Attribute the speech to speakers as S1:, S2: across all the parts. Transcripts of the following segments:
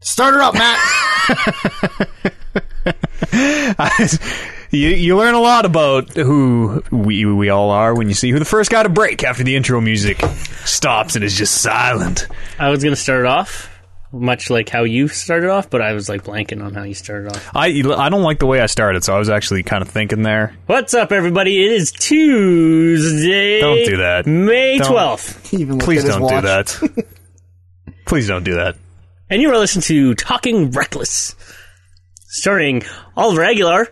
S1: Start her up, Matt.
S2: you, you learn a lot about who we, we all are when you see who the first guy to break after the intro music stops and is just silent.
S3: I was gonna start it off much like how you started off, but I was like blanking on how you started off.
S2: I, I don't like the way I started, so I was actually kind of thinking there.
S3: What's up, everybody? It is Tuesday.
S2: Don't do that.
S3: May
S2: Don't.
S3: twelfth,
S1: He even looked
S2: Please
S1: at his
S2: don't do
S1: watch.
S2: that. Please don't do that.
S3: and you are listening to Talking Reckless, starting Oliver Aguilar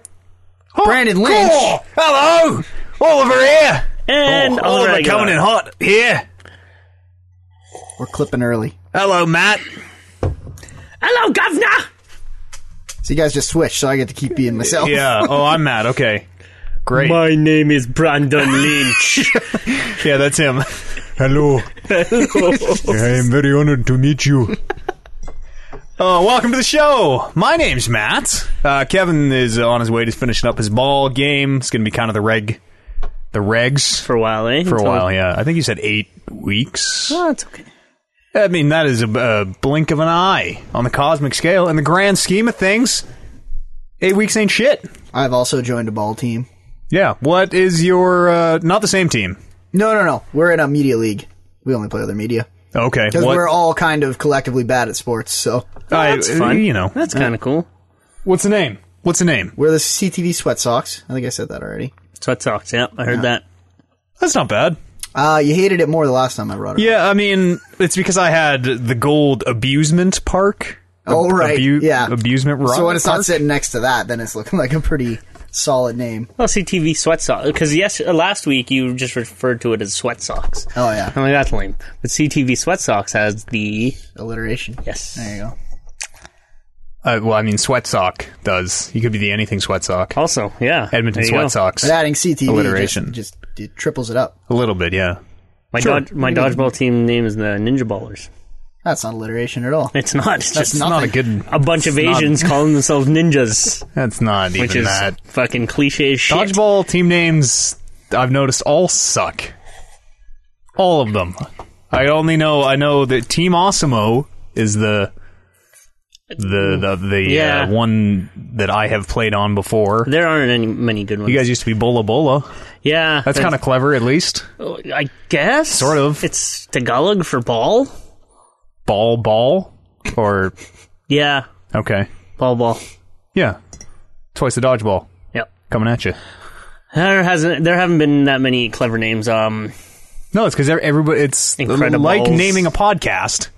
S1: Brandon Lynch.
S2: Oh, hello, Oliver here.
S3: and
S2: Oh,
S3: Oliver
S2: Oliver
S3: Aguilar.
S2: coming in hot here.
S1: We're clipping early.
S2: Hello, Matt.
S3: Hello, Governor.
S1: So you guys just switched, so I get to keep being myself.
S2: Yeah. Oh, I'm Matt. Okay. Great.
S3: My name is Brandon Lynch.
S2: Yeah, that's him.
S4: Hello, I am very honored to meet you.
S2: Uh, welcome to the show. My name's Matt. Uh, Kevin is on his way to finishing up his ball game. It's going to be kind of the reg, the regs
S3: For a while, eh?
S2: for a while. Yeah, I think you said eight weeks.
S3: Oh, it's okay.
S2: I mean, that is a, a blink of an eye on the cosmic scale. In the grand scheme of things, eight weeks ain't shit.
S1: I've also joined a ball team.
S2: Yeah. What is your uh, not the same team?
S1: No, no, no. We're in a media league. We only play other media
S2: Okay.
S1: because
S2: what-
S1: we're all kind of collectively bad at sports. So
S2: I-
S3: That's fun.
S2: You know.
S3: That's kind of cool.
S2: What's the name? What's the name?
S1: we're the CTV Sweat Sox. I think I said that already.
S3: Sweat socks. Yeah, I heard that.
S2: That's not bad.
S1: Uh, you hated it more the last time I brought it. up.
S2: Yeah, I mean, it's because I had the gold abusement park.
S1: Oh,
S2: Ab-
S1: right, yeah.
S2: Abusement rock.
S1: So when it's not
S2: park?
S1: sitting next to that, then it's looking like a pretty solid name.
S3: Well, CTV sweat socks. Because yes, uh, last week you just referred to it as sweat socks.
S1: Oh yeah,
S3: I'm like, that's lame. But CTV sweat socks has the
S1: alliteration.
S3: yes.
S1: There you go.
S2: Uh, well, I mean, sweat sock does. You could be the anything sweat sock.
S3: Also, yeah,
S2: Edmonton
S3: Oh, There you
S2: sweat
S3: go.
S2: socks.
S1: But adding CTV
S2: Alliteration.
S1: just, just it triples it up.
S2: A little bit, yeah.
S3: My
S2: Sure.
S3: dodge, my dodgeball team name is the Ninja Ballers.
S1: That's not alliteration at all.
S3: It's not. It's
S1: That's
S3: just
S1: not-
S2: Not a good.
S3: a bunch of
S2: not-
S3: Asians calling themselves ninjas,
S2: That's not even
S3: which is
S2: that.
S3: fucking cliche as shit.
S2: Dodgeball team names. I've noticed all suck. All of them. I only know. I know that Team Osimo is the the the the
S3: Yeah.
S2: uh, one that I have played on before.
S3: There aren't any many good ones.
S2: You guys used to be Bola Bola.
S3: yeah,
S2: That's kind of clever, at least.
S3: of. I guess
S2: Sort of.
S3: It's Tagalog for ball.
S2: Ball ball, or
S3: Yeah,
S2: okay,
S3: ball ball.
S2: yeah, twice the dodgeball
S3: Yep.
S2: coming at you.
S3: There hasn't. There haven't been that many clever names. Um,
S2: No, it's because everybody. It's
S3: Incredibles.
S2: like naming a podcast.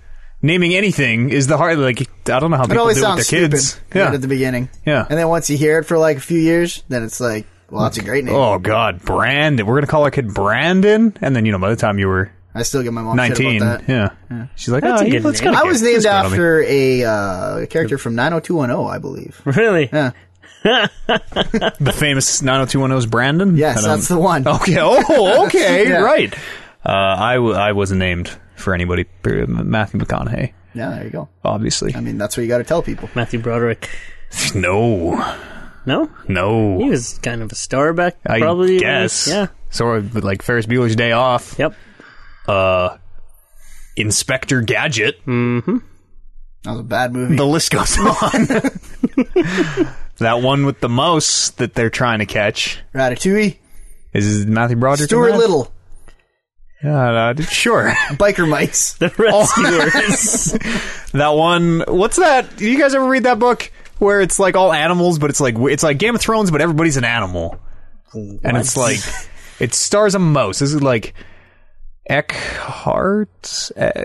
S2: Naming anything is the hard. Like I don't know how
S1: It
S2: people
S1: always
S2: do it
S1: sounds
S2: with their kids.
S1: stupid right
S2: Yeah.
S1: at the beginning.
S2: Yeah.
S1: And then once you hear it for like a few years, then it's like, well, that's a great name.
S2: Oh God, Brandon. We're gonna call our kid Brandon, and then you know by the time you were
S1: I still get my mom
S2: nineteen,
S1: shit about that.
S2: yeah. she's like,
S3: That's
S2: oh,
S3: a
S2: he-
S3: good
S2: let's
S3: name.
S2: go.
S1: I was named after a uh, character from 90210, oh, I believe.
S3: really?
S1: Yeah.
S2: the famous 90210's Brandon. um,
S1: Yes,
S2: I don't-
S1: that's the one.
S2: Okay. Oh, okay.
S1: Yeah.
S2: Right. Uh, I w- I wasn't named for anybody. per- Matthew McConaughey,
S1: Yeah, there you go.
S2: obviously.
S1: I mean, that's what you got to tell people.
S3: Matthew Broderick.
S2: No,
S3: No,
S2: no.
S3: he was kind of a star back.
S2: I
S3: probably.
S2: guess.
S3: Yeah.
S2: Sort of but like Ferris Bueller's Day Off.
S3: Yep.
S2: Inspector Gadget.
S1: That was a bad movie.
S2: The list goes on. that one with the mouse that they're trying to catch
S1: Ratatouille,
S2: is Matthew Broderick. in
S1: Stuart
S2: that?
S1: Little,
S2: Yeah, uh, sure.
S1: Biker Mice.
S3: The rescuers.
S2: that one. What's that? You guys ever read that book where it's like all animals, but it's like it's like Game of Thrones, but everybody's an animal, and it's like it stars a mouse. This is like Eckhart. Eh,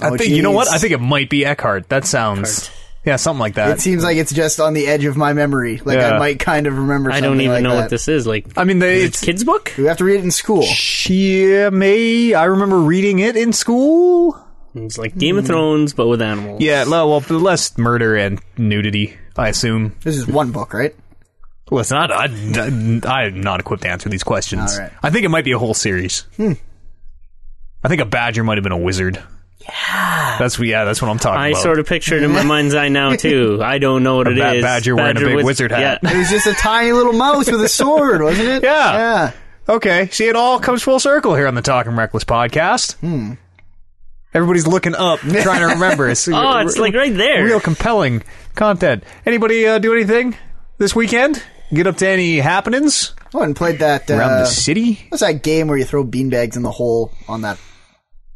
S2: I
S1: Oh,
S2: think you know what?
S1: jeez.
S2: I think it might be Eckhart. That sounds yeah, something like that.
S1: It seems like it's just on the edge of my memory. Like I
S2: Yeah.
S1: might kind of remember.
S3: I
S1: Something
S3: don't even
S1: like
S3: know
S1: that.
S3: what this is. Like,
S2: I mean, they,
S3: it's
S2: it's
S3: kids book.
S1: We have to read it in school.
S2: she may. I remember reading it in school.
S3: It's like Game of Thrones, but with animals.
S2: Yeah, le- well, less murder and nudity, I assume.
S1: This is one book, right?
S2: Listen, I, I, I'm not equipped to answer these questions.
S1: All right. Hmm.
S2: I think it might be a whole series. I think a badger might have been a wizard. Yeah, that's what- yeah, that's what I'm talking
S3: I
S2: about.
S3: sort of pictured in my mind's eye now too. I don't know what it is.
S2: ba- badger wearing a big
S3: wiz-
S2: wizard hat.
S3: Yeah.
S1: It was just a tiny little mouse with a sword, wasn't it?
S2: Yeah.
S1: Yeah. Hmm.
S2: okay, see, it all comes full circle here on the Talking Reckless podcast. Everybody's looking up, trying to remember. It's,
S3: Oh, it's like right there.
S2: Real compelling content. Anybody uh, do anything this weekend? Get up to any happenings
S1: I went and played that.
S2: around
S1: Uh,
S2: the city?
S1: what's that game where you throw beanbags in the hole on that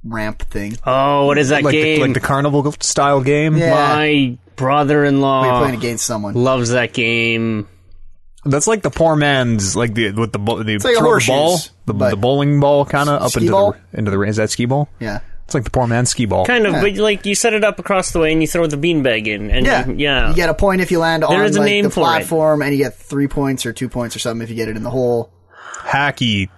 S1: ramp thing?
S3: Oh, what is that
S2: Like
S3: game?
S2: the, like the carnival style game.
S1: Yeah.
S3: My
S1: You're
S3: brother-in-law
S1: playing against someone.
S3: loves that game.
S2: That's like the poor man's, like the with the bo- the,
S1: like a
S2: throw the
S1: horseshoes,
S2: ball, the,
S1: but-
S2: the bowling ball, kind of up
S1: Skee
S2: into
S1: ball?
S2: the into the ra- is that skee ball?
S1: Yeah.
S2: It's like the poor man's skee ball.
S3: Kind of, but like you set it up across the way and you throw the beanbag in, and
S1: Yeah.
S3: you- yeah.
S1: You get a point if you land on
S3: is a
S1: like,
S3: name
S1: the
S3: for it.
S1: platform, and you get three points or two points or something if you get it in the hole.
S2: Hacky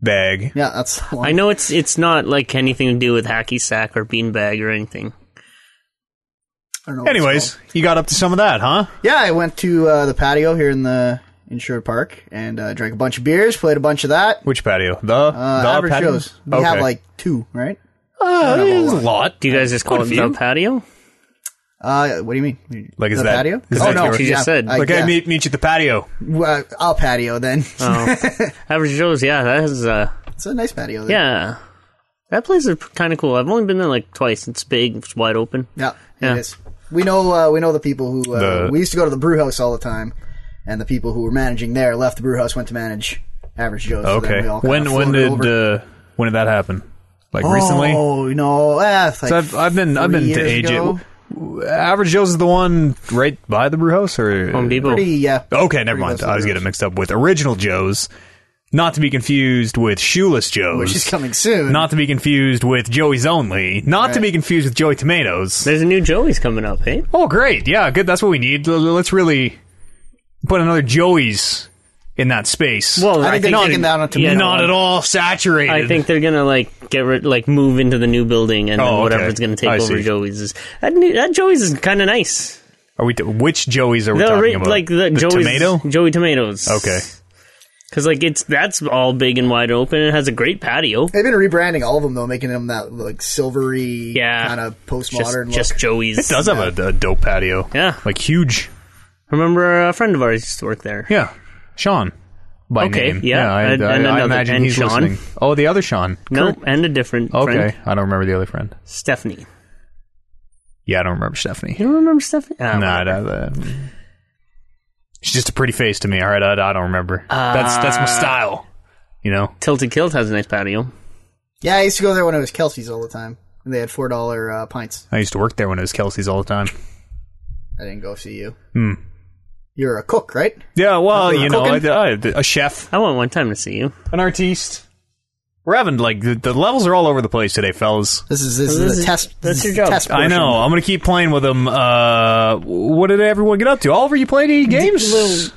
S2: bag.
S1: Yeah, that's the one.
S3: I know it's it's not like anything to do with hacky sack or beanbag or anything.
S1: I don't know what it's
S2: Anyways,
S1: called.
S2: you got up to some of that, huh?
S1: yeah, I went to uh, the patio here in the in Sherwood Park and uh, drank a bunch of beers, played a bunch of that.
S2: Which patio? The
S1: Uh,
S2: the
S1: average
S2: patio?
S1: shows. We have like two, right?
S2: uh, there's a lot.
S3: Do you guys just call
S2: Uh, Quite
S3: it
S2: a
S3: the
S2: few.
S3: patio?
S1: Uh, what do you mean?
S2: Like, is
S1: the
S2: that-
S1: patio?
S2: is
S1: oh
S2: that
S1: no,
S2: what you
S3: just said?
S1: I,
S2: Like,
S1: yeah.
S2: hey, meet meet you at the patio.
S1: Well, I'll patio then.
S3: Oh. Average Joe's, yeah, that is uh,
S1: it's a nice patio. Then.
S3: yeah, that place is kind of cool. I've only been there like twice. It's big, it's wide open.
S1: Yeah,
S3: Yeah.
S1: it is. We know uh, we know the people who uh,
S2: The-
S1: we used to go to the brew house all the time, and the people who were managing there left the brew house, went to manage Average Joe's. so then
S2: Okay.
S1: we all kinda
S2: When when
S1: floated
S2: did
S1: over.
S2: uh, when did that happen? Like recently?
S1: Oh no, eh, it's like
S2: So I've, I've been I've
S1: three
S2: been to
S1: years
S2: age
S1: ago.
S2: it. Average Joe's is the one right by the brew house or
S3: Home Depot.
S1: Pretty, yeah.
S2: Okay, never mind.
S1: close to
S2: I was
S1: the
S2: getting mixed up with Original Joe's, not to be confused with Shoeless Joe's,
S1: Which is Oh, coming soon.
S2: not to be confused with Joey's Only, not to be confused with Joey Tomatoes.
S3: There's a new Joey's coming up, hey?
S2: Oh, great! Yeah, good. That's what we need. L- l- Let's really put another Joey's in that space.
S1: I think they're taking down a tomato.
S3: yeah,
S2: not at all saturated.
S3: I think they're gonna like get rid, like move into the new building and
S2: Oh,
S3: then
S2: okay.
S3: whatever's gonna take
S2: I
S3: over
S2: see.
S3: Joey's is that, new, that Joey's is kind of nice.
S2: Are we? T- which Joey's are we
S3: The
S2: talking
S3: ori-
S2: about?
S3: like the, Joey's
S2: tomato.
S3: Joey tomatoes.
S2: Okay.
S3: because like it's that's all big and wide open. It has a great patio.
S1: They've been rebranding all of them though, making them that like silvery,
S3: Yeah.
S1: kind of
S3: Just,
S1: postmodern
S3: just
S1: look.
S3: Joey's.
S2: It does have a, a dope patio.
S3: Yeah.
S2: like huge.
S3: Remember a friend of ours used to work there.
S2: Yeah, Sean. By
S3: Okay,
S2: name.
S3: yeah,
S2: I,
S3: and-
S2: I-
S3: and
S2: I
S3: another-
S2: imagine
S3: and
S2: he's
S3: Sean.
S2: listening. Oh, the other Sean.
S3: No, and a different
S2: Okay,
S3: friend,
S2: I don't remember the other friend.
S3: Stephanie.
S2: Yeah, I don't remember Stephanie.
S3: You don't remember Stephanie? Ah,
S2: Nah,
S3: well.
S2: nah, that- she's just a pretty face to me. All right, I, I don't remember. that's that's my style. You know,
S3: Tilted Kilt has a nice patio.
S1: Yeah, I used to go there when it was Kelsey's all the time, and they had four dollar uh, pints.
S2: I used to work there when it was Kelsey's all the time.
S1: I didn't go see you. Hmm. You're a cook, right?
S2: Yeah, well, you know,
S1: Cooking?
S2: I- I- a chef,
S3: I went one time to see you.
S2: an artiste. We're having like the, the levels are all over the place today, fellas.
S1: This is this,
S3: this
S1: is
S3: is-
S1: a test.
S3: that's
S1: this
S3: your
S1: is
S3: job.
S1: a Test
S2: I
S1: portion.
S2: know. I'm gonna keep playing with them. Uh, what did everyone get up to? Oliver, you played any games?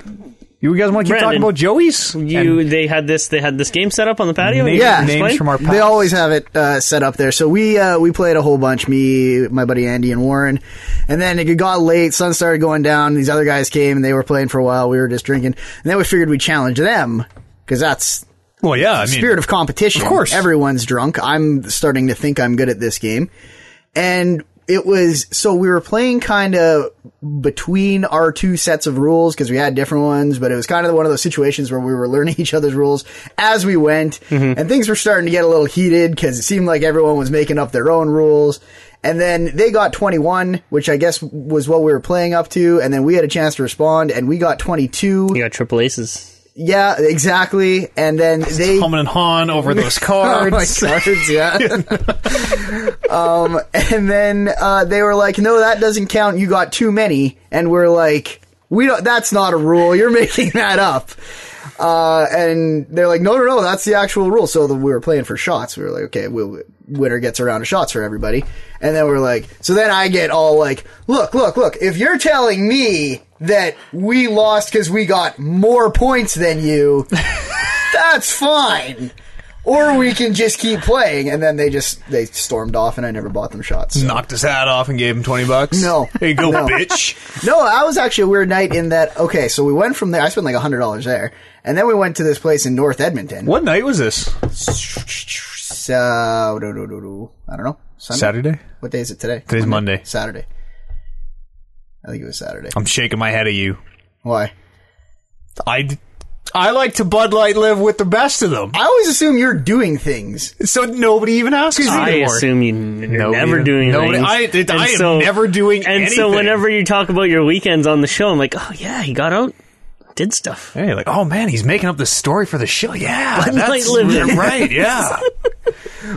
S2: You guys want to keep talking
S3: Brandon,
S2: about Joey's?
S3: You they had this they had this game set up on the patio. and you
S1: Yeah.
S3: just
S2: names
S3: played?
S2: from our past.
S1: They always have it uh, set up there. So we uh, we played a whole bunch. Me, my buddy Andy, and Warren. And then it got late. Sun started going down. These other guys came and they were playing for a while. We were just drinking. And then we figured we'd challenge them because that's
S2: Well, yeah, I mean,
S1: spirit of competition.
S2: Of course.
S1: everyone's drunk. I'm starting to think I'm good at this game, and it was so we were playing kind of between our two sets of rules because we had different ones, but it was kind of one of those situations where we were learning each other's rules as we went,
S2: Mm-hmm.
S1: and things were starting to get a little heated because it seemed like everyone was making up their own rules. And then they got 21, which I guess was what we were playing up to. And then we had a chance to respond, and we got 22.
S3: You got triple aces.
S1: Yeah, exactly. And then they
S2: humming and hawing over those cards.
S1: Oh, my cards, yeah. um, and then uh, they were like, "No, that doesn't count. You got too many." And we're like, "We don't. That's not a rule. You're making that up." Uh, and they're like, "No, no, no. That's the actual rule." So the, we were playing for shots. We were like, "Okay, we'll, winner gets a round of shots for everybody." And then we're like, "So then I get all like, look, look, look. If you're telling me." That we lost because we got more points than you. That's fine or we can just keep playing and then they just they stormed off and i never bought them shots so.
S2: Knocked his hat off and gave him twenty bucks.
S1: No.
S2: there you go,
S1: No.
S2: bitch.
S1: no that was actually a weird night in that okay so we went from there i spent like $100 there and then we went to this place in north edmonton
S2: What night was this?
S1: so do, do, do, do. i don't know Sunday?
S2: Saturday.
S1: what day is it today
S2: Today's Monday.
S1: saturday i think it was saturday
S2: I'm shaking my head at you.
S1: why
S2: I, I like to Bud Light live with the best of them.
S1: I always assume you're doing things.
S2: So nobody even asks me
S3: I
S2: anymore.
S3: assume you n- you're
S2: Nobody-
S3: never doing
S2: nobody-
S3: things.
S2: I- it-
S3: And
S2: I am never doing
S3: And so
S2: anything.
S3: whenever you talk about your weekends on the show, I'm like, oh yeah, he got out, did stuff.
S2: Hey, like, oh man, he's making up the story for the show. Yeah,
S3: Bud Light
S2: that's
S3: living.
S2: right. Yeah,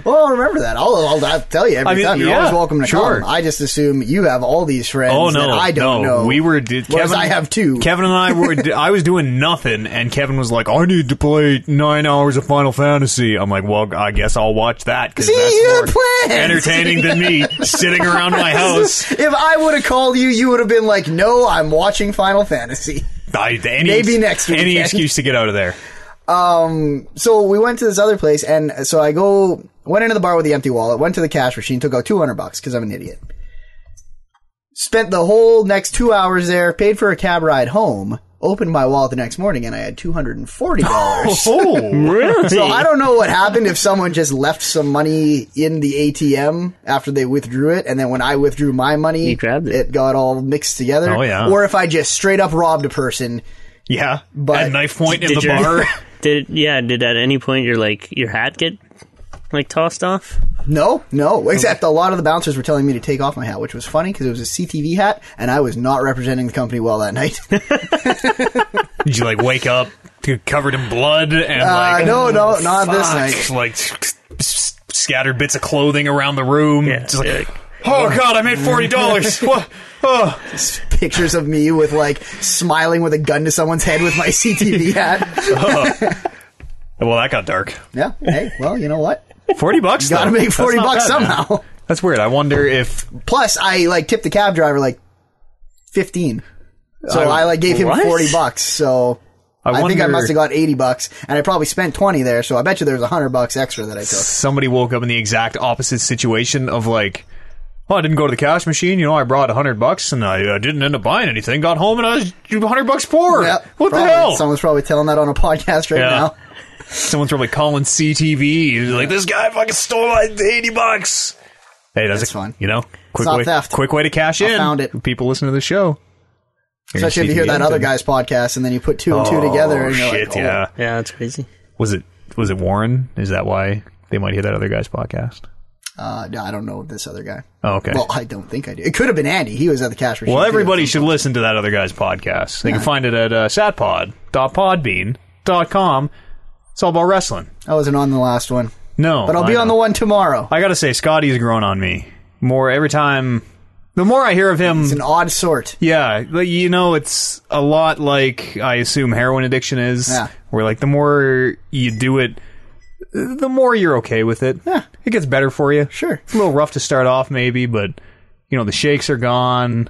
S1: Well, I'll remember that. I'll, I'll, I'll tell you every
S2: I mean,
S1: time. You're
S2: yeah,
S1: always welcome to
S2: sure.
S1: come. I just assume you have all these friends
S2: Oh no,
S1: that I don't
S2: no.
S1: know.
S2: We were did,
S1: Whereas
S2: Kevin.
S1: I have two.
S2: Kevin and I were. I was doing nothing, and Kevin was like, "I need to play nine hours of Final Fantasy." I'm like, "Well, I guess I'll watch that because
S1: See,
S2: that's
S1: you
S2: more
S1: had plans.
S2: entertaining than me sitting around my house."
S1: If I would have called you, you would have been like, "No, I'm watching Final Fantasy."
S2: I, any,
S1: Maybe next
S2: Any
S1: weekend.
S2: excuse to get out of there.
S1: Um, So we went to this other place, and so I go went into the bar with the empty wallet, went to the cash machine, took out two hundred bucks because I'm an idiot. Spent the whole next two hours there, paid for a cab ride home, opened my wallet the next morning, and I had two hundred and forty dollars.
S2: Oh,
S3: Really?
S1: So I don't know what happened if someone just left some money in the ATM after they withdrew it, and then when I withdrew my money,
S3: You grabbed it.
S1: it got all mixed together.
S2: Oh, yeah.
S1: Or if I just straight up robbed a person.
S2: yeah.
S1: But
S2: At knife point in
S3: did
S2: the
S3: your-
S2: bar.
S3: Did yeah? Did at any point your like your hat get like tossed off?
S1: No, no. Except a lot of the bouncers were telling me to take off my hat, which was funny because it was a CTV hat, and I was not representing the company well that night.
S2: Did you like wake up to- covered in blood and
S1: Uh,
S2: like
S1: no, no, not this
S2: oh, fuck,
S1: night.
S2: Like s- s- scattered bits of clothing around the room.
S3: Yeah.
S2: Just like, oh god, I made forty dollars. what? Oh.
S1: Pictures of me with like smiling with a gun to someone's head with my CTV hat.
S2: Well, that got dark.
S1: Yeah. Hey, well, you know what?
S2: Forty bucks.
S1: Gotta
S2: though.
S1: make
S2: That's
S1: 40
S2: not
S1: bucks
S2: bad, man.
S1: somehow.
S2: That's weird. I wonder if
S1: Plus, I like tipped the cab driver like fifteen. So I, like gave him
S3: what?
S1: forty bucks. So I, think I
S2: wonder-
S1: must have got eighty bucks, and I probably spent twenty there. So I bet you there was hundred bucks extra that I took.
S2: somebody woke up in the exact opposite situation of like. Well, I didn't go to the cash machine. You know, I brought a hundred bucks, and I, I didn't end up buying anything. Got home, and I was hundred bucks poor.
S1: Yep,
S2: what
S1: probably.
S2: the hell?
S1: Someone's probably telling that on a podcast right
S2: Yeah.
S1: now.
S2: Someone's probably calling CTV. He's like, this guy fucking stole my eighty bucks. Hey, that's,
S1: That's
S2: a,
S1: fun.
S2: You know, quick
S1: not
S2: way,
S1: theft.
S2: quick way to cash in.
S1: found it.
S2: People listen to the show.
S1: Especially if you hear that other guy's podcast, and then you put two and two together,
S2: Oh,
S1: and you're
S2: shit,
S1: like, oh.
S2: yeah.
S3: Yeah, that's crazy.
S2: Was it was it Warren? Is that why they might hear that other guy's podcast?
S1: uh, no, I don't know this other guy.
S2: Oh, okay.
S1: Well, I don't think I do. It could have been Andy. He was at the cash machine.
S2: Well,
S1: too.
S2: everybody should listen to that other guy's podcast. They can find it at uh, satpod.podbean.com. It's all about wrestling.
S1: I wasn't on the last one,
S2: No,
S1: but I'll
S2: Oh, I
S1: be on
S2: know.
S1: the one tomorrow.
S2: I gotta say, Scotty's grown on me more every time. The more I hear of him,
S1: It's an odd sort.
S2: Yeah, like, you know, it's a lot like I assume heroin addiction is.
S1: Yeah.
S2: Where like the more you do it, the more you're okay with it.
S1: Yeah.
S2: It gets better for you.
S1: Sure.
S2: It's a little rough to start off, maybe, but you know the shakes are gone.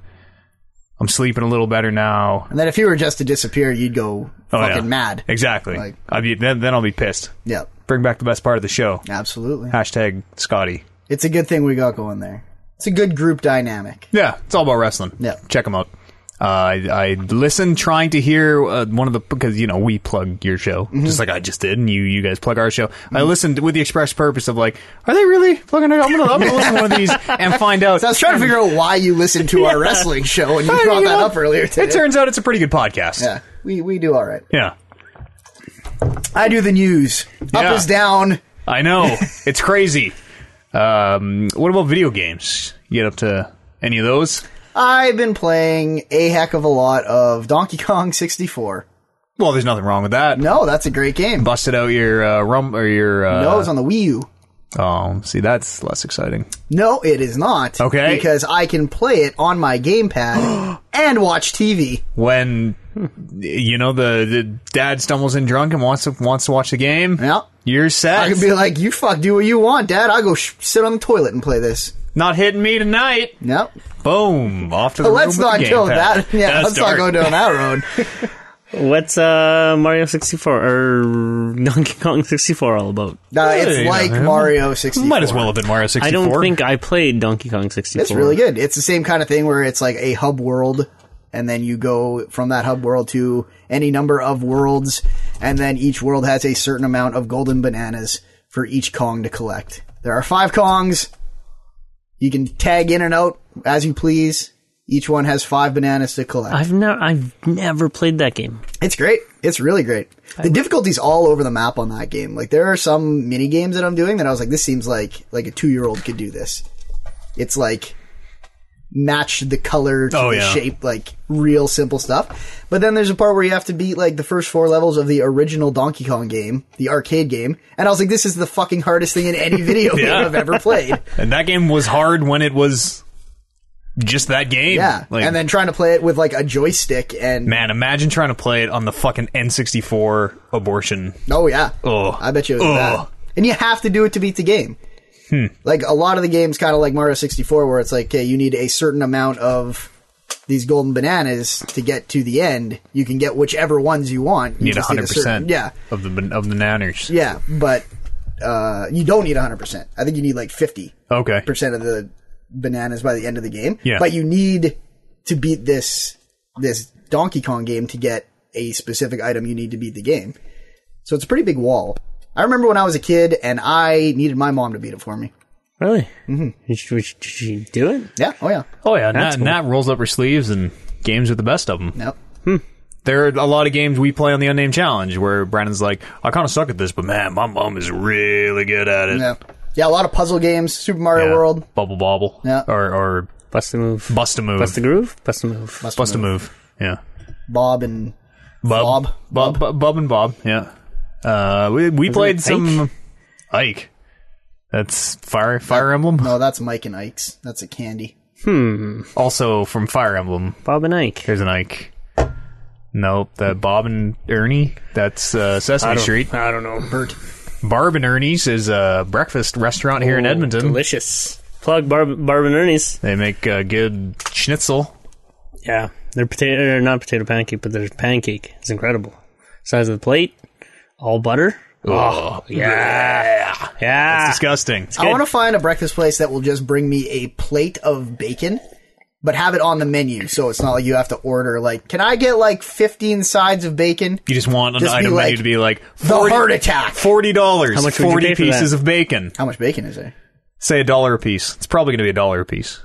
S2: I'm sleeping a little better now.
S1: And then if you were just to disappear, you'd go
S2: Oh,
S1: fucking
S2: yeah.
S1: mad.
S2: Exactly.
S1: Like-
S2: I'd be then, then I'll be pissed.
S1: Yep.
S2: Bring back the best part of the show.
S1: Absolutely.
S2: Hashtag Scotty.
S1: It's a good thing we got going there. It's a good group dynamic.
S2: Yeah, it's all about wrestling.
S1: Yeah.
S2: check them out. Uh, I, I listened trying to hear uh, one of the because you know we plug your show
S1: Mm-hmm.
S2: just like I just did, and you you guys plug our show. I listened with the express purpose of like, are they really plugging? It? I'm gonna I'm gonna listen to one of these and find out.
S1: So I was trying to figure out why you listened to our wrestling show, and you
S2: You
S1: brought that
S2: know,
S1: up earlier today.
S2: It turns out it's a pretty good podcast.
S1: yeah, we, we do all right.
S2: Yeah.
S1: I do the news.
S2: Yeah.
S1: Up is down.
S2: I know it's crazy. Um, what about video games? You get up to any of those?
S1: I've been playing a heck of a lot of Donkey Kong 64.
S2: Well, there's nothing wrong with that.
S1: No, that's a great game.
S2: Busted out your uh, rum or your uh,
S1: No, it's on the Wii U.
S2: Oh, see, that's less exciting.
S1: No, it is not.
S2: Okay.
S1: Because I can play it on my gamepad and watch TV.
S2: when you know the, the dad stumbles in drunk and wants to wants to watch the game.
S1: Yeah.
S2: You're set.
S1: I could be like, you fuck, do what you want, Dad. I'll go sh- sit on the toilet and play this.
S2: not hitting me tonight.
S1: No,
S2: Boom. Off to the
S1: But let's
S2: room with
S1: not
S2: the
S1: go
S2: gamepad.
S1: that. Yeah,
S2: That's
S1: let's
S2: dark.
S1: not go down that road.
S3: What's uh Mario sixty four or Donkey Kong sixty four all about?
S1: Nah,
S2: Hey,
S1: it's like
S2: man.
S1: Mario 64.
S2: Might as well have been Mario 64.
S3: I don't think I played Donkey Kong sixty four.
S1: It's really good. It's the same kind of thing where it's like a hub world, and then you go from that hub world to any number of worlds, and then each world has a certain amount of golden bananas for each Kong to collect. There are five Kongs. You can tag in and out as you please. Each one has five bananas to collect.
S3: I've never I've never played that game.
S1: It's great. It's really great. The difficulty's all over the map on that game. Like there are some mini games that I'm doing that I was like, this seems like like a two year old could do this. It's like match the color to
S2: Oh,
S1: the
S2: yeah.
S1: shape, like real simple stuff. But then there's a part where you have to beat like the first four levels of the original Donkey Kong game, the arcade game, and I was like, this is the fucking hardest thing in any video
S2: Yeah.
S1: game I've ever played.
S2: And that game was hard when it was just that game.
S1: Yeah,
S2: Like,
S1: and then trying to play it with like a joystick and
S2: man, imagine trying to play it on the fucking N64 abortion.
S1: Oh yeah.
S2: Ugh.
S1: I bet you it was
S2: Ugh.
S1: bad. And you have to do it to beat the game.
S2: Hmm.
S1: Like a lot of the games, kind of like Mario 64, where it's like, okay, you need a certain amount of these golden bananas to get to the end. You can get whichever ones you want. You
S2: You need
S1: just need
S2: 100
S1: a certain-
S2: percent.
S1: Yeah,
S2: of the ban- of the nanners.
S1: yeah, but uh, you don't need 100. percent I think you need like 50
S2: Okay.
S1: percent of the bananas by the end of the game.
S2: Yeah.
S1: but you need to beat this this Donkey Kong game to get a specific item. You need to beat the game. So it's a pretty big wall. I remember when I was a kid and I needed my mom to beat it for me.
S3: Really? Mm-hmm. Did, she, did she do it?
S1: Yeah. Oh yeah.
S2: Oh yeah, Nat, Nat rolls up her sleeves and games with the best of them.
S1: Yep.
S2: There are a lot of games we play on the Unnamed Challenge where Brandon's like, I kind of suck at this, but man, my mom is really good at it.
S1: Yeah. Yeah. A lot of puzzle games. Super Mario
S2: Yeah.
S1: World.
S2: Bubble Bobble.
S1: Yeah.
S2: Or, or
S3: Bust the move.
S2: Bust a Move.
S3: Bust the groove. Bust the move.
S2: Bust a Move. Yeah.
S1: Bob and
S2: Bob.
S1: Bob.
S2: Bob. Bob, Bob and Bob. Yeah. Uh, we we played
S3: it
S2: some Ike. That's Fire Fire Emblem.
S1: no, that's Mike and Ike's. That's a candy.
S2: Also from Fire Emblem,
S3: Bob and Ike.
S2: there's an Ike. Nope, that Bob and Ernie. That's uh, Sesame Street.
S3: I don't know. Bert.
S2: Barb and Ernie's is a breakfast restaurant here in Edmonton.
S3: Delicious. Plug Barb, Barb and Ernie's.
S2: They make uh, good schnitzel.
S3: Yeah. They're potato, or not potato pancake, but they're pancake. It's incredible. Size of the plate, all butter.
S2: Oh,
S3: Yeah.
S1: Ah.
S3: Yeah.
S2: disgusting.
S1: I want to find a breakfast place that will just bring me a plate of bacon, but have it on the menu, so it's not like you have to order. Like, can I get like fifteen sides of bacon?
S2: You just want an
S1: Just be
S2: item
S1: like,
S2: menu to be like
S1: The
S2: 40,
S1: heart attack.
S2: Forty dollars.
S3: How much would you
S2: Forty
S3: pay for
S2: pieces
S3: that?
S2: of bacon.
S1: How much bacon is there?
S2: Say a dollar a piece. It's probably going to be a dollar a piece.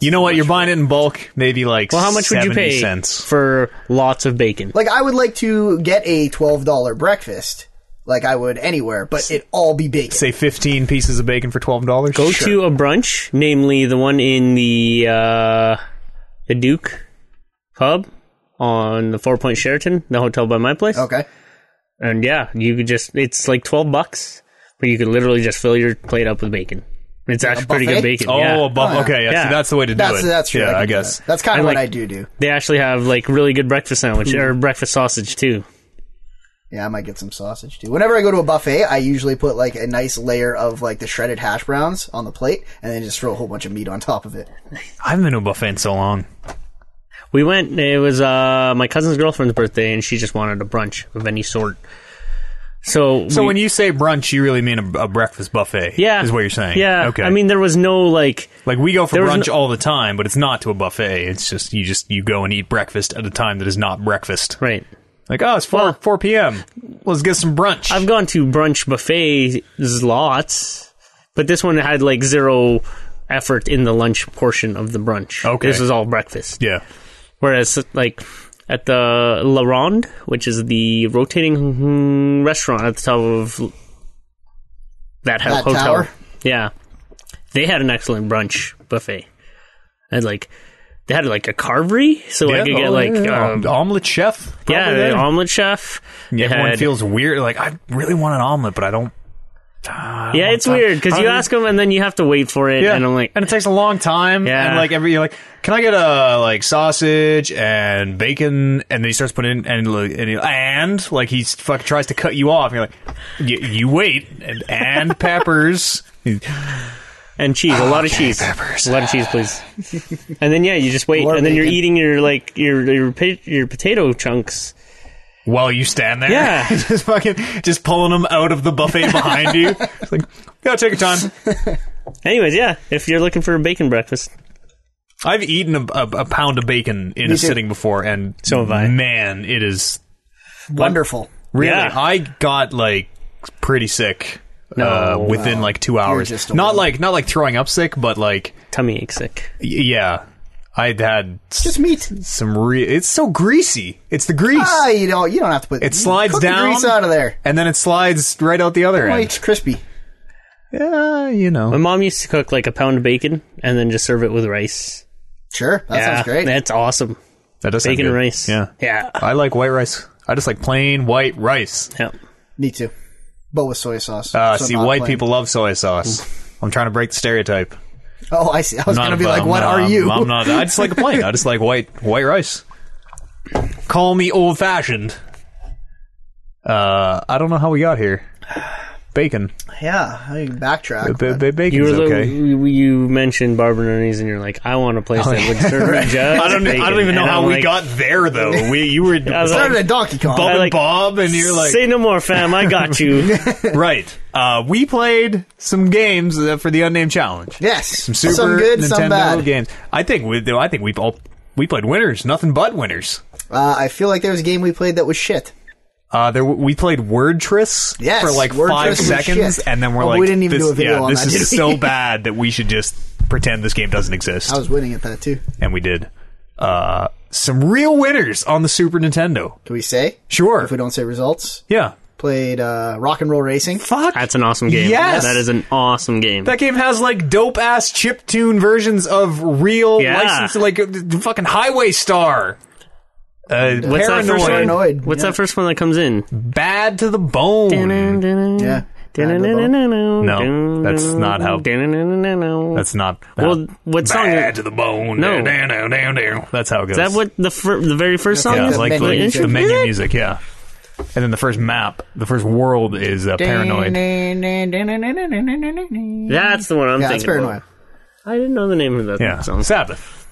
S2: you know what? You're buying it in bulk. Maybe like
S3: well, how much would you
S2: 70
S3: pay
S2: Cents.
S3: for lots of bacon?
S1: Like, I would like to get a twelve dollar breakfast, like I would anywhere, but it all be bacon.
S2: Say fifteen pieces of bacon for twelve dollars.
S3: Go to a brunch, namely the one in the uh, the Duke pub on the Four Point Sheraton, the hotel by my place.
S1: okay,
S3: And yeah, you could just it's like twelve bucks, but you could literally just fill your plate up with bacon. It's actually pretty
S1: buffet?
S3: good bacon.
S2: Oh,
S3: yeah.
S2: a buff-
S1: Oh, yeah.
S2: okay. Yeah, see,
S3: Yeah.
S2: that's the way to do
S1: that's
S2: it.
S1: that's true.
S2: Yeah,
S1: can
S2: I
S1: do
S2: guess.
S1: that. that's kind of
S3: I
S1: what
S3: like-
S1: I do do.
S3: they actually have like really good breakfast sandwich or
S2: Mm-hmm.
S3: breakfast sausage too.
S1: Yeah, I might get some sausage too. Whenever I go to a buffet, I usually put like a nice layer of like the shredded hash browns on the plate, and then just throw a whole bunch of meat on top of it.
S2: I haven't been to a buffet in so long.
S3: We went. It was uh, my cousin's girlfriend's birthday, and she just wanted a brunch of any sort. So,
S2: So
S3: we-
S2: when you say brunch, you really mean a, a breakfast buffet.
S3: yeah,
S2: is what you're saying.
S3: Yeah,
S2: Okay.
S3: I mean, there was no like
S2: Like we go for
S3: There was
S2: brunch
S3: no-
S2: all the time, but it's not to a buffet. It's just you just you go and eat breakfast at a time that is not breakfast.
S3: right.
S2: Like oh, it's four
S3: Well-
S2: four p.m. Let's get some brunch.
S3: I've gone to brunch buffets lots, but this one had like zero effort in the lunch portion of the brunch.
S2: Okay.
S3: this was all breakfast.
S2: yeah,
S3: Whereas like at the La Ronde, which is the rotating restaurant at the top of that, ho-
S1: That
S3: hotel,
S1: tower?
S3: yeah, they had an excellent brunch buffet, and like they had like a carvery, so I
S2: Yeah,
S3: could get
S2: oh,
S3: like
S2: yeah, yeah.
S3: um,
S2: omelet chef. probably
S3: yeah,
S2: then.
S3: the omelet chef. They
S2: Everyone
S3: had-
S2: feels weird. Like I really want an omelet, but I don't.
S3: yeah, it's weird because
S2: I
S3: you
S2: don't-
S3: ask them and then you have to wait for it, and I'm like,
S2: and it takes a long time.
S3: Yeah.
S2: and like every you're like, can I get a like sausage and bacon? And then he starts putting in and like, and, he- and like he fuck tries to cut you off. And you're like, y- you wait and, and peppers.
S3: and cheese, a
S1: Oh,
S3: lot of cheese,
S2: peppers.
S3: a lot of cheese, please. and then yeah, you just wait,
S1: More
S3: and then you're
S1: bacon.
S3: eating your like your your, pa- your potato chunks.
S2: While you stand there,
S3: Yeah.
S2: just fucking, just pulling them out of the buffet behind you. It's like, gotta take your time.
S3: Anyways, yeah, if you're looking for a bacon breakfast,
S2: I've eaten a, a, a pound of bacon in a
S1: too.
S2: sitting before, and so
S3: have I.
S2: Man, it is
S1: Wonderful.
S2: Really?
S3: Yeah.
S2: I got like pretty sick uh, within like two hours.
S1: just a
S2: Not
S1: wimp.
S2: like not like throwing up sick, but like
S3: tummy ache sick.
S2: y- yeah. I had s-
S1: Just meat.
S2: some re- It's so greasy. It's the grease,
S1: Ah, you don't you don't have to put
S2: It slides
S1: cook the
S2: down.
S1: grease out of there.
S2: and then it slides right out the other
S1: Well,
S2: end.
S1: It's crispy.
S2: Yeah, you
S3: My
S2: know.
S3: mom used to cook like a pound of bacon and then just serve it with rice.
S1: Sure, that
S3: yeah,
S1: sounds great.
S3: That's awesome.
S2: That does sound
S3: Bacon and
S2: good.
S3: rice.
S2: Yeah.
S3: Yeah.
S2: I like white rice. I just like plain white rice.
S3: Yep.
S1: Me too, but with soy sauce.
S2: Uh,
S1: so
S2: see,
S1: not
S2: white
S1: plain.
S2: people love soy sauce. I'm trying to break the stereotype.
S1: Oh, I see. I was
S2: Not-
S1: going to be like,
S2: I'm
S1: "What
S2: not-
S1: are
S2: I'm-
S1: you?"
S2: I'm not. I just like a plain. I just like white white rice. Call me old fashioned. Uh, I don't know how we got here. Bacon,
S1: Yeah, I can backtrack.
S2: B-
S1: but-
S2: b- bacon's
S3: You were
S2: okay.
S3: you you mentioned barberonis and you're like, I want a place that would serve me just
S2: I don't. I
S3: bacon."
S2: don't even know
S3: And
S2: how
S3: I'm
S2: we
S3: like,
S2: got there though. We you were
S3: was like-
S1: started at Donkey Kong.
S2: bumping
S3: like-
S2: Bob, and you're like
S3: Say no more, fam. I got you.
S2: right. Uh, we played some games uh, for the unnamed challenge.
S1: yes,
S2: Super
S1: some good,
S2: Nintendo
S1: some bad.
S2: games. I think we. though, I think we've all we played winners. Nothing but winners.
S1: Uh, I feel like there was a game we played that was shit.
S2: Uh, there we played Wordtris
S1: Yes,
S2: for like
S1: Word
S2: five
S1: Tris was
S2: seconds,
S1: shit.
S2: and then we're
S1: Oh,
S2: like,
S1: we didn't even
S2: this,
S1: do a video
S2: yeah,
S1: on
S2: this
S1: that,
S2: is
S1: did we?
S2: so bad that we should just pretend this game doesn't exist."
S1: I was winning at that too.
S2: and we did. Uh, some real winners on the Super Nintendo.
S1: Can we say?
S2: Sure.
S1: If we don't say results,
S2: Yeah.
S1: played uh, Rock and Roll Racing.
S2: Fuck.
S3: That's an awesome game.
S2: Yes!
S3: That is an awesome game.
S2: that game has like dope ass chiptune versions of real
S3: Yeah.
S2: licensed, like uh, d- fucking Highway Star. Uh,
S3: What's that first
S2: paranoid,
S1: Paranoid.
S3: one? What's
S1: yeah.
S3: that first one that comes in?
S2: bad to the bone.
S1: Yeah.
S3: No,
S2: No, that's not how- That's not
S3: Well, what song-
S2: Bad to the bone.
S3: No.
S2: Down, down, down, down. That's how it goes.
S3: Is that what the fir- the very first song
S2: Yeah,
S1: That's
S3: is?
S1: the
S2: like
S1: menu
S2: the,
S1: music.
S2: the menu music, yeah. And then the first map, the first world is uh, Paranoid.
S3: That's the one I'm
S1: Yeah, that's
S3: thinking.
S1: paranoid.
S3: About. I didn't know the name of that
S2: Yeah.
S3: song.
S2: Sabbath.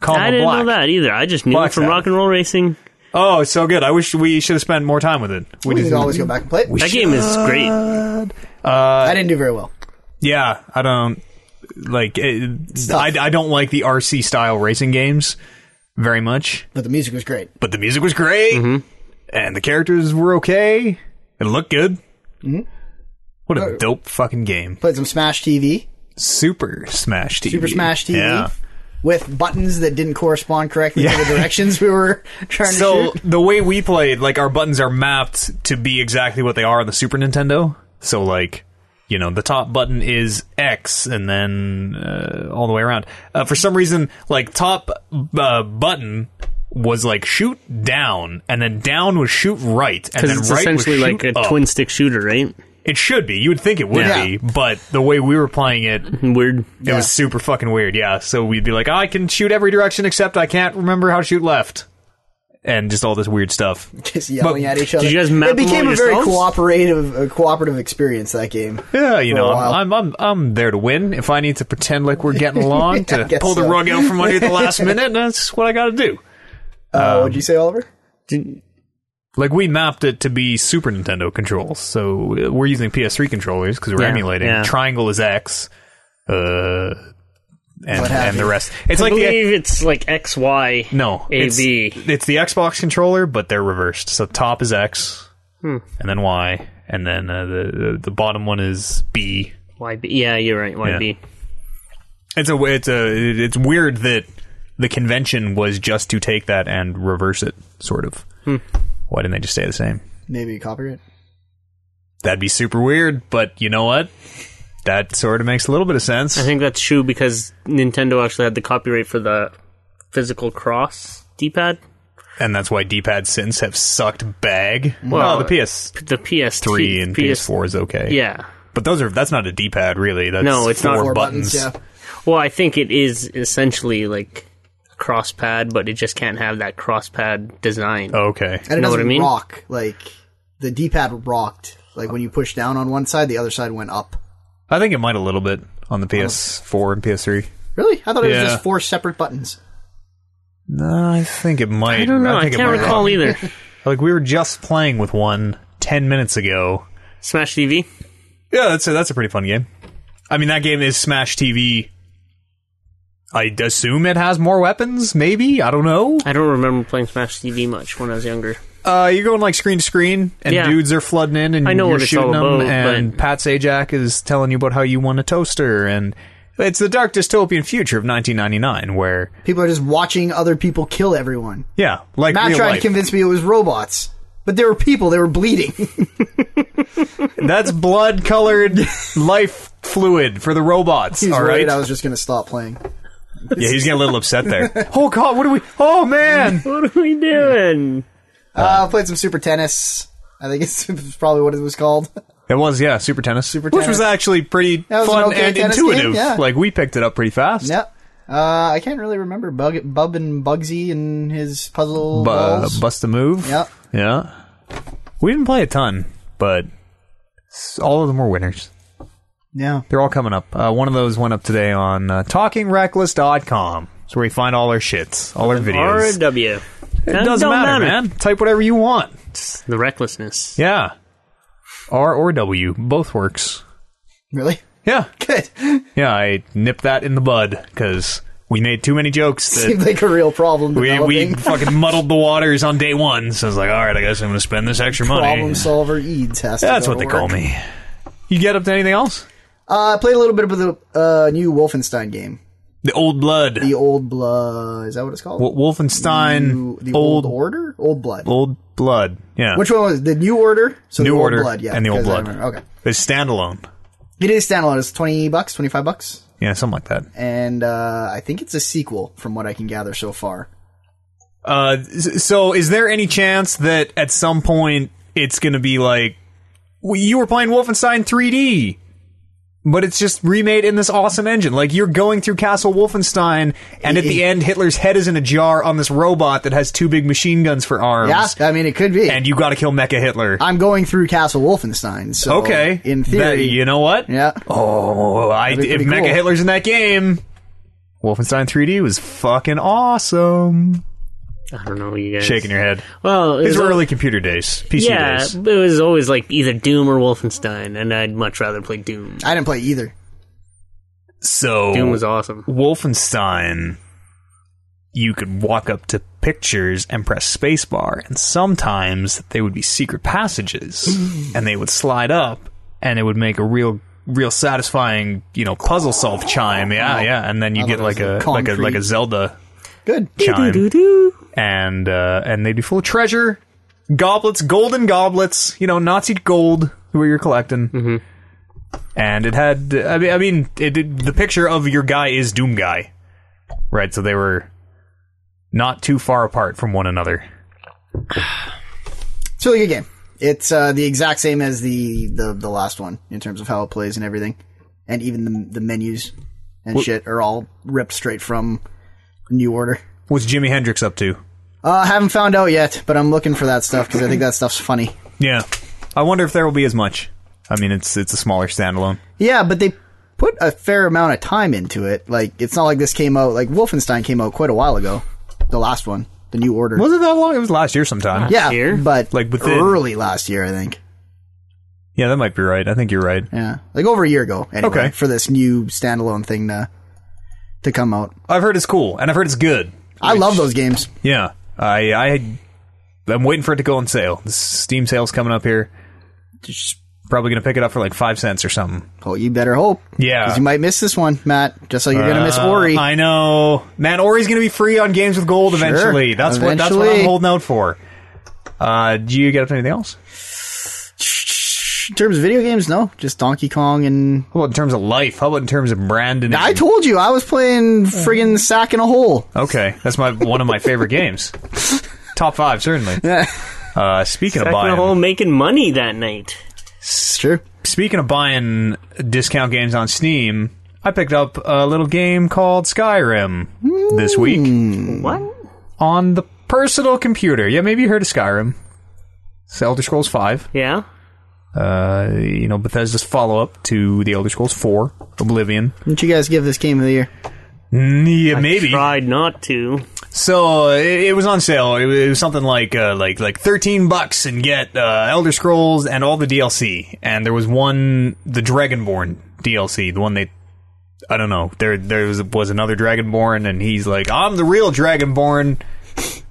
S2: Call
S3: I didn't know that either. I just knew
S2: Black
S3: it from
S2: Sabbath.
S3: Rock and Roll Racing.
S2: Oh, it's so good. I wish we should have spent more time with it.
S1: We, can always go back and
S2: Uh,
S1: play it.
S3: That game is great.
S1: I didn't do very well.
S2: Yeah, I don't like it, I I don't like the RC style racing games very much,
S1: But the music was great.
S2: but the music was great
S3: Mm-hmm.
S2: and the characters were okay. It looked good.
S1: Mm-hmm.
S2: What
S1: Oh.
S2: a dope fucking game.
S1: Played some Smash TV
S2: Super Smash TV.
S1: Super Smash TV.
S2: Yeah.
S1: with buttons that didn't correspond correctly to the directions we were trying
S2: So
S1: to shoot.
S2: the way we played, like our buttons are mapped to be exactly what they are on the Super Nintendo. So like, you know, the top button is X, and then uh, all the way around. Uh, for some reason, like top uh, button was like shoot down, and then down was shoot right, and
S3: Because
S2: then
S3: it's
S2: right
S3: essentially
S2: was
S3: like
S2: shoot oh.
S3: a
S2: up.
S3: twin stick shooter, right?
S2: It should be. You would think it would
S1: Yeah.
S2: be, but the way we were playing it,
S3: Weird.
S2: it was super fucking weird, yeah. So we'd be like, "Oh, I can shoot every direction except I can't remember how to shoot left. And just all this weird stuff.
S1: Just yelling
S2: But
S1: at each other.
S3: you guys map
S1: it
S3: them all
S1: became a very
S3: yourselves?
S1: cooperative, a cooperative experience. That game.
S2: Yeah, you
S1: For a
S2: know,
S1: while.
S2: I'm, I'm I'm I'm there to win. If I need to pretend like we're getting along
S1: Yeah, I
S2: to
S1: guess
S2: pull the
S1: so.
S2: rug out from under you at the last minute, that's what I got to do.
S1: Uh, what'd you say, Oliver?
S2: Like we mapped it to be Super Nintendo controls, so uh, we're using PS3 controllers because we're
S3: Yeah,
S2: emulating.
S3: yeah.
S2: Triangle is X, uh, and
S1: have
S2: and the
S1: you.
S2: rest. It's
S3: I
S2: like the
S3: believe it's like X Y.
S2: No,
S3: A,
S2: it's,
S3: B.
S2: It's the Xbox controller, but they're reversed. So top is X,
S1: Hmm.
S2: and then Y, and then uh, the, the the bottom one is B.
S3: Y B. Yeah, you're right. Y
S2: Yeah.
S3: B.
S2: It's a it's a it's weird that the convention was just to take that and reverse it, sort of.
S3: Hmm.
S2: Why didn't they just stay the same?
S1: Maybe copyright.
S2: That'd be super weird, but you know what? That sort of makes a little bit of sense.
S3: I think that's true because Nintendo actually had the copyright for the physical cross D pad.
S2: And that's why D-pad sins have sucked bag. Well,
S3: Well,
S2: the PS3
S3: The PS3
S2: and
S3: PS,
S2: PS4 is okay.
S3: Yeah.
S2: But those are that's not a D-pad really. That's
S3: No, it's
S2: four
S3: not-
S1: Four
S2: buttons.
S1: buttons. Yeah.
S3: Well, I think it is essentially like a cross pad, but it just can't have that cross pad design.
S2: Okay.
S1: And it
S3: Know what
S1: doesn't
S3: I mean?
S1: rock. Like the D pad rocked. Like when you push down on one side, the other side went up.
S2: I think it might a little bit on the PS4 and PS3.
S1: Really? I thought it
S2: Yeah.
S1: was just four separate buttons.
S2: No, I think it might.
S3: I don't know. I,
S2: think it
S3: can't
S2: might
S3: recall
S2: rock.
S3: either.
S2: Like we were just playing with one 10 minutes ago.
S3: Smash TV.
S2: Yeah, that's a, that's a pretty fun game. I mean, that game is Smash TV. I assume it has more weapons, maybe. I don't know.
S3: I don't remember playing Smash TV much when I was younger.
S2: Uh, you're going like screen to screen, and
S3: Yeah.
S2: dudes are flooding in, and
S3: I know
S2: you're
S3: what it's
S2: shooting
S3: all
S2: them,
S3: about,
S2: and
S3: but-
S2: Pat Sajak is telling you about how you won a toaster, and It's the dark dystopian future of 1999, where
S1: People are just watching other people kill everyone.
S2: yeah, like
S1: Matt
S2: real
S1: tried to
S2: life.
S1: convince me it was robots, but they were people. They were bleeding.
S2: that's blood colored life fluid for the robots.
S1: He's
S2: all
S1: worried
S2: right,
S1: I was just going to stop playing.
S2: yeah, he's getting a little upset there. oh God, what are we? Oh man,
S3: What are we doing?
S1: Uh, I played some Super Tennis. I think it's probably what it was called.
S2: it was yeah, super tennis, super which was
S1: Tennis.
S2: actually pretty
S1: was an
S2: fun
S1: okay
S2: and
S1: tennis
S2: intuitive.
S1: game, yeah.
S2: Like we picked it up pretty fast.
S1: yep. Uh, I can't really remember Bug, Bub and Bugsy and his puzzle
S2: Bu-
S1: balls.
S2: uh, bust a move.
S1: Yep.
S2: Yeah. We didn't play a ton, but s- all of them were winners.
S1: yeah.
S2: They're all coming up. Uh, one of those went up today on uh, talkingreckless.com. It's where you find all our shits, all our
S3: R
S2: videos.
S3: and W.
S2: It doesn't matter, man. Type whatever you want.
S3: The recklessness.
S2: Yeah. R or W, both works.
S1: Really?
S2: Yeah.
S1: Good.
S2: Yeah, I nipped that in the bud because we made too many jokes that
S1: Seemed like a real problem
S2: we,
S1: developing.
S2: we fucking muddled the waters on day one. So I was like, all right, I guess I'm going to spend this extra money.
S1: problem solver Eads has to
S2: That's
S1: go
S2: what they
S1: to
S2: call
S1: work.
S2: me. You get up to anything else?
S1: Uh, I played a little bit of the uh, new Wolfenstein game.
S2: The Old Blood.
S1: The Old Blood. Is that what it's called?
S2: W- Wolfenstein.
S1: the
S2: old,
S1: old, Order? Old Blood.
S2: Old Blood. Yeah.
S1: Which one was it? the New Order? So
S2: New
S1: the
S2: Order
S1: Old Blood, yeah.
S2: and the Old
S1: because I
S2: Blood.
S1: remember- Okay.
S2: It's standalone.
S1: It is standalone. It's 20 bucks, 25 bucks.
S2: Yeah, something like that.
S1: And uh, I think it's a sequel from what I can gather so far.
S2: Uh, s- so is there any chance that at some point it's going to be like "W- you were playing Wolfenstein 3D, but it's just remade in this awesome engine? Like you're going through Castle Wolfenstein, and at the end, Hitler's head is in a jar on this robot that has two big machine guns for arms.
S1: Yeah, I mean, it could be.
S2: Um, And you got to kill Mecha Hitler.
S1: I'm going through Castle Wolfenstein, so
S2: Okay.
S1: in
S2: That-
S1: theory,
S2: you know what?
S1: yeah.
S2: Oh, I,
S1: be
S2: if
S1: pretty
S2: Mecha
S1: cool.
S2: Hitler's in that game, Wolfenstein 3D was fucking awesome.
S3: I don't know, you guys.
S2: Shaking your head.
S3: Well, it
S2: These
S3: was
S2: were
S3: al-
S2: early computer days, PC
S3: Yeah,
S2: days.
S3: but it was always like either Doom or Wolfenstein, and I'd much rather play Doom.
S1: I didn't play either.
S2: So
S3: Doom was awesome.
S2: Wolfenstein, you could walk up to pictures and press spacebar, and sometimes they would be secret passages, and they would slide up, and it would make a real, real satisfying, you know, puzzle solve chime. Yeah, yeah, and then you get
S1: it was
S2: like a
S1: like
S2: like a like
S1: concrete.
S2: a Zelda
S1: Good.
S2: chime,
S3: Doo-doo.
S2: and uh, and they'd be full of treasure, goblets, golden goblets, you know, Nazi gold where you're collecting. Mm-hmm. And it had, I mean, I mean, it, it- the picture of your guy is Doom guy, right? So they were not too far apart from one another.
S1: It's a really good game. It's uh, the exact same as the, the the last one in terms of how it plays and everything, and even the the menus and shit are all ripped straight from New Order.
S2: What's Jimi Hendrix up to?
S1: Uh, haven't found out yet, but I'm looking for that stuff because I think that stuff's funny.
S2: Yeah, I wonder if there will be as much. I mean, it's it's a smaller standalone.
S1: Yeah, but they put a fair amount of time into it. Like it's not like this came out like Wolfenstein came out quite a while ago, the last one, the New Order.
S2: Was it that long? It was last year sometime.
S1: yeah,
S3: year?
S1: but
S2: Like,
S1: like
S2: within-
S1: early last year, I think.
S2: yeah, that might be right. I think you're right.
S1: Yeah, like over a year ago. Anyway,
S2: Okay.
S1: for this new standalone thing to to come out.
S2: I've heard it's cool, and I've heard it's good.
S1: I love those games.
S2: Yeah, I I I'm waiting for it to go on sale. The Steam sale's coming up here. Just probably gonna pick it up for like five cents or something.
S1: Oh, you better hope.
S2: Yeah.
S1: 'Cause you might miss this one, Matt. Just like you're gonna miss
S2: Uh,
S1: Ori.
S2: I know, man. Ori's gonna be free on Games with Gold eventually. That's what that's what I'm
S1: Eventually.
S2: holding out for. Uh, do you get up to anything else?
S1: in terms of video games, no, just Donkey Kong and.
S2: How about in terms of life? How about in terms of Brandon?
S1: I told you I was playing friggin' Sack in a Hole.
S2: okay, that's my one of my favorite games. Top five certainly.
S1: Yeah,
S2: Uh, speaking of
S3: Back in the
S2: buying,
S3: hole making money that night.
S1: it's true.
S2: speaking of buying discount games on Steam, I picked up a little game called Skyrim this week
S3: What?
S2: on the personal computer. Yeah, maybe you heard of Skyrim. It's Elder Scrolls Five.
S3: Yeah.
S2: Uh, you know, Bethesda's follow up to the Elder Scrolls Four, Oblivion.
S1: What you guys give this game of the year?
S2: Mm, yeah, maybe.
S3: Tried not to.
S2: So uh, it, it was on sale. It was, it was something like uh, like like thirteen bucks and get uh, Elder Scrolls and all the DLC. And there was one, the Dragonborn DLC, the one they. I don't know. There there was, was another Dragonborn, and he's like, "I'm the real Dragonborn."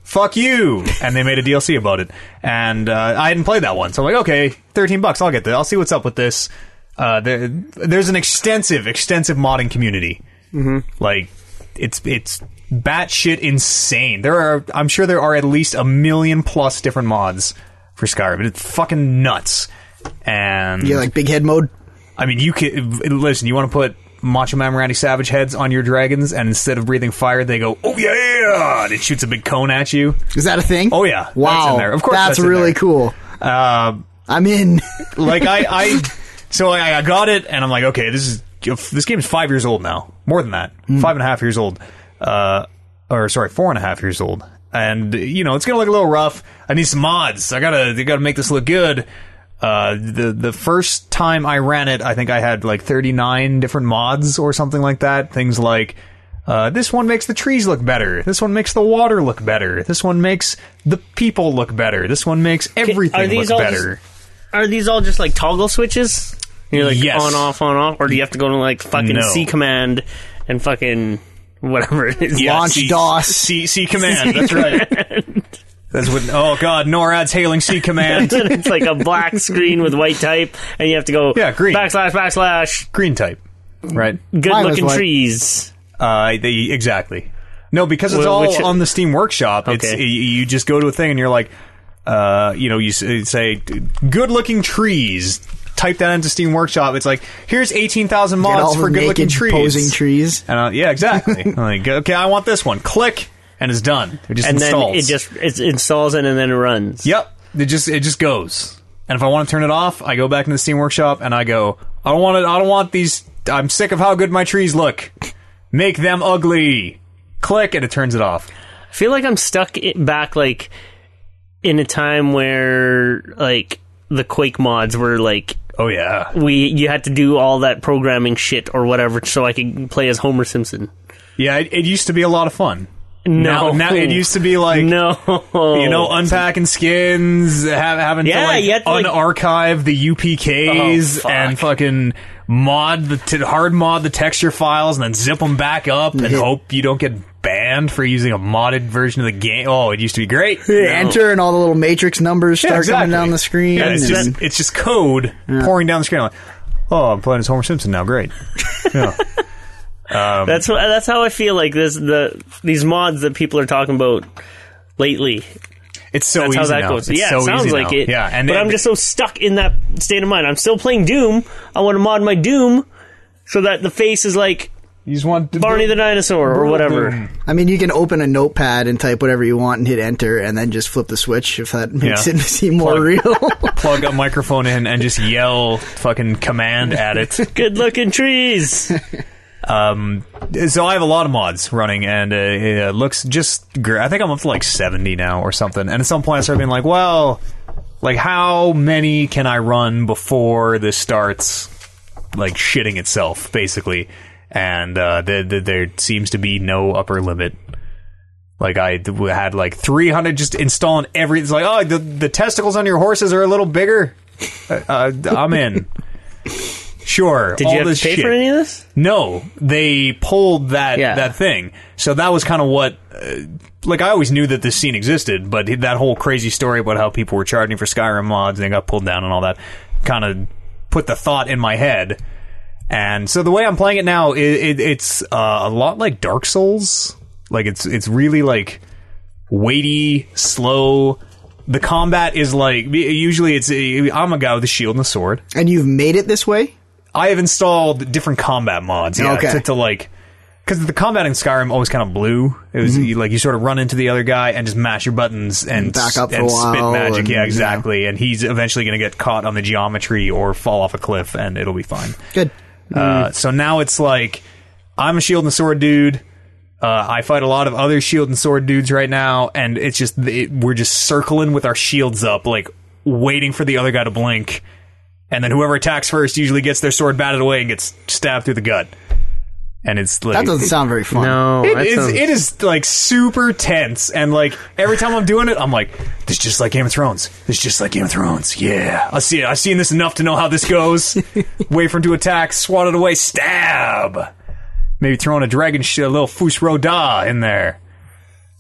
S2: Fuck you! And they made a DLC about it, and uh, I hadn't played that one, so I'm like, okay, thirteen bucks, I'll get that. I'll see what's up with this. uh, there, there's an extensive, extensive modding community. Mm-hmm. Like it's it's batshit insane. There are, I'm sure there are at least a million plus different mods for Skyrim. It's fucking nuts. And
S1: Yeah, like big head mode.
S2: I mean, you can listen. You want to put Macho Man Randy Savage heads on your dragons, and instead of breathing fire, they go, "Oh yeah!" and it shoots a big cone at you.
S1: Is that a thing?
S2: Oh, yeah. That's
S1: Wow.
S2: in there. Of course
S1: That's,
S2: that's in there.
S1: really cool.
S2: Uh,
S1: I'm in.
S2: like I, I so I, I got it, and I'm like, okay, this is this game's five years old now, more than that, five and a half years old, uh, or sorry, four and a half years old, and you know it's gonna look a little rough. I need some mods. I gotta, I gotta make this look good. Uh, the the first time I ran it, I think I had like 39 different mods or something like that. Things like uh, this one makes the trees look better. This one makes the water look better. This one makes the people look better. This one makes everything
S3: these
S2: look
S3: all just-
S2: better.
S3: Are these all just like toggle switches? You're like
S2: Yes.
S3: on off on off, or do you have to go to like fucking
S2: No.
S3: C command and fucking whatever it is?
S2: Yeah,
S1: Launch
S2: C-
S1: DOS.
S2: C, C command. That's right. That's what. Oh god, NORAD's hailing C command.
S3: and it's like a black screen with white type, and you have to go
S2: Yeah, green.
S3: backslash backslash
S2: Green type, right?
S3: good
S1: Mine was
S3: looking
S1: white.
S3: trees.
S2: Uh, they exactly. No, because it's
S3: Well,
S2: all
S3: which-
S2: on the Steam Workshop. It's,
S3: Okay.
S2: you, you just go to a thing and you're like, uh, you know, you s- say good looking trees. Type that into Steam Workshop. It's like here's eighteen thousand
S1: Get all
S2: mods for
S1: the
S2: good looking
S1: naked
S2: trees.
S1: posing trees.
S2: And uh, yeah, exactly. I'm like, okay, I want this one. Click, and it's done. It just
S3: And
S2: installs.
S3: then it just it installs it and then it runs.
S2: Yep. It just it just goes. And if I want to turn it off, I go back into the Steam Workshop and I go, I don't want it. I don't want these. I'm sick of how good my trees look. Make them ugly. Click and it turns it off.
S3: I feel like I'm stuck i back like in a time where like the Quake mods were like
S2: Oh yeah.
S3: we you had to do all that programming shit or whatever so I could play as Homer Simpson.
S2: Yeah. It, it used to be a lot of fun.
S3: No,
S2: Now, now it used to be like.
S3: no,
S2: You know, unpacking skins, ha- having
S3: Oh. Yeah, you
S2: to
S3: had
S2: like
S3: to, like-
S2: unarchive the UPKs
S3: Oh, fuck.
S2: and fucking mod the t- hard mod the texture files and then zip them back up and hope you don't get banned for using a modded version of the game. Oh, it used to be great.
S1: Enter and all the little matrix numbers start coming
S2: exactly.
S1: down the screen.
S2: Yeah, it's
S1: and-
S2: just it's just code pouring down the screen. Like, oh, I'm playing as Homer Simpson now. Great. Yeah. um,
S3: that's wh- that's how I feel like this the these mods that people are talking about lately.
S2: It's so
S3: That's
S2: Oh, easy
S3: how that
S2: now.
S3: goes.
S2: It's
S3: yeah,
S2: so
S3: it sounds
S2: easy
S3: like
S2: now.
S3: it.
S2: Yeah, and
S3: but I'm just so stuck in that state of mind. I'm still playing Doom. I want to mod my Doom so that the face is like
S2: you just want to
S3: Barney the dinosaur or whatever.
S1: I mean, you can open a notepad and type whatever you want and hit enter and then just flip the switch if that makes
S2: Yeah.
S1: it seem more
S2: Plug.
S1: real.
S2: plug a microphone in and just yell fucking command at it.
S3: Good looking trees.
S2: Um, so I have a lot of mods running, and uh, it looks just. Gr- I think I'm up to like 70 now or something. And at some point, I started being like, well, like how many can I run before this starts like shitting itself, basically? And uh, the, the, there seems to be no upper limit. Like I d- had like 300 just installing every. It's like, oh, the, the testicles on your horses are a little bigger. Uh, uh, I'm in. Sure.
S3: Did
S2: all
S3: you have
S2: this
S3: to pay
S2: shit.
S3: for any of this?
S2: No, they pulled that
S3: Yeah.
S2: that thing. So that was kind of what. Uh, like I always knew that this scene existed, but that whole crazy story about how people were charging for Skyrim mods and they got pulled down and all that kind of put the thought in my head. And so the way I'm playing it now, it, it, it's uh, a lot like Dark Souls. Like it's it's really like weighty, slow. The combat is like usually it's I'm a guy with a shield and a sword.
S1: and you've made it this way?
S2: I have installed different combat mods. Yeah,
S1: Okay.
S2: to, to like because the combat in Skyrim always kind of blew. It was you, like you sort of run into the other guy and just mash your buttons and
S1: Mm-hmm. Back up
S2: s-
S1: for
S2: and
S1: a while
S2: spit magic.
S1: and,
S2: yeah,
S1: yeah.
S2: exactly. And he's eventually going to get caught on the geometry or fall off a cliff, and it'll be fine.
S1: Good. Hmm.
S2: Uh, so now it's like I'm a shield and sword dude. Uh, I fight a lot of other shield and sword dudes right now, and it's just it, we're just circling with our shields up, like waiting for the other guy to blink, and then whoever attacks first usually gets their sword batted away and gets stabbed through the gut. And it's like
S1: That doesn't sound very fun.
S3: No,
S2: it is it is like super tense and like every time I'm doing it I'm like this is just like Game of Thrones. This is just like Game of Thrones. Yeah. I see it. I've seen this enough to know how this goes. Wait for him to attack, swat it away, stab. Maybe throwing a dragon shit a little Fus Roda in there.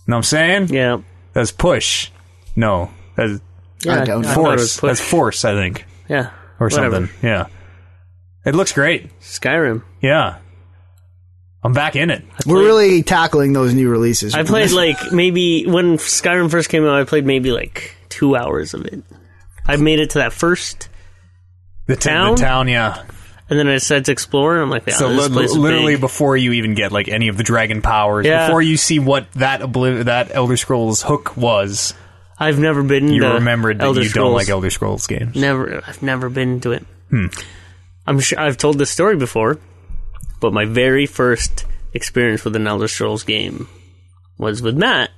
S2: Know what I'm saying?
S3: yeah.
S2: That's push. No. That's
S1: I don't
S3: I
S1: know.
S3: thought it
S2: force.
S3: was push.
S2: That's force, I think.
S3: Yeah.
S2: Or
S3: Whatever.
S2: something. Yeah. It looks great.
S3: Skyrim.
S2: Yeah. I'm back in it.
S1: We're really tackling those new releases.
S3: I played like maybe when Skyrim first came out. I played maybe like two hours of it. I made it to that first,
S2: The t-
S3: Town?
S2: the town yeah.
S3: and then I decided to explore. And I'm like, yeah,
S2: So
S3: this
S2: li-
S3: place is
S2: literally
S3: big.
S2: before you even get like any of the dragon powers,
S3: Yeah.
S2: before you see what that obli- that Elder Scrolls hook was,
S3: I've never been.
S2: you
S3: to
S2: remembered that
S3: Elder
S2: you
S3: Scrolls.
S2: don't like Elder Scrolls Hmm. games.
S3: Never, I've never been to it. I'm sure I've told this story before, but my very first experience with an Elder Scrolls game was with Matt,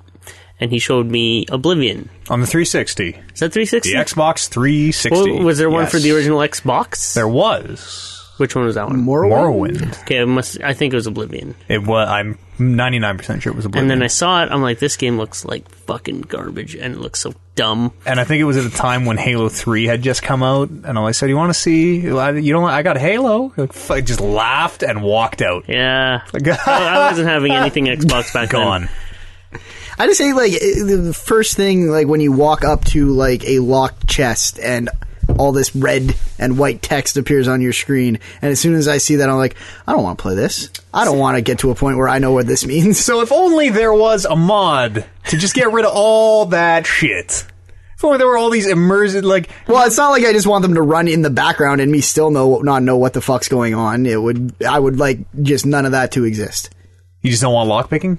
S3: and he showed me Oblivion.
S2: On the 360,
S3: Is that
S2: the
S3: 360?
S2: Xbox 360.
S3: Well, was there one for the
S2: Yes.
S3: original Xbox?
S2: There was
S3: Which one was that one?
S2: Morrowind.
S3: Okay, I must. I think it was Oblivion.
S2: It was. I'm 99 percent sure it was Oblivion.
S3: And then I saw it. I'm like, this game looks like fucking garbage, and it looks so dumb.
S2: and I think it was at a time when Halo 3 had just come out, and I said, "You want to see? You don't? I got Halo." Like, f- I just laughed and walked out.
S3: Yeah, I,
S2: Like,
S3: I wasn't having anything Xbox back
S2: Gone.
S3: then.
S1: I just hate like it- the first thing like when you walk up to like a locked chest and all this red and white text appears on your screen and as soon as I see that I'm like I don't want to play this. I don't want to get to a point where I know what this means.
S2: So if only there was a mod to just get rid of all that shit. If only there were all these immersive, like
S1: Well, it's not like I just want them to run in the background and me still know not know what the fuck's going on. It would I would like just none of that to exist.
S2: you just don't want lockpicking.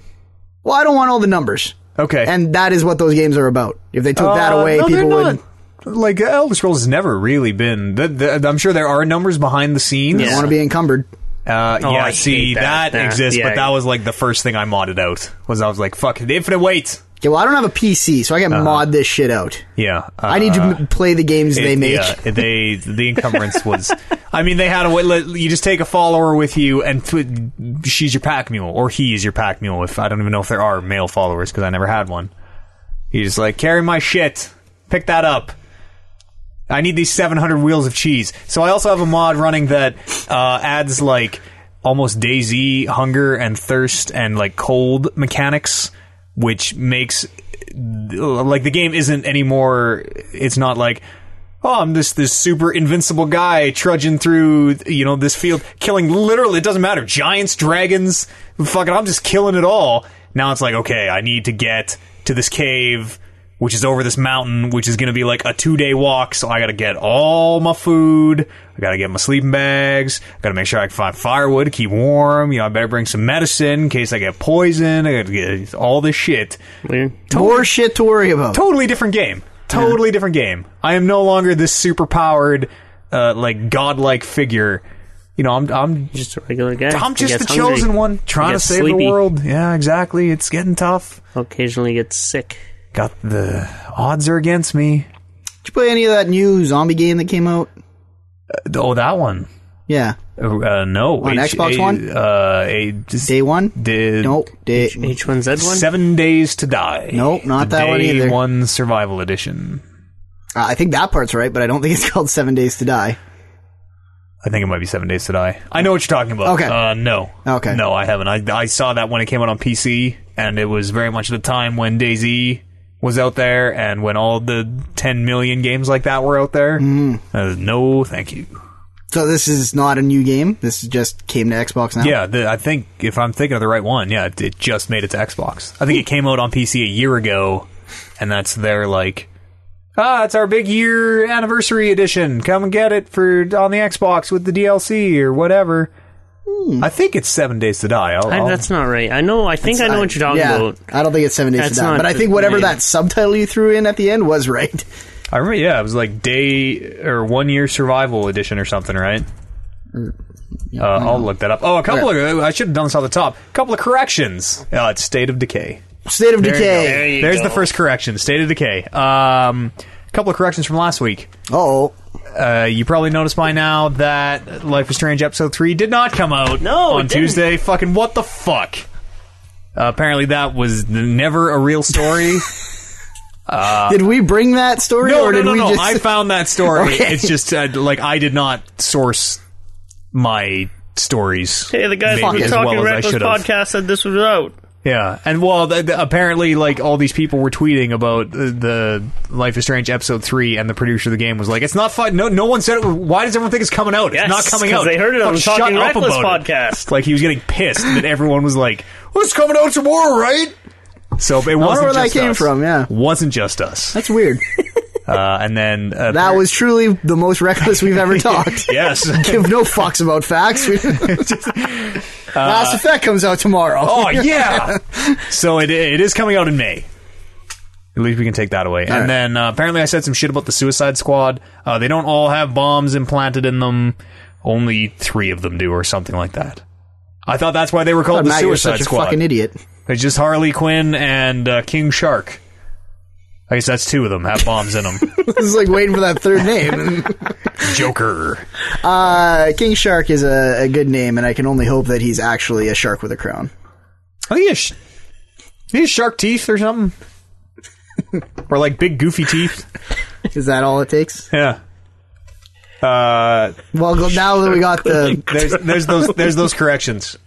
S1: Well, I don't want all the numbers.
S2: Okay,
S1: And that is what those games are about. If they took that
S2: Uh,
S1: away,
S2: no,
S1: people
S2: they're
S1: would
S2: not. Like Elder Scrolls has never really been. The, the, I'm sure there are numbers behind the scenes.
S3: Yeah.
S1: want to be encumbered.
S2: Uh,
S3: Oh,
S2: yeah,
S3: I
S2: see
S3: hate
S2: that,
S3: that. Nah,
S2: exists,
S3: yeah.
S2: but that was like the first thing I modded out. Was I was like, "Fuck it, infinite weight."
S1: Okay, well, I don't have a PC, so I
S2: Uh-huh.
S1: can mod this shit out.
S2: Yeah, uh,
S1: I need to m- play the games they
S2: Uh-huh. It-
S1: make.
S2: Yeah, they the encumbrance was. I mean, they had a way. let- You just take a follower with you, and tw- she's your pack mule, or he is your pack mule. If I don't even know if there are male followers because I never had one. He's just like carry my shit, pick that up. I need these 700 wheels of cheese. So I also have a mod running that uh, adds like almost Daisy hunger and thirst and like cold mechanics, which makes like the game isn't anymore. It's not like oh, I'm this this super invincible guy trudging through you know this field, killing literally. It doesn't matter, giants, dragons, fucking. I'm just killing it all. Now it's like okay, I need to get to this cave. Which is over this mountain, which is going to be like a two day walk. So I got to get all my food. I got to get my sleeping bags. I got to make sure I can find firewood to keep warm. You know, I better bring some medicine in case I get poisoned. I got to get all this shit
S3: Weird.
S1: More shit to worry about.
S2: totally different game. Totally different game. I am no longer this super powered, uh, like godlike figure. You know, I'm I'm
S3: Just a regular guy.
S2: I'm
S3: He
S2: just the
S3: gets hungry.
S2: chosen one, trying to
S3: gets
S2: save
S3: sleepy.
S2: the world. Yeah, exactly. It's getting tough.
S3: Occasionally gets sick.
S2: Got the odds are against me.
S1: Did you play any of that new zombie game that came out?
S2: Oh, that one.
S1: Yeah,
S2: Uh, no,
S1: On Xbox One?
S2: Uh, a, just
S1: day one.
S2: did
S1: nope. Day.
S3: H1Z1.
S2: seven days to die.
S1: Nope, not
S2: The
S1: that one
S2: day
S1: either.
S2: One survival edition.
S1: Uh, I think that part's right, but I don't think it's called Seven Days to Die.
S2: I think it might be Seven Days to Die. I know what you're talking about.
S1: Okay.
S2: Uh, no.
S1: Okay.
S2: No, I haven't. I, I saw that when it came out on PC, and it was very much the time when Daisy was out there, and when all the 10 million games like that were out there. Mm.
S1: Mm-hmm.
S2: no, thank you.
S1: So this is not a new game. This is just came to Xbox now.
S2: Yeah, the, I think if I'm thinking of the right one, yeah, it, it just made it to Xbox. I think it came out on PC a year ago, and that's their like, ah, it's our big year anniversary edition. Come and get it for on the Xbox with the DLC or whatever. I think it's Seven Days to Die. I'll,
S3: I,
S2: I'll-
S3: that's not right. I know. I think I know what you're talking
S1: yeah,
S3: about.
S1: I don't think it's Seven Days
S3: That's
S1: to Die,
S3: not
S1: but I
S3: the
S1: think whatever
S3: name.
S1: that subtitle you threw in at the end was right.
S2: I remember. Yeah, it was like day or one year survival edition or something, right? Uh, I'll look that up. Oh, a couple of I should have done this off the top. A couple of corrections. Uh, it's State of Decay.
S1: State of Decay.
S3: There you
S2: There's
S3: go.
S2: the first correction. State of Decay. Um, a couple of corrections from last week.
S1: Oh,
S2: Uh, you probably noticed by now that Life is Strange episode three did not come out
S3: No, it
S2: on
S3: didn't.
S2: Tuesday. Fucking what the fuck? Uh, apparently that was n- never a real story.
S1: did we bring that story,
S2: No,
S1: or
S2: no,
S1: did
S2: no,
S1: we
S2: no.
S1: just?
S2: I found that story.
S1: Okay.
S2: It's just uh, like I did not source my stories.
S3: Hey, the guys
S2: Maybe
S3: from the
S2: as
S3: Talking
S2: well as I
S3: Reckless
S2: should have.
S3: podcast said this was out.
S2: Yeah, and well, th- th- apparently, like all these people were tweeting about uh, the Life is Strange episode three, and the producer of the game was like, "It's not fun. No, no one said it. was- Why does everyone think it's coming out? It's
S3: Yes,
S2: not coming
S3: 'cause
S2: out.
S3: they heard it on
S2: Fuck,
S3: the Talking
S2: shut up
S3: Reckless
S2: about it."
S3: podcast.
S2: Like he was getting pissed that everyone was like, well, "It's coming out tomorrow, right?" So it wasn't
S1: where that
S2: just
S1: came
S2: us.
S1: from, yeah.
S2: wasn't just us.
S1: That's weird.
S2: Uh, and then uh,
S1: That was truly the most reckless we've ever talked.
S2: yes.
S1: Give no fucks about facts. Mass Effect comes out tomorrow.
S2: Uh, Oh yeah. so it it is coming out in May. At least we can take that away. and
S1: right.
S2: then uh, apparently I said some shit about the Suicide Squad. Uh, they don't all have bombs implanted in them. Only three of them do, or something like that. I thought that's why they were
S1: God,
S2: called the
S1: Oh, Matt, you're
S2: Suicide
S1: such a
S2: Squad.
S1: fucking idiot.
S2: It's just Harley Quinn and uh, King Shark. I guess that's two of them have bombs in them.
S1: this is like waiting for that third name.
S2: Joker.
S1: Uh, King Shark is a, a good name, and I can only hope that he's actually a shark with a crown.
S2: I think he has, sh- he has shark teeth or something, or like big goofy teeth.
S1: Is that all it takes?
S2: Yeah. Uh,
S1: Well, go- now that we got the
S2: there's there's those there's those corrections.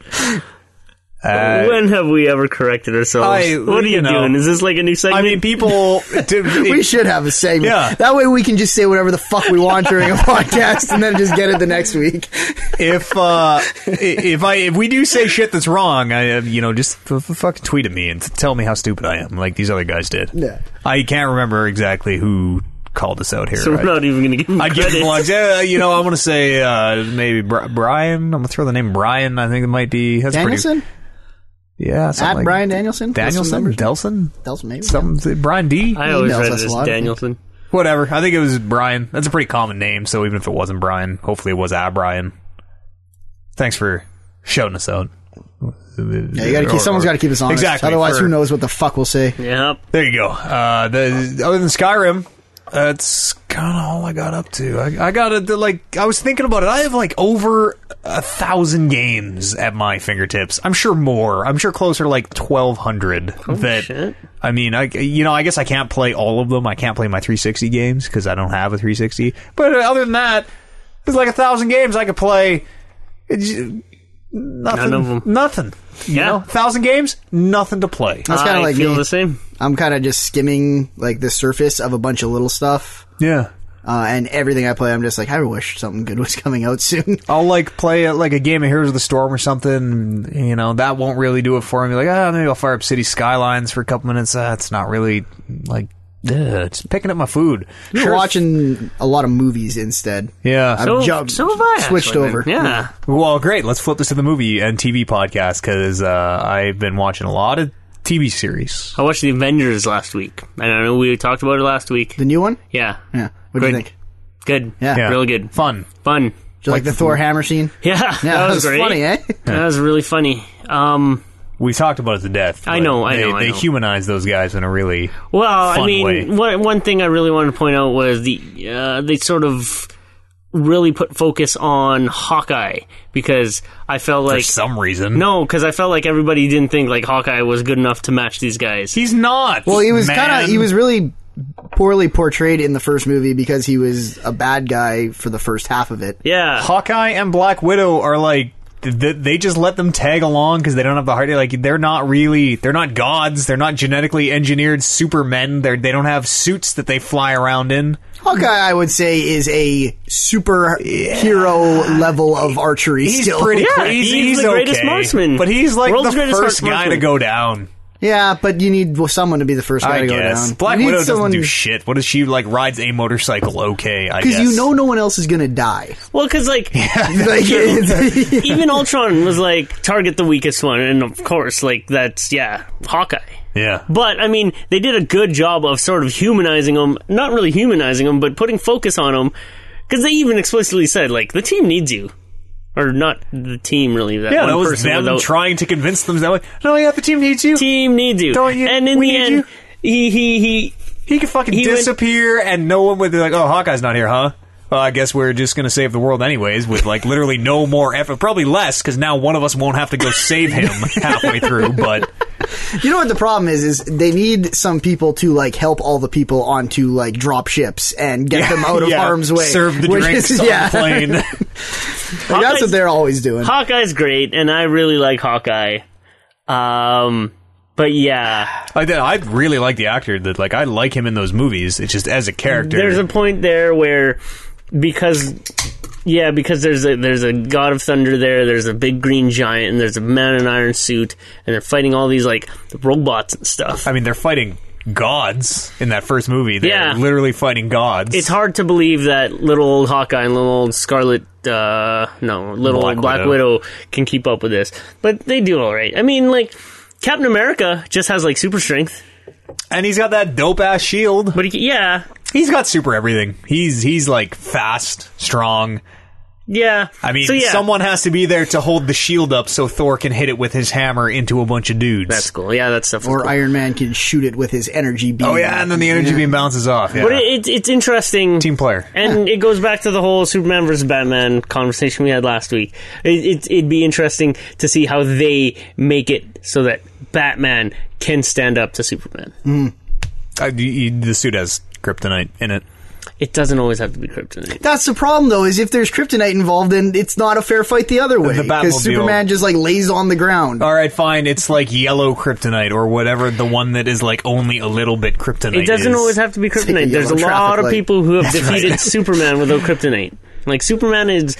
S3: when have we ever corrected ourselves?
S2: I-
S3: what are
S2: Uh, you
S3: you
S2: know.
S3: doing? Is this like a new
S2: I
S3: segment?
S2: mean, people. do-
S1: we should have a segment.
S2: Yeah.
S1: That way we can just say whatever the fuck we want during a podcast, and then just get it the next week.
S2: if uh, if I if we do say shit that's wrong, I uh, you know just f- f- fucking tweet at me and tell me how stupid I am, like these other guys did.
S1: Yeah.
S2: I can't remember exactly who called us out here.
S3: so we're
S2: I-
S3: not even going to give him
S2: I give
S3: credit.
S2: him plugs. Yeah, you know, I'm gonna say uh, maybe Bri- Brian. I'm gonna throw the name Brian. I think it might be that's pretty-
S1: Danielson?
S2: yeah, something
S1: At
S2: like-
S1: Brian Danielson?
S2: Danielson,
S1: Numbers?
S2: Delson,
S1: Delson, maybe.
S2: something. Brian D.
S3: I always
S1: emails
S3: read
S1: us
S3: it
S1: a
S3: as
S1: lot, I think.
S3: Danielson.
S2: Whatever. I think it was Brian. That's a pretty common name, so even if it wasn't Brian, hopefully it was I Brian. Thanks for shouting us out.
S1: Yeah, you gotta keep, someone's got to keep us honest.
S2: Exactly.
S1: Otherwise,
S2: for-
S1: who knows what the fuck we'll say.
S3: Yep.
S2: There you go. Uh, the, other than Skyrim, that's kind of all I got up to. I, I got to, like, I was thinking about it. I have, like, over a thousand games at my fingertips. I'm sure more. I'm sure closer to, like, 1,200. that,
S3: shit.
S2: I mean, I, you know, I guess I can't play all of them. I can't play my 360 games because I don't have a 360. But uh, other than that, there's, like, a thousand games I could play. It's, nothing.
S3: None of 'em.
S2: Nothing. You
S3: Yeah.
S2: know, thousand games, nothing to play.
S1: That's kind
S3: I
S1: of like
S3: feel
S1: me.
S3: the same.
S1: I'm kind of just skimming like the surface of a bunch of little stuff,
S2: Yeah.
S1: uh, and everything I play, I'm just like, I wish something good was coming out soon.
S2: I'll like play uh, like a game of Heroes of the Storm or something. You know that won't really do it for me. Like ah, maybe I'll fire up City Skylines for a couple minutes. Ah, it's not really like ugh, it's picking up my food.
S1: You're watching a lot of movies instead.
S2: Yeah.
S1: I'm
S3: So,
S1: jumped-
S3: so have I.
S1: switched
S3: actually,
S1: over.
S3: man. Yeah.
S2: well, great. Let's flip this to the movie and TV podcast because uh, I've been watching a lot of TV series.
S3: I watched The Avengers last week. And I know we talked about it last week.
S1: The new one?
S3: Yeah.
S1: Yeah. What do you
S3: Great.
S1: think?
S3: Good.
S1: Yeah.
S2: Yeah.
S3: Really good.
S2: Fun.
S3: Fun.
S1: Do you like, the Thor hammer scene?
S3: Yeah.
S1: Yeah,
S3: that was, great.
S1: funny, eh?
S3: That was really funny. Um,
S2: We talked about it to death.
S3: I
S2: but
S3: know, I
S2: they,
S3: know, I
S2: They
S3: know.
S2: humanize those guys in a really
S3: Well, I
S2: fun way.
S3: mean, one, one thing I really wanted to point out was the uh, they sort of really put focus on Hawkeye because I felt
S2: for
S3: like
S2: some reason.
S3: no, because I felt like everybody didn't think like Hawkeye was good enough to match these guys.
S2: he's not.
S1: Well, he was
S2: man.
S1: kind of he was really poorly portrayed in the first movie because he was a bad guy for the first half of it.
S3: yeah,
S2: Hawkeye and Black Widow are like th- th- they just let them tag along because they don't have the heart. Like they're not really they're not gods. They're not genetically engineered supermen. They they don't have suits that they fly around in.
S1: Hawkeye, I would say, is a superhero level of archery
S2: He's
S1: still.
S2: pretty.
S3: Yeah,
S2: he's,
S3: he's the greatest
S2: okay.
S3: marksman.
S2: but he's like
S3: World's
S2: the
S3: greatest
S2: first guy
S3: marksman.
S2: to go down.
S1: Yeah, but you need someone to be the first guy
S2: I
S1: to go
S2: guess
S1: down.
S2: Black
S1: you need
S2: Widow
S1: someone-
S2: doesn't do shit. What if she like rides a motorcycle? Okay, I guess
S1: because you know no one else is going to die.
S3: well, because like
S1: Like, it's-
S3: even Ultron was like target the weakest one, and of course, like that's yeah, Hawkeye.
S2: Yeah,
S3: But I mean, they did a good job of sort of humanizing him. Not really humanizing him, but putting focus on him. Because they even explicitly said, like, the team needs you. Or not the team, really. That
S2: yeah,
S3: one
S2: that was
S3: person
S2: them
S3: without-
S2: trying to convince them. That like, no, yeah, the team needs you.
S3: team needs you.
S2: Don't you-
S3: and in
S2: we
S3: the
S2: need
S3: end,
S2: you.
S3: he he he.
S2: He could fucking
S3: He went-
S2: disappear, and no one would be like, "Oh, Hawkeye's not here, huh?" Well, I guess we're just gonna save the world anyways, with like literally no more effort, probably less, because now one of us won't have to go save him halfway through. But
S1: you know what the problem is? Is they need some people to like help all the people onto like drop ships and get them out of
S2: yeah,
S1: harm's way.
S2: serve the
S1: which
S2: drinks
S1: is-
S2: on
S1: yeah,
S2: the plane.
S1: Like, that's what they're always doing.
S3: Hawkeye's great, and I really like Hawkeye. Um, But yeah,
S2: I did. I really like the actor. That like I like him in those movies. It's just as a character.
S3: there's a point there where because yeah, because there's a there's a god of thunder there, there's a big green giant, and there's a man in iron suit, and they're fighting all these like robots and stuff.
S2: I mean, they're fighting gods in that first movie. They're
S3: Yeah.
S2: literally fighting gods.
S3: It's hard to believe that little old Hawkeye and little old Scarlet, uh, no, little
S2: Black
S3: old Black
S2: Widow.
S3: Widow. can keep up with this, but they do all right. I mean, like Captain America just has like super strength,
S2: and he's got that dope ass shield.
S3: but he, yeah,
S2: He's got super everything. He's he's like fast, strong.
S3: yeah.
S2: I mean,
S3: so yeah,
S2: someone has to be there to hold the shield up so Thor can hit it with his hammer into a bunch of dudes.
S3: that's cool. Yeah, that's stuff.
S1: Or Iron Man can shoot it with his energy beam.
S2: oh yeah, and then the energy beam bounces off. Yeah.
S3: But it, it, it's interesting.
S2: Team player.
S3: And it goes back to the whole Superman versus Batman conversation we had last week. It, it, it'd be interesting to see how they make it so that Batman can stand up to Superman.
S2: Uh, you- you- the suit has kryptonite in it.
S3: It doesn't always have to be kryptonite.
S1: That's the problem, though, is if there's kryptonite involved, then it's not a fair fight the other way.
S2: The Batmobile. Oh.
S1: Because Superman just like lays on the ground.
S2: All right, fine. It's like yellow kryptonite or whatever the one that is like only a little bit kryptonite.
S3: It doesn't
S2: is.
S3: always have to be
S1: like a
S3: kryptonite. There's a
S1: yellow
S3: lot
S1: traffic
S3: of
S1: light.
S3: people who have defeated Superman without kryptonite. Like Superman is,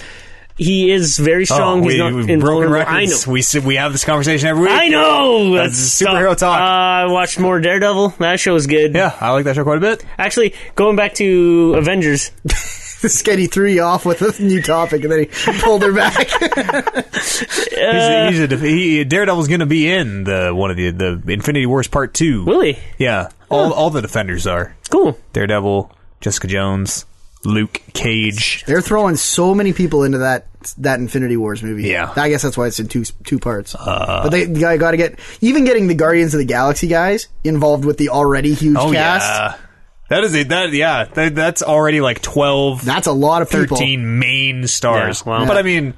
S3: he is very strong.
S2: Oh, we,
S3: He's not
S2: we've broken
S3: invulnerable.
S2: records.
S3: I know.
S2: We sit- we have this conversation every week.
S3: I know.
S2: That's
S3: tough.
S2: superhero talk.
S3: Uh, I watched more Daredevil. That show was good.
S2: Yeah, I like that show quite a bit.
S3: Actually, going back to Avengers,
S1: Sketty threw you off with a new topic, and then he pulled her back.
S3: Uh,
S2: he's, he's a def- he, Daredevil's going to be in the one of the the Infinity Wars Part Two.
S3: Willie,
S2: Yeah, all all the Defenders are
S3: cool.
S2: Daredevil, Jessica Jones, Luke Cage.
S1: They're throwing so many people into that that Infinity Wars movie.
S2: Yeah. Uh.
S1: I guess that's why it's in two two parts. but they got to get even getting the Guardians of the Galaxy guys involved with the already huge
S2: Oh
S1: cast.
S2: yeah, that is it. That yeah, that, that's already like 12,
S1: That's a lot of people.
S2: 13 main stars.
S3: Yeah, wow.
S2: But I mean.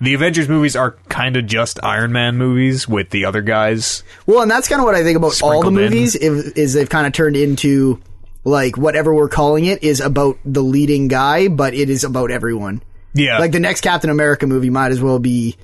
S2: The Avengers movies are kind of just Iron Man movies with the other guys.
S1: Well, and that's kind of what I think about all the
S2: Sprinkled in.
S1: movies if, is they've kind of turned into like whatever we're calling it is about the leading guy, but it is about everyone.
S2: Yeah,
S1: Like the next Captain America movie might as well be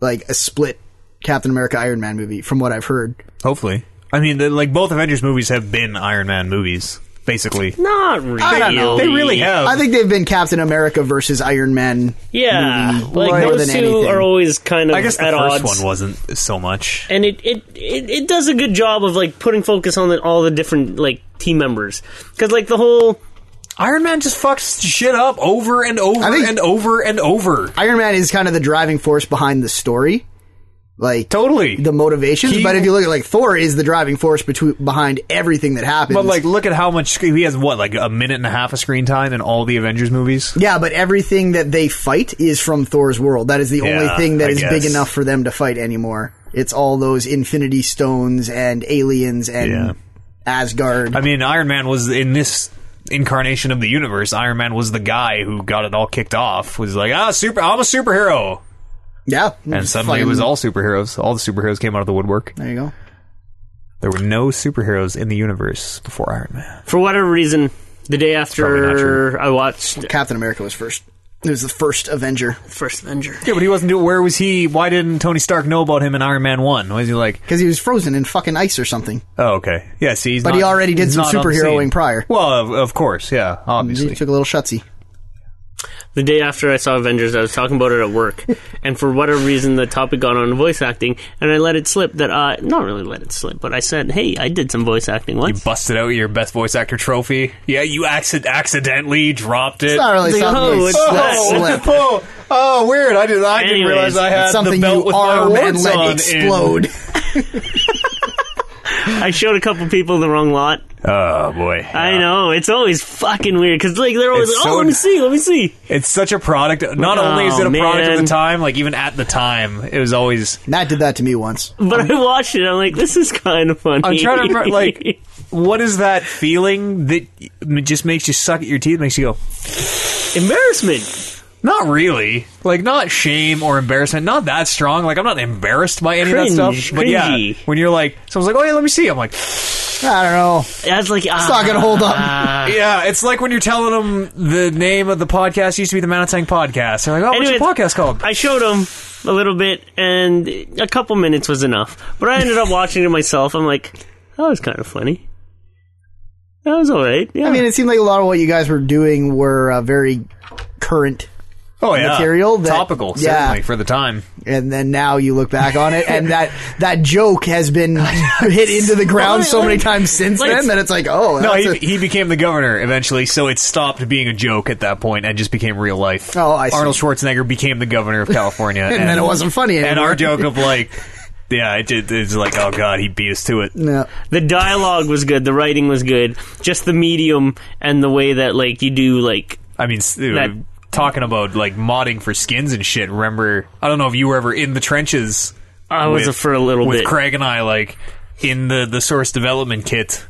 S1: like a split Captain America Iron Man movie, from what I've heard.
S2: Hopefully. I mean, the, like both Avengers movies have been Iron Man movies, basically.
S3: Not really.
S1: don't know.
S2: They really have.
S1: I think they've been Captain America versus Iron Man.
S3: Yeah,
S2: Mm,
S1: movie
S3: like
S1: more
S3: those two
S1: than anything.
S3: are always kind of
S2: I guess the
S3: at
S2: first
S3: odds.
S2: one wasn't so much.
S3: and it, it it it does a good job of like putting focus on the, all the different like team members because like the whole
S2: Iron Man just fucks shit up over and over
S1: I think-
S2: and over and over.
S1: Iron Man is kind of the driving force behind the story, like
S2: Totally.
S1: the motivations.
S2: He-
S1: but if you look at like Thor, is the driving force between behind everything that happens.
S2: but like, look at how much screen he has. What, like a minute and a half of screen time in all the Avengers movies?
S1: yeah, but everything that they fight is from Thor's world. That is the only
S2: Yeah,
S1: thing that
S2: I
S1: is
S2: guess.
S1: big enough for them to fight anymore. It's all those Infinity Stones and aliens and
S2: Yeah.
S1: Asgard.
S2: I mean, Iron Man was in this incarnation of the universe. Iron Man was the guy who got it all kicked off. Was like, ah, super. I'm a superhero.
S1: yeah,
S2: And suddenly, it was all superheroes. All the superheroes came out of the woodwork.
S1: There you go.
S2: There were no superheroes in the universe before Iron Man.
S3: for whatever reason the day
S2: probably not true.
S3: after I watched
S1: Captain America was first. It was the first Avenger.
S3: First Avenger.
S2: Yeah, but he wasn't doing. Where was he? Why didn't Tony Stark know about him in Iron Man One? Was he like,
S1: Because he was frozen in fucking ice or something.
S2: oh, okay, yeah, see, he's
S1: But he
S2: not-
S1: already did
S2: he's
S1: some
S2: not on the
S1: superheroing
S2: scene.
S1: prior.
S2: Well, of, of course, yeah,
S1: He
S2: obviously.
S1: took a little shutsy.
S3: The day after I saw Avengers, I was talking about it at work, and for whatever reason, the topic got on voice acting, and I let it slip that I not really let it slip, but I said, "Hey, I did some voice acting
S2: You
S3: once."
S2: busted out your best voice actor trophy. Yeah, you acci- accidentally dropped it.
S1: It's not really
S3: Like,
S1: something
S3: oh,
S1: that's-
S3: it's that.
S1: that's slick.
S2: oh, oh, weird! I didn't. I
S3: Anyways,
S2: had
S1: something you are and let explode.
S3: I showed a couple people the wrong lot.
S2: Oh boy,
S3: I know it's always fucking weird because like they're always
S2: It's
S3: like,
S2: so-
S3: "Oh, let me see, let me see."
S2: It's such a product. Not only is it a
S3: Oh,
S2: product of
S3: man.
S2: the time, like even at the time, it was always.
S1: Matt did that to me once.
S3: But i watched it. I'm like, this is kind of funny.
S2: I'm trying to remember, like, what is that feeling that just makes you suck at your teeth? Makes you go,
S3: embarrassment.
S2: Not really. Like not shame or embarrassment. Not that strong. Like I'm not embarrassed by any
S3: Cringe,
S2: of that stuff. But yeah,
S3: cringy.
S2: when you're like, someone's like, oh yeah, let me see. I'm like,
S1: I don't know.
S3: That's like ah,
S1: It's not gonna hold up.
S2: yeah. It's like when you're telling them the name of the podcast used to be the Mountain Tank Podcast. They're like, oh, what's
S3: Anyway,
S2: your podcast called?
S3: "Ah." I showed him a little bit, and a couple minutes was enough. But I ended up watching it myself. I'm like, that was kind of funny. That was all right. Yeah.
S1: I mean, it seemed like a lot of what you guys were doing were uh, very current,
S2: oh yeah,
S1: material that-
S2: topical,
S1: yeah.
S2: certainly for the time.
S1: and then now you look back on it, and that that joke has been hit into the ground so many times since
S3: Like,
S1: then that it's like, oh,
S2: No,
S1: that's
S2: he,
S1: a-
S2: he became the governor eventually, so it stopped being a joke at that point and just became real life.
S1: Oh, I see.
S2: Arnold Schwarzenegger became the governor of California, and,
S1: then it wasn't funny
S2: And
S1: anymore.
S2: our joke of like, yeah, it, did it's like, oh god, he beat us to it.
S1: no.
S3: the dialogue was good. The writing was good. Just the medium and the way that like you do like
S2: I mean, s-
S3: That-
S2: talking about like modding for skins and shit. Remember, I don't know if you were ever in the trenches.
S3: I was
S2: with-
S3: for a little
S2: with
S3: bit.
S2: Craig and I, like in the the source development kit,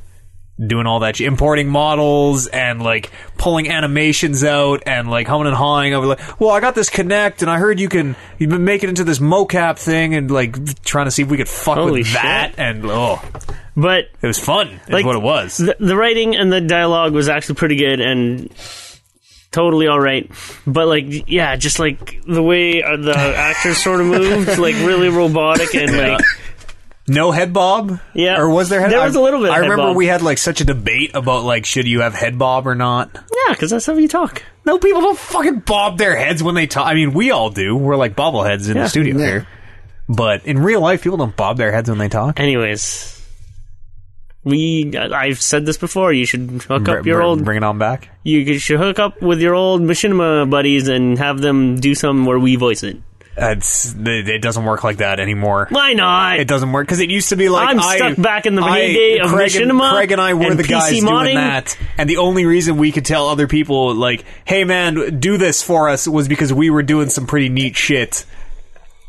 S2: doing all that, sh- importing models and like pulling animations out and like humming and hawing over like, well, I got this Connect and I heard you can you've been making it into this mocap thing and like trying to see if we could fuck
S3: Holy
S2: with
S3: shit.
S2: that and oh,
S3: but
S2: it was fun. Is
S3: Like,
S2: what it was.
S3: the, the writing and the dialogue was actually pretty good and totally all right but like yeah just like the way uh, the actors sort of moved like really robotic and like
S2: No head bob?
S3: Yeah.
S2: Or was there head
S3: There was
S2: I-
S3: a little bit of
S2: I
S3: head
S2: remember
S3: bob.
S2: we had like such a debate about like should you have head bob or not.
S3: yeah because that's how you talk
S2: No people don't fucking bob their heads when they talk. I mean, we all do. We're like bobbleheads in
S3: Yeah.
S2: the studio here. But in real life people don't bob their heads when they talk.
S3: anyways we I- i've said this before you should hook
S2: Br-
S3: up your
S2: br-
S3: old
S2: bring it on back.
S3: you should hook up with your old machinima buddies and have them do something where we voice it
S2: That's it it doesn't work like that anymore.
S3: why not
S2: It doesn't work because it used to be like
S3: I'm
S2: I-
S3: stuck back in the
S2: I-
S3: heyday of
S2: Craig and,
S3: machinima
S2: Craig and I were
S3: and
S2: the
S3: PC
S2: guys
S3: modding.
S2: doing that, and the only reason we could tell other people like, "Hey man, do this for us," was because we were doing some pretty neat shit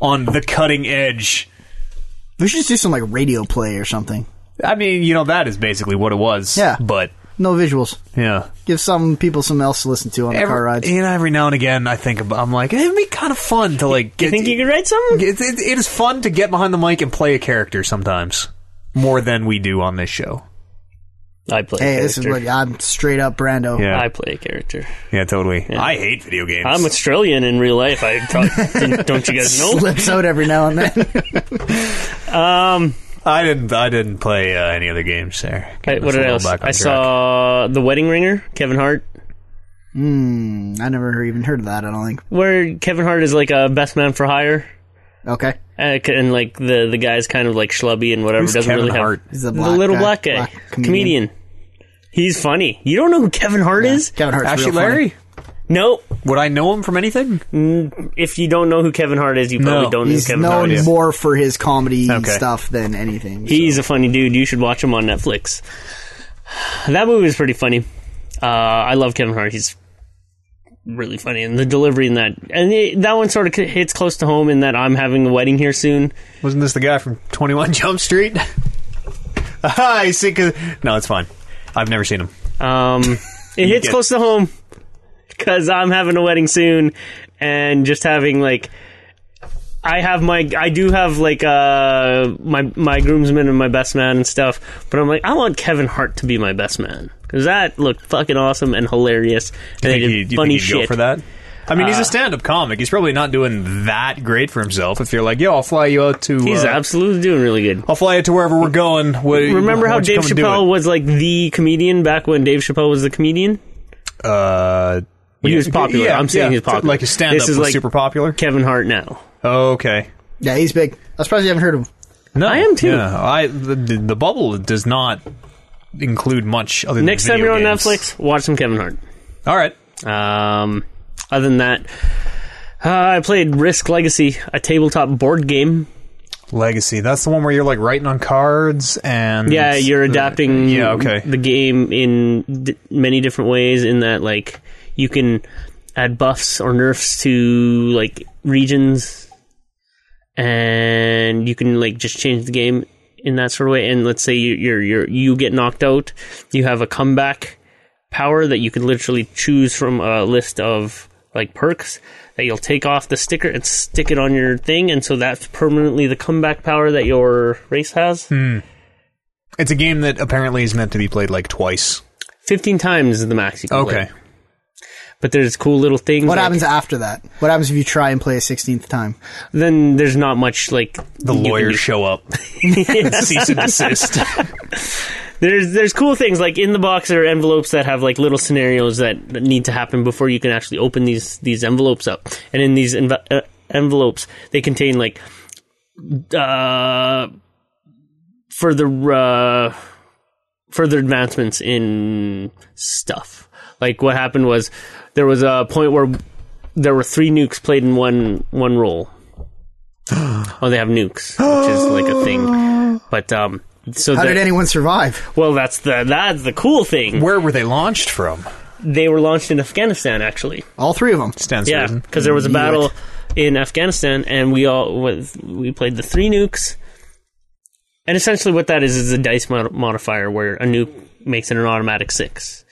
S2: on the cutting edge.
S1: We should just do some like radio play or something.
S2: I mean, you know, that is basically what it was.
S1: Yeah.
S2: but
S1: No visuals.
S2: yeah.
S1: Give some people some else to listen to on the car rides.
S2: you know, every now and again, I think about, I'm like, it'd be kind of fun to like. Get,
S3: you think you could write something
S2: It, it, it is fun to get behind the mic and play a character sometimes more than we do on this show.
S3: i play
S1: Hey, this is what I'm straight up Brando.
S2: Yeah,
S3: i play a character
S2: yeah, totally. I hate video games.
S3: I'm Australian in real life. I talk, don't you guys know?
S1: Slips out every now and then.
S3: Um,
S2: I didn't. I didn't play uh, any other games there.
S3: I,
S2: Getting
S3: what
S2: us a
S3: did
S2: little
S3: else?
S2: back on
S3: I
S2: track.
S3: saw The Wedding Ringer, Kevin Hart,
S1: I never even heard of that. I don't think.
S3: where Kevin Hart is like a best man for hire,
S1: Okay,
S3: uh, c- and like the the guy's kind of like schlubby and whatever.
S2: Who's
S3: doesn't
S2: Kevin
S3: really have-
S2: Hart?
S1: He's a
S3: the
S1: black
S3: little
S1: guy-
S3: black guy,
S1: black
S3: comedian.
S1: comedian.
S3: He's funny. You don't know who Kevin Hart is?
S1: Kevin Hart's
S2: Ashley
S1: real funny.
S2: Larry.
S3: No.
S2: Would I know him from anything?
S3: If you don't know who Kevin Hart is, you probably don't know who
S1: He's
S3: Kevin
S1: known
S3: Hart is.
S1: more for his comedy
S2: Okay.
S1: stuff than anything. so.
S3: He's a funny dude. You should watch him on Netflix. That movie was pretty funny. Uh, I love Kevin Hart. He's really funny, and the delivery in that, and it, that one sort of hits close to home in that I'm having a wedding here soon.
S2: Wasn't this the guy from Twenty One Jump Street? I see. 'cause- No, it's fine. I've never seen him.
S3: Um, it hits
S2: get-
S3: close to home because I'm having a wedding soon, and just having like. I have my, I do have like uh my my groomsmen and my best man and stuff, but I'm like I want Kevin Hart to be my best man because that looked fucking awesome and hilarious. And they
S2: Think
S3: did
S2: he- you think
S3: funny
S2: he'd go
S3: shit Uh,
S2: for that. I mean, he's a stand-up comic. He's probably not doing that great for himself. If you're like, "Yo, I'll fly you out to,"
S3: He's
S2: uh,
S3: absolutely doing really good.
S2: I'll fly you to wherever we're going. What,
S3: Remember how
S2: why don't you
S3: Dave
S2: come and do
S3: Chappelle was like the comedian back when Dave Chappelle was the comedian?
S2: it? Uh,
S3: When he was popular. I'm saying
S2: yeah.
S3: he's popular.
S2: Like his stand-up
S3: This
S2: was
S3: is like-
S2: super popular.
S3: Kevin Hart now.
S2: Okay.
S1: yeah, he's big. I'm surprised you haven't heard of him.
S2: No,
S3: I am too.
S2: Yeah, I the, the, the bubble does not include much other.
S3: Next
S2: than
S3: time
S2: video
S3: you're on
S2: games.
S3: Netflix, watch some Kevin Hart.
S2: All right.
S3: Um, other than that, uh, I played Risk Legacy, a tabletop board game.
S2: Legacy. That's the one where you're like writing on cards and
S3: Yeah, you're adapting
S2: yeah, okay.
S3: the game in d- many different ways. In that, like, you can add buffs or nerfs to like regions, and you can like just change the game in that sort of way. And let's say you, you're you're you get knocked out, you have a comeback power that you can literally choose from a list of like perks that you'll take off the sticker and stick it on your thing, and so that's permanently the comeback power that your race has.
S2: It's a game that apparently is meant to be played like twice.
S3: Fifteen times is the max you can play.
S2: Okay.
S3: But there's cool little things.
S1: What
S3: like-
S1: happens after that? What happens if you try and play a sixteenth time?
S3: Then there's not much like
S2: The lawyers show up. Cease and desist.
S3: There's there's cool things like in the box there are envelopes that have like little scenarios that, that need to happen before you can actually open these these envelopes up. And in these env- uh, envelopes, they contain like uh further uh further advancements in stuff. Like what happened was there was a point where there were three nukes played in one one roll. oh, they have nukes, which is like a thing. But um so
S1: How
S3: there-
S1: did anyone survive?
S3: well, that's the that's the cool thing.
S2: Where were they launched from?
S3: They were launched in Afghanistan, actually.
S1: All three of them.
S2: Stands to
S3: Yeah,
S2: reason.
S3: because there was a battle in Afghanistan, and we all with, we played the three nukes. And essentially, what that is is a dice mod- modifier where a nuke makes it an automatic six,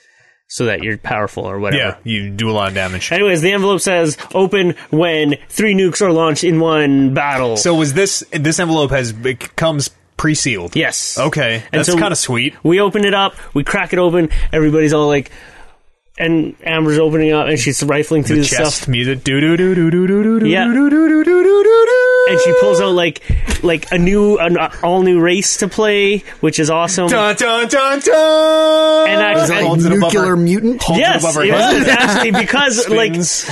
S3: so that you're powerful or whatever.
S2: Yeah, you do a lot of damage.
S3: Anyways, the envelope says open when three nukes are launched in one battle.
S2: So was this this envelope has it comes pre-sealed?
S3: yes.
S2: Okay, that's
S3: so-
S2: kind of sweet.
S3: We open it up, we crack it open, everybody's all like, and Amber's opening up, and she's rifling through the,
S2: Chest
S3: stuff,
S2: music. Do do do do do do do
S3: Yeah.
S2: do do do do do do.
S3: and she pulls out like like a new an all new race to play, which is awesome.
S2: Dun dun dun dun.
S3: And I-
S2: Just
S3: and-
S2: holds it above
S1: Nuclear
S2: her-
S1: mutant.
S2: holds it
S3: Yes,
S2: above her
S3: it
S2: head.
S3: was nasty because like
S2: Spins.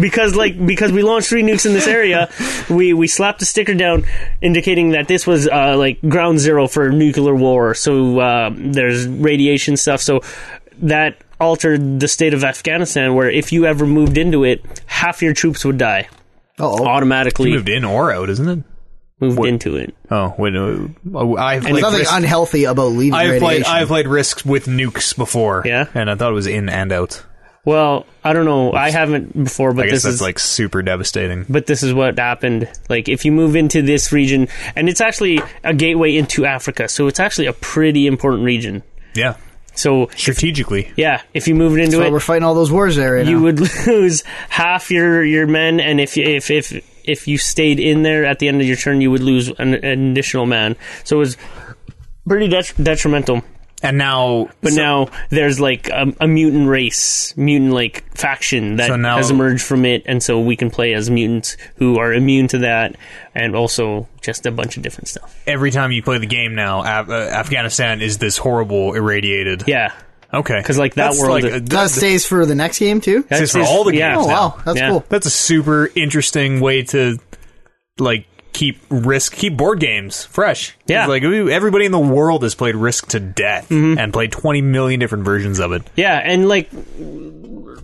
S3: because like because we launched three nukes in this area, we we slapped a sticker down indicating that this was uh, like ground zero for nuclear war. So uh, there's radiation stuff. So that altered the state of Afghanistan, where if you ever moved into it, half your troops would die
S1: Oh,
S3: automatically.
S2: moved
S3: Moved,
S2: in or out, isn't it?
S3: into it.
S2: Oh wait, no. Oh, I've played
S1: nothing
S2: Risk-
S1: unhealthy about leaving
S2: I've played
S1: radiation.
S2: I've played Risk with nukes before.
S3: Yeah?
S2: and I thought it was in and out.
S3: Well, I don't know. I haven't before, but
S2: I guess
S3: this
S2: that's
S3: is
S2: like super devastating.
S3: but this is what happened. Like, if you move into this region, and it's actually a gateway into Africa, so it's actually a pretty important region.
S2: Yeah,
S3: So,
S2: strategically.
S3: yeah, if you moved into
S1: That's why
S3: it,
S1: we're fighting all those wars there right
S3: you
S1: now.
S3: would lose half your your men, and if you- if if if you stayed in there at the end of your turn, you would lose an, an additional man. So it was pretty det- detrimental.
S2: And now,
S3: But now there's like um, a, a mutant race, mutant like faction that
S2: So now-
S3: has emerged from it, and so we can play as mutants who are immune to that, and also just a bunch of different stuff.
S2: every time you play the game now, Af- uh, Afghanistan is this horrible irradiated.
S3: Yeah,
S2: Okay,
S3: 'Cause, like, that
S2: That's
S3: world-
S2: like, uh, th-
S1: that stays for the next game too.
S2: This is for all the
S3: yeah.
S2: games
S1: Oh
S2: now.
S1: wow, that's
S3: Yeah.
S1: cool.
S2: that's a super interesting way to like keep risk keep board games fresh.
S3: Yeah. Mm-hmm.
S2: It's like ooh, everybody in the world has played Risk to death and played twenty million different versions of it.
S3: Yeah, and like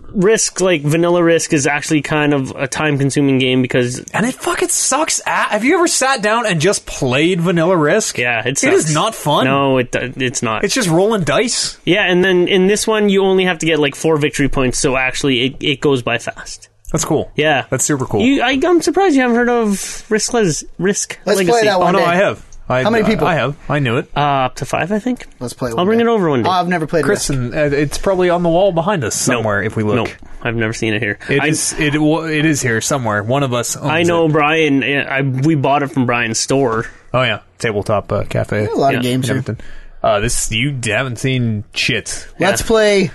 S3: Risk, like Vanilla Risk, is actually kind of a time-consuming game because
S2: And it fucking sucks. At, have you ever sat down and just played Vanilla Risk?
S3: yeah, it's
S2: it is not fun.
S3: No, it it's not.
S2: It's just rolling dice.
S3: yeah, and then in this one, you only have to get like four victory points, so actually, it it goes by fast.
S2: That's cool.
S3: Yeah,
S2: That's super cool.
S3: You, I, I'm surprised you haven't heard of Risk. Les, risk
S1: Let's
S3: Legacy.
S1: play that
S2: oh
S1: one
S2: no,
S1: day.
S2: I have. I, uh,
S1: How many people?
S2: I have. I knew it.
S3: Uh, up to five, I think.
S1: Let's play.
S3: I'll bring it over one day.
S1: Oh, I've never played
S2: Chris,
S1: Risk.
S2: and uh, it's probably on the wall behind us somewhere if we
S3: no,
S2: look.
S3: I've never seen it here.
S2: It
S3: I,
S2: is- It wa- it is here somewhere. One of us. Owns
S3: I know Brian. I, we bought it from Brian's store.
S2: It. Oh yeah, tabletop uh, cafe.
S1: A lot of
S3: Yeah,
S1: games. here.
S2: Everything. Uh, this you haven't seen shit.
S1: Let's play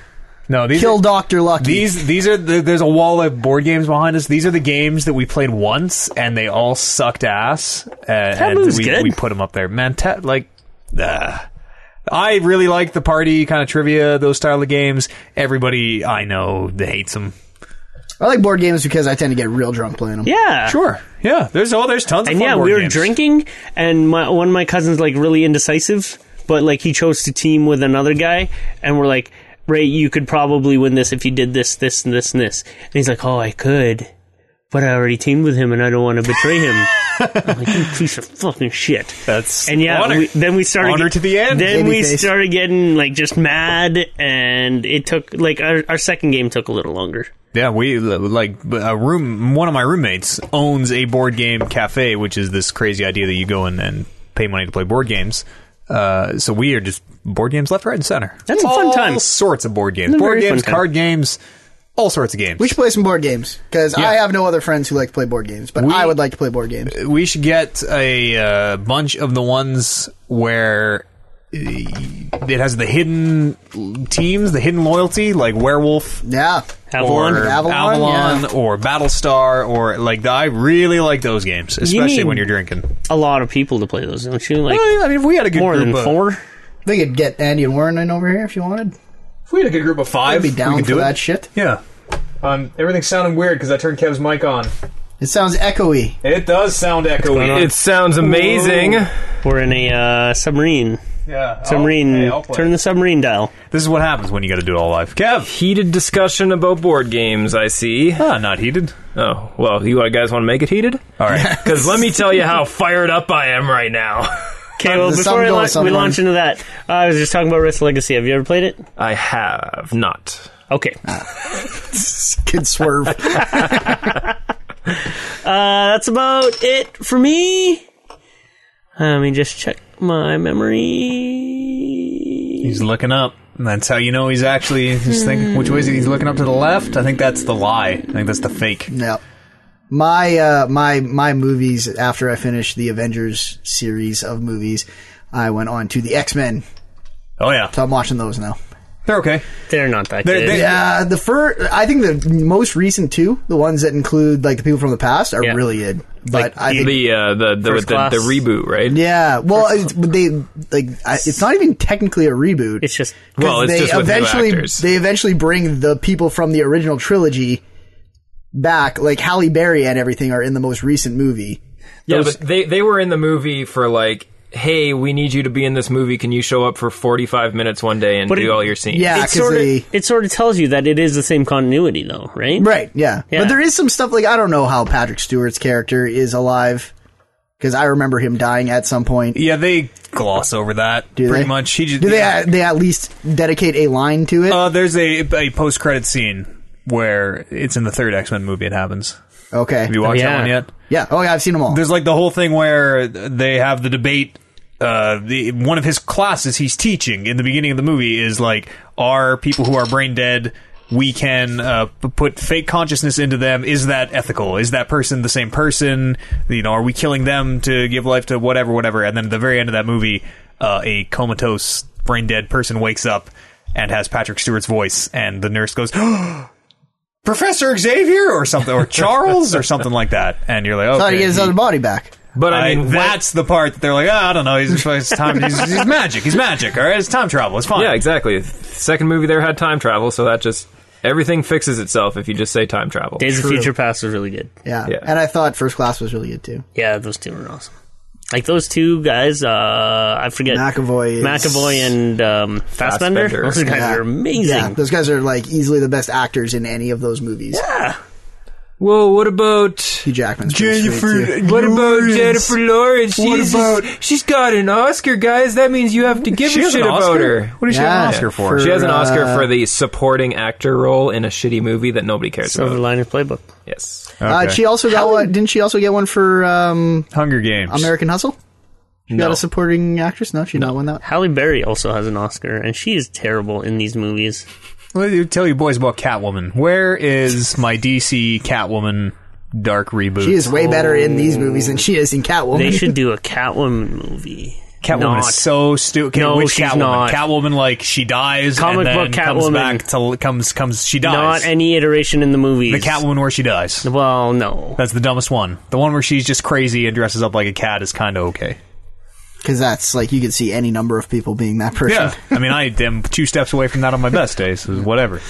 S2: No, these
S1: Kill
S2: are,
S1: Doctor Lucky.
S2: these these are the, there's a wall of board games behind us. These are the games that we played once and they all sucked ass. Uh, and
S3: Taboo's
S2: we,
S3: good.
S2: we put them up there. Man, ta- like, uh, I really like the party kind of trivia, those style of games. Everybody I know they hates them.
S1: I like board games because I tend to get real drunk playing them.
S3: Yeah,
S2: Sure, yeah. There's oh, there's tons of
S3: And
S2: fun
S3: yeah,
S2: board
S3: we were
S2: games.
S3: drinking, and my, one of my cousins like really indecisive, but like he chose to team with another guy, and we're like, Ray, you could probably win this if you did this, this, and this, and this. And he's like, Oh, I could, but I already teamed with him, and I don't want to betray him. I'm like, you piece of fucking shit.
S2: That's
S3: And yeah,
S2: honor.
S3: we, then we started
S2: Honor to the end.
S3: Then we
S1: Babyface.
S3: started getting like just mad, and it took like our, our second game took a little longer.
S2: Yeah, we like a room. One of my roommates owns a board game cafe, which is this crazy idea that you go in and pay money to play board games. Uh, so we are just board games left, right, and center.
S3: That's a
S2: All
S3: fun time.
S2: Sorts of board games,
S3: a
S2: board
S3: very fun
S2: games,
S3: time.
S2: card games, all sorts of games.
S1: We should play some board games because I
S2: Yeah.
S1: have no other friends who like to play board games, but
S2: We- Uh,
S1: I would like to play board games.
S2: we should get a uh, bunch of the ones where uh, it has the hidden teams, the hidden loyalty, like Werewolf
S1: Yeah,
S3: Avalon.
S2: or
S1: Avalon,
S2: Avalon
S1: yeah.
S2: or Battlestar, or like I really like those games, especially
S3: need-
S2: when you're drinking.
S3: A lot of people to play those, don't you? Like
S2: Well, I mean, if we had a good
S3: more
S2: group
S3: than
S2: of,
S3: four.
S1: they could get Andy and Warren in over here if you wanted.
S2: if we had a good group of five,
S1: I'd be down
S2: we could
S1: for
S2: do
S1: that
S2: it.
S1: shit.
S2: Yeah. Um, everything's sounding weird because I turned Kev's mic on.
S1: It sounds echoey.
S2: It does sound echoey.
S5: It sounds amazing.
S3: We're in a uh, submarine.
S2: yeah.
S3: Submarine. turn the submarine dial.
S2: This is what happens when you got to do it all live. Kev.
S5: Heated discussion about board games, I see.
S2: Ah, not heated.
S5: Oh, well, you guys want to make it heated?
S2: All right.
S5: Because let me tell you how fired up I am right now.
S3: Okay, well,
S1: the
S3: before I
S1: sun
S3: la-
S1: goes, sun
S3: we
S1: goes.
S3: launch into that, uh, I was just talking about Risk Legacy. Have you ever played it?
S5: I have not.
S3: Okay.
S1: Could swerve.
S3: Uh, that's about it for me. Let me just check my memory.
S2: He's looking up. And that's how you know he's actually just thinking which way is he? He's looking up to the left. I think that's the lie. I think that's the fake.
S1: no. My uh, my my movies. After I finished the Avengers series of movies, I went on to the X Men.
S2: Oh yeah,
S1: So I'm watching those now.
S2: they're okay.
S3: They're not that
S2: They're-
S3: good.
S2: they-
S1: Yeah, the fir- I think the most recent two, the ones that include like the people from the past, are
S3: Yeah.
S1: really good. But I think
S5: The uh, the the,
S3: First
S5: the,
S3: class.
S5: the reboot, right?
S1: Yeah, well, it's, but they like I, it's not even technically a reboot.
S3: it's just
S1: 'Cause
S5: well, it's
S1: they
S5: just with new
S1: eventually
S5: actors.
S1: they eventually bring the people from the original trilogy back. Like Halle Berry and everything are in the most recent movie.
S5: Yeah, but they they were in the movie for like, hey, we need you to be in this movie. Can you show up for forty five minutes one day and
S3: But
S5: do
S3: it-
S5: all your scenes?
S1: Yeah,
S3: it
S1: because
S3: sort
S1: they
S3: of it sort of tells you that it is the same continuity though, right?
S1: right, yeah.
S3: Yeah.
S1: But there is some stuff like I don't know how Patrick Stewart's character is alive because I remember him dying at some point.
S2: Yeah, they gloss over that
S1: Do
S2: pretty
S1: they?
S2: much. He just
S1: Do they
S2: yeah.
S1: at, they at least dedicate a line to it?
S2: Uh, there's a a post credit scene where it's in the third X Men movie. It happens.
S1: okay,
S2: Have you watched
S3: yeah.
S2: that one yet?
S1: yeah. Oh yeah, I've seen them all.
S2: There's like the whole thing where they have the debate. Uh, the one of his classes he's teaching in the beginning of the movie is like, are people who are brain dead? We can uh, p- put fake consciousness into them. Is that ethical? Is that person the same person? You know, are we killing them to give life to whatever, whatever? And then at the very end of that movie, uh, a comatose, brain dead person wakes up and has Patrick Stewart's voice, and the nurse goes, "Professor Xavier" or something, or Charles or something like that. And you're like, "Okay,
S1: Thought he get his
S2: he-
S1: other body back.
S5: But I
S2: I-
S5: mean, what-
S2: that's the part that they're like, oh, I don't know. He's, it's time. He's, he's magic. He's magic. All right, it's time travel. It's fine.
S5: yeah, exactly. Second movie there had time travel, so that just everything fixes itself if you just say time travel.
S3: Days of Future Past was really good.
S1: Yeah.
S5: Yeah.
S1: And I thought first class was really good too.
S3: Yeah, those two were awesome. Like those two guys, uh, I forget
S1: McAvoy is-
S3: McAvoy and um, Fassbender.
S5: Fassbender.
S3: Those guys
S1: Yeah.
S3: are amazing.
S1: Yeah, those guys are like easily the best actors in any of those movies.
S5: Whoa, what about?
S1: Hugh Jackman's pretty sweet, too.
S5: What about Jennifer Lawrence? She's, she's got an Oscar, guys. That means you have to give
S2: She
S5: a
S2: has
S5: shit
S2: an
S5: about
S2: Oscar?
S5: her.
S2: What does she have
S1: Yeah.
S2: an Oscar for?
S1: For-
S5: She has an Oscar
S1: uh,
S5: for the supporting actor role in a shitty movie that nobody cares
S3: Silver
S5: about.
S3: Linings Playbook.
S5: Yes.
S1: Uh,
S2: Okay.
S1: she also got one. Didn't she also get one for um,
S2: Hunger Games.
S1: American Hustle? She got
S5: No.
S1: a supporting actress. No, she not won that.
S3: Halle Berry also has an Oscar, and she is terrible in these movies.
S2: Let me tell you boys about Catwoman. Where is my DC Catwoman dark reboot?
S1: She is way better in these movies than she is in Catwoman.
S3: Oh. They should do a Catwoman movie.
S2: Catwoman
S3: Not.
S2: is so stupid.
S3: No,
S2: Which
S3: she's
S2: Catwoman?
S3: not.
S2: Catwoman like she dies
S3: Comic
S2: and then
S3: book
S2: comes
S3: Catwoman.
S2: back to comes comes she dies.
S3: Not any iteration in the movies.
S2: the Catwoman where she dies.
S3: Well, no.
S2: That's the dumbest one. The one where she's just crazy and dresses up like a cat is kind of okay.
S1: because that's like you could see any number of people being that person.
S2: Yeah, I mean, I am two steps away from that on my best days. So whatever.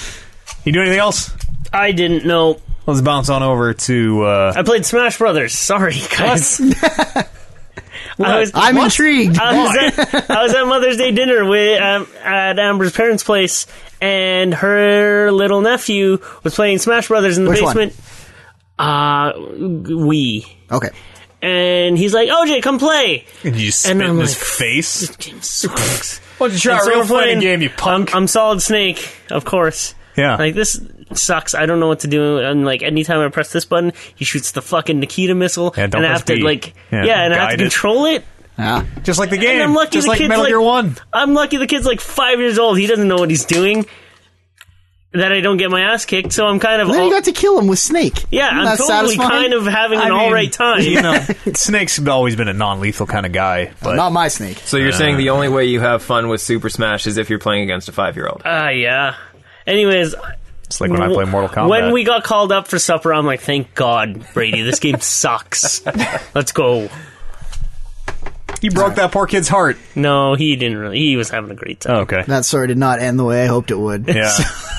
S2: You do anything else?
S3: I didn't know.
S2: Let's bounce on over to. Uh,
S3: I played Smash Brothers. Sorry, guys. I was,
S1: I'm intrigued.
S3: I was, at, I was at Mother's Day dinner with um, at Amber's parents' place, and her little nephew was playing Smash Brothers in the
S1: Which one?
S3: basement. Uh, we
S1: okay,
S3: and he's like, "OJ, come play."
S2: and you spit
S3: and
S2: in
S3: I'm
S2: his
S3: like-
S2: face.
S3: This game sucks.
S2: Why don't you try
S3: And
S2: a
S3: so
S2: real
S3: we're
S2: fighting
S3: playing-
S2: game, you punk?
S3: I'm Solid Snake, of course.
S2: yeah.
S3: Like this sucks. I don't know what to do. And like anytime I press this button, he shoots the fucking Nikita missile,
S2: Yeah, don't
S3: and I
S2: press
S3: have to
S2: B.
S3: like,
S2: Yeah,
S3: yeah, and I have to
S2: guide it.
S3: control it.
S1: yeah.
S2: just like the game.
S3: I'm lucky
S2: just
S3: the
S2: like
S3: kid's
S2: Metal
S3: like-
S2: Gear 1.
S3: I'm lucky the kid's like five years old. He doesn't know what he's doing. that I don't get my ass kicked, so I'm kind of
S1: Then you
S3: all-
S1: got to kill him with Snake.
S3: yeah,
S1: Isn't
S3: I'm
S1: that
S3: totally
S1: satisfying?
S3: kind of having an
S2: I mean,
S3: all right time.
S2: You know, Snake's always been a non-lethal kind of guy, but
S1: Not my Snake.
S5: So you're saying the only way you have fun with Super Smash is if you're playing against a five year old.
S2: Uh.
S3: Ah, yeah. Anyways,
S2: it's like when I play Mortal Kombat.
S3: When we got called up for supper, I'm like, thank God, Brady, this game sucks. Let's go.
S2: he broke that poor kid's heart.
S3: No, he didn't really. He was having a great time.
S2: Okay.
S1: That story did not end the way I hoped it would.
S2: Yeah.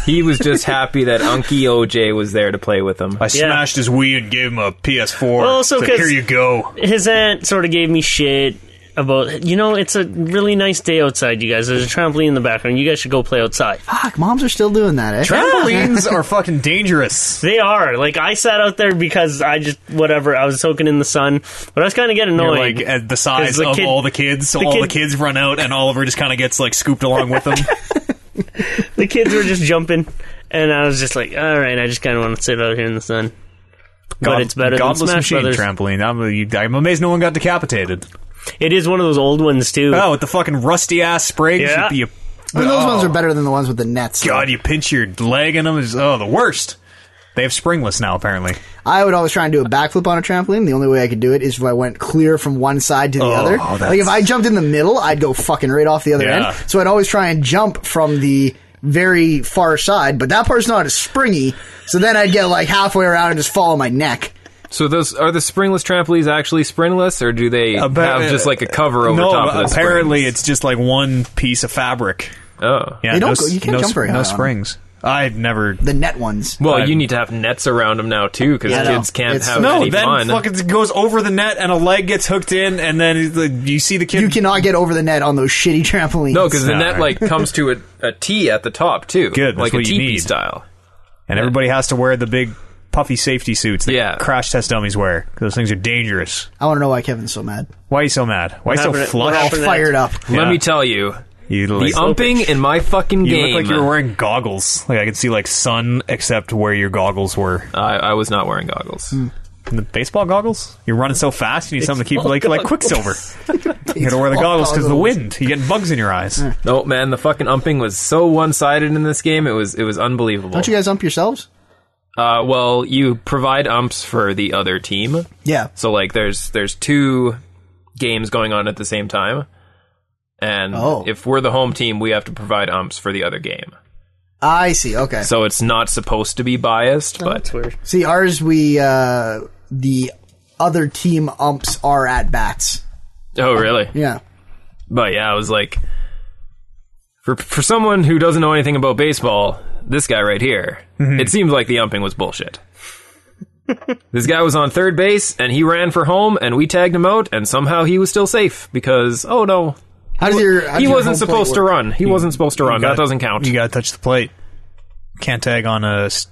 S5: He was just happy that Unky OJ was there to play with him.
S2: I smashed his Wii and gave him a PS4.
S3: Well, also
S2: Said,
S3: 'cause-
S2: here you go.
S3: His aunt sort of gave me shit about, you know, it's a really nice day outside, you guys. There's a trampoline in the background. You guys should go play outside.
S1: Fuck, moms are still doing that, eh?
S2: Trampolines are fucking dangerous.
S3: They are. Like, I sat out there because I just, whatever, I was soaking in the sun. But I was kind of getting
S2: You're
S3: annoyed.
S2: like at the size
S3: 'Cause the
S2: of
S3: kid-
S2: all the kids, so
S3: the
S2: all
S3: kid-
S2: the kids run out, and Oliver just kind of gets like scooped along with them.
S3: the kids were just jumping. And I was just like, all right, I just kind of want to sit out here in the sun. but it's better than
S2: Godless
S3: Smash
S2: machine
S3: Brothers.
S2: trampoline. I'm, you- I'm amazed no one got decapitated.
S3: It is one of those old ones too.
S2: Oh, with the fucking rusty ass sprigs.
S3: Yeah.
S2: You, you,
S1: And those
S2: oh,
S1: ones are better than the ones with the nets.
S2: God, you pinch your leg in them. Is oh the worst. They have springless now apparently.
S1: I would always try and do a backflip on a trampoline. The only way I could do it is if I went clear from one side to the other. Like if I jumped in the middle, I'd go fucking right off the other
S2: Yeah.
S1: end. So I'd always try and jump from the very far side, but that part's not as springy. So then I'd get like halfway around and just fall on my neck.
S5: So those are the springless trampolines actually springless, or do they
S2: Appa-
S5: have
S3: uh,
S5: just like a cover over
S2: no,
S5: top of the
S2: apparently it's just like one piece of fabric.
S5: it's oh
S2: Yeah,
S1: They don't
S2: no,
S1: go- you can't
S2: no,
S1: jump very high
S2: no
S1: on 'em.
S2: springs. I've never.
S1: The net ones.
S5: Well,
S2: I'm-
S5: you need to have nets around them now too, because
S1: Yeah, I know.
S5: kids can't
S1: It's-
S5: have
S2: No,
S5: any
S2: then
S5: fun.
S2: fucking goes over the net and a leg gets hooked in, and then the- you see the kid.
S1: You cannot get over the net on those shitty trampolines.
S5: no, because the
S2: Nah.
S5: net like comes to a, a T at the top too,
S2: Good, that's
S5: like a
S2: what you
S5: teepee
S2: need.
S5: style.
S2: and everybody has to wear the big puffy safety suits that
S5: Yeah.
S2: crash test dummies wear. 'cause Those things are dangerous.
S1: I want to know why Kevin's so mad.
S2: Why are you so mad? Why are you so
S3: happened- what
S2: flush?
S3: happened-
S1: All fired up.
S2: Yeah.
S5: Let me tell you,
S2: You,
S5: the
S2: like,
S5: umping in my fucking
S2: you
S5: game.
S2: look like you were wearing goggles. Like I could see like sun, except where your goggles were.
S5: I, I was not wearing goggles.
S2: Hmm. And the baseball goggles. You're running so fast, you need something to keep like like Quicksilver. you gotta wear the
S1: Baseball
S2: goggles because the
S1: goggles.
S2: wind. You get bugs in your eyes.
S5: No man, the fucking umping was so one sided in this game. It was it was unbelievable.
S1: Don't you guys ump yourselves?
S5: uh, well, you provide umps for the other team.
S1: Yeah.
S5: So like there's there's two games going on at the same time. And
S1: Oh.
S5: if we're the home team, we have to provide umps for the other game.
S1: I see. Okay.
S5: So it's not supposed to be biased,
S2: Oh,
S5: but
S3: That's weird.
S1: See, ours we uh the other team umps are at bats.
S5: oh really?
S1: Yeah.
S5: But yeah, I was like for for someone who doesn't know anything about baseball, this guy right here, it seemed like the umping was bullshit. this guy was on third base and he ran for home and we tagged him out and somehow he was still safe because oh no,
S1: How does your how does
S5: he
S1: your
S5: wasn't
S1: home plate
S5: supposed to
S1: work?
S5: run. He wasn't supposed to
S2: You
S5: run.
S2: gotta-
S5: That doesn't count.
S2: You gotta touch the plate. Can't tag on a. s-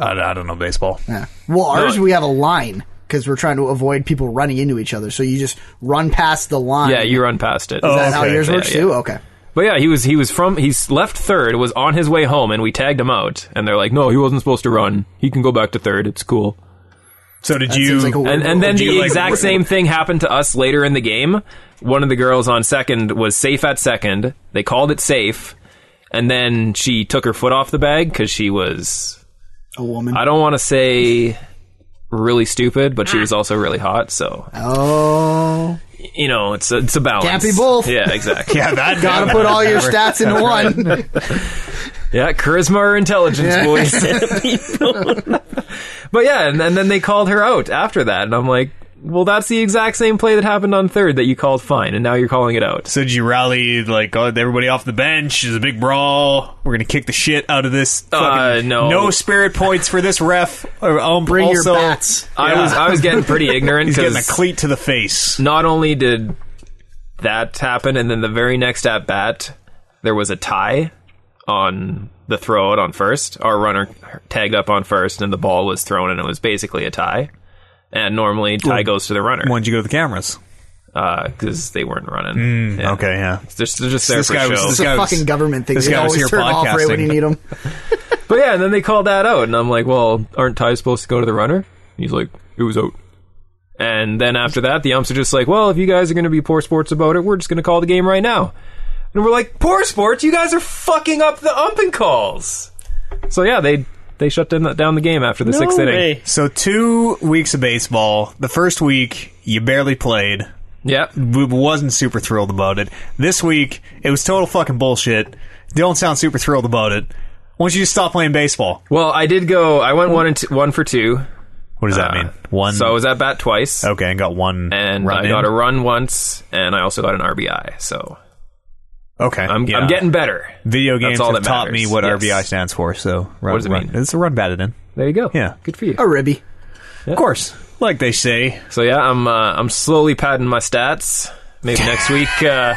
S2: I, I don't know baseball.
S1: Yeah. Well, ours
S5: No.
S1: we have a line because we're trying to avoid people running into each other. So you just run past the line.
S5: Yeah, you run past it.
S1: Is that how
S2: okay.
S1: yours works
S5: Yeah, yeah.
S1: too? Okay.
S5: But yeah, he was he was from he's left third, was on his way home, and we tagged him out. And they're like, "No, he wasn't supposed to run. He can go back to third. It's cool."
S2: So did
S1: That
S2: you?
S1: seems like a weird
S5: And and
S1: rule.
S5: then
S2: Do you
S5: the
S2: like-
S5: exact same thing happened to us later in the game. One of the girls on second was safe at second. They called it safe, and then she took her foot off the bag because she was
S1: a woman.
S5: I don't want to say really stupid, but she
S1: Ah.
S5: was also really hot. So
S1: Oh,
S5: you know, it's a, it's a balance.
S1: Can't be both.
S5: Yeah, exactly.
S2: yeah, that
S1: gotta
S2: that-
S1: put all your
S2: that-
S1: stats into one.
S5: Yeah, charisma or intelligence,
S1: Yeah.
S5: boys. but yeah, and, and then they called her out after that, and I'm like, well, that's the exact same play that happened on third that you called fine, and now you're calling it out.
S2: So did you rally like oh, everybody off the bench? Is a big brawl. We're gonna kick the shit out of this. fucking-
S5: Uh, no.
S2: no spirit points for this ref. Or, um,
S1: Bring
S2: also,
S1: your bats.
S5: I was I was getting pretty ignorant
S2: He's getting a
S5: because
S2: cleat to the face.
S5: not only did that happen, and then the very next at bat, there was a tie on the throw out on first. Our runner tagged up on first, and the ball was thrown, and it was basically a tie. And normally, tie goes to the runner.
S2: When'd you go to the cameras?
S5: because they weren't running. Yeah.
S2: Okay, yeah.
S5: They're, they're just there
S2: Hmm. This
S5: for
S2: guy
S5: show.
S2: was-
S1: It's
S2: this
S1: a
S2: guy was-
S1: fucking government thing.
S2: this
S1: They
S2: guy was
S1: always
S2: here
S1: turn off right when you
S2: podcasting.
S1: need them.
S5: but yeah, and then they called that out, and I'm like, well, aren't ties supposed to go to the runner? And he's like, it was out. And then after that, the umps are just like, well, if you guys are going to be poor sports about it, we're just going to call the game right now. And we're like, poor sports? You guys are fucking up the umping calls. So yeah, they they shut down the, down the game after the sixth
S3: No
S5: inning.
S3: way.
S2: So two weeks of baseball. The first week you barely played.
S5: Yep.
S2: We wasn't super thrilled about it. This week it was total fucking bullshit. Don't sound super thrilled about it. Why don't you just stop playing baseball?
S5: Well, I did go. I went one and two, one for two.
S2: What does that
S5: Uh,
S2: mean? One.
S5: So I was at bat twice,
S2: okay, and got one.
S5: and
S2: run
S5: I got
S2: in.
S5: a run once, and I also got an RBI. So
S2: Okay,
S5: I'm
S2: yeah.
S5: I'm getting better.
S2: Video
S5: That's
S2: games
S5: all
S2: have
S5: that
S2: taught me
S5: matters.
S2: what
S5: Yes.
S2: RBI stands for. So run,
S5: does it
S2: run-
S5: mean?
S2: It's a run batted in.
S5: There you go.
S2: Yeah.
S5: Good for you.
S1: A ribby.
S2: Of course, like they say.
S5: So yeah, I'm uh, I'm slowly padding my stats. Maybe next week, uh,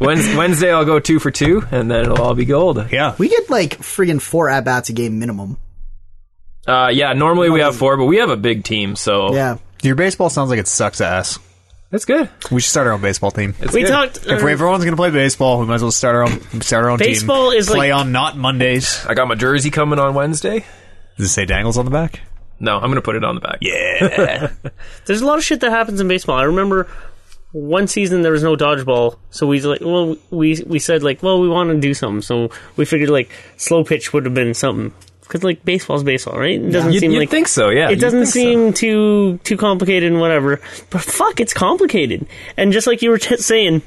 S5: Wednesday, Wednesday I'll go two for two, and then it'll all be gold.
S2: Yeah,
S1: We get like friggin' four at bats a game minimum.
S5: Uh, yeah, normally we have four, but we have a big team, so
S1: Yeah.
S2: your baseball sounds like it sucks ass.
S5: that's good.
S2: We should start our own baseball team.
S5: It's
S3: We
S5: good.
S3: talked.
S2: If
S3: uh,
S2: we- everyone's going to play baseball, we might as well start our own start our own
S3: Baseball
S2: team.
S3: is
S2: play
S3: like-
S2: on not Mondays.
S5: I got my jersey coming on Wednesday.
S2: Does it say dangles on the back?
S5: No, I'm gonna put it on the back.
S2: Yeah.
S3: There's a lot of shit that happens in baseball. I remember one season there was no dodgeball, so we like well we we said like well we want to do something, so we figured like slow pitch would have been something because like baseball's baseball, right? It doesn't
S5: You'd,
S3: seem
S5: you'd
S3: like
S5: think so, yeah.
S3: it
S5: You'd
S3: doesn't
S5: think so.
S3: seem too too complicated and whatever. But fuck, it's complicated. And just like you were t- saying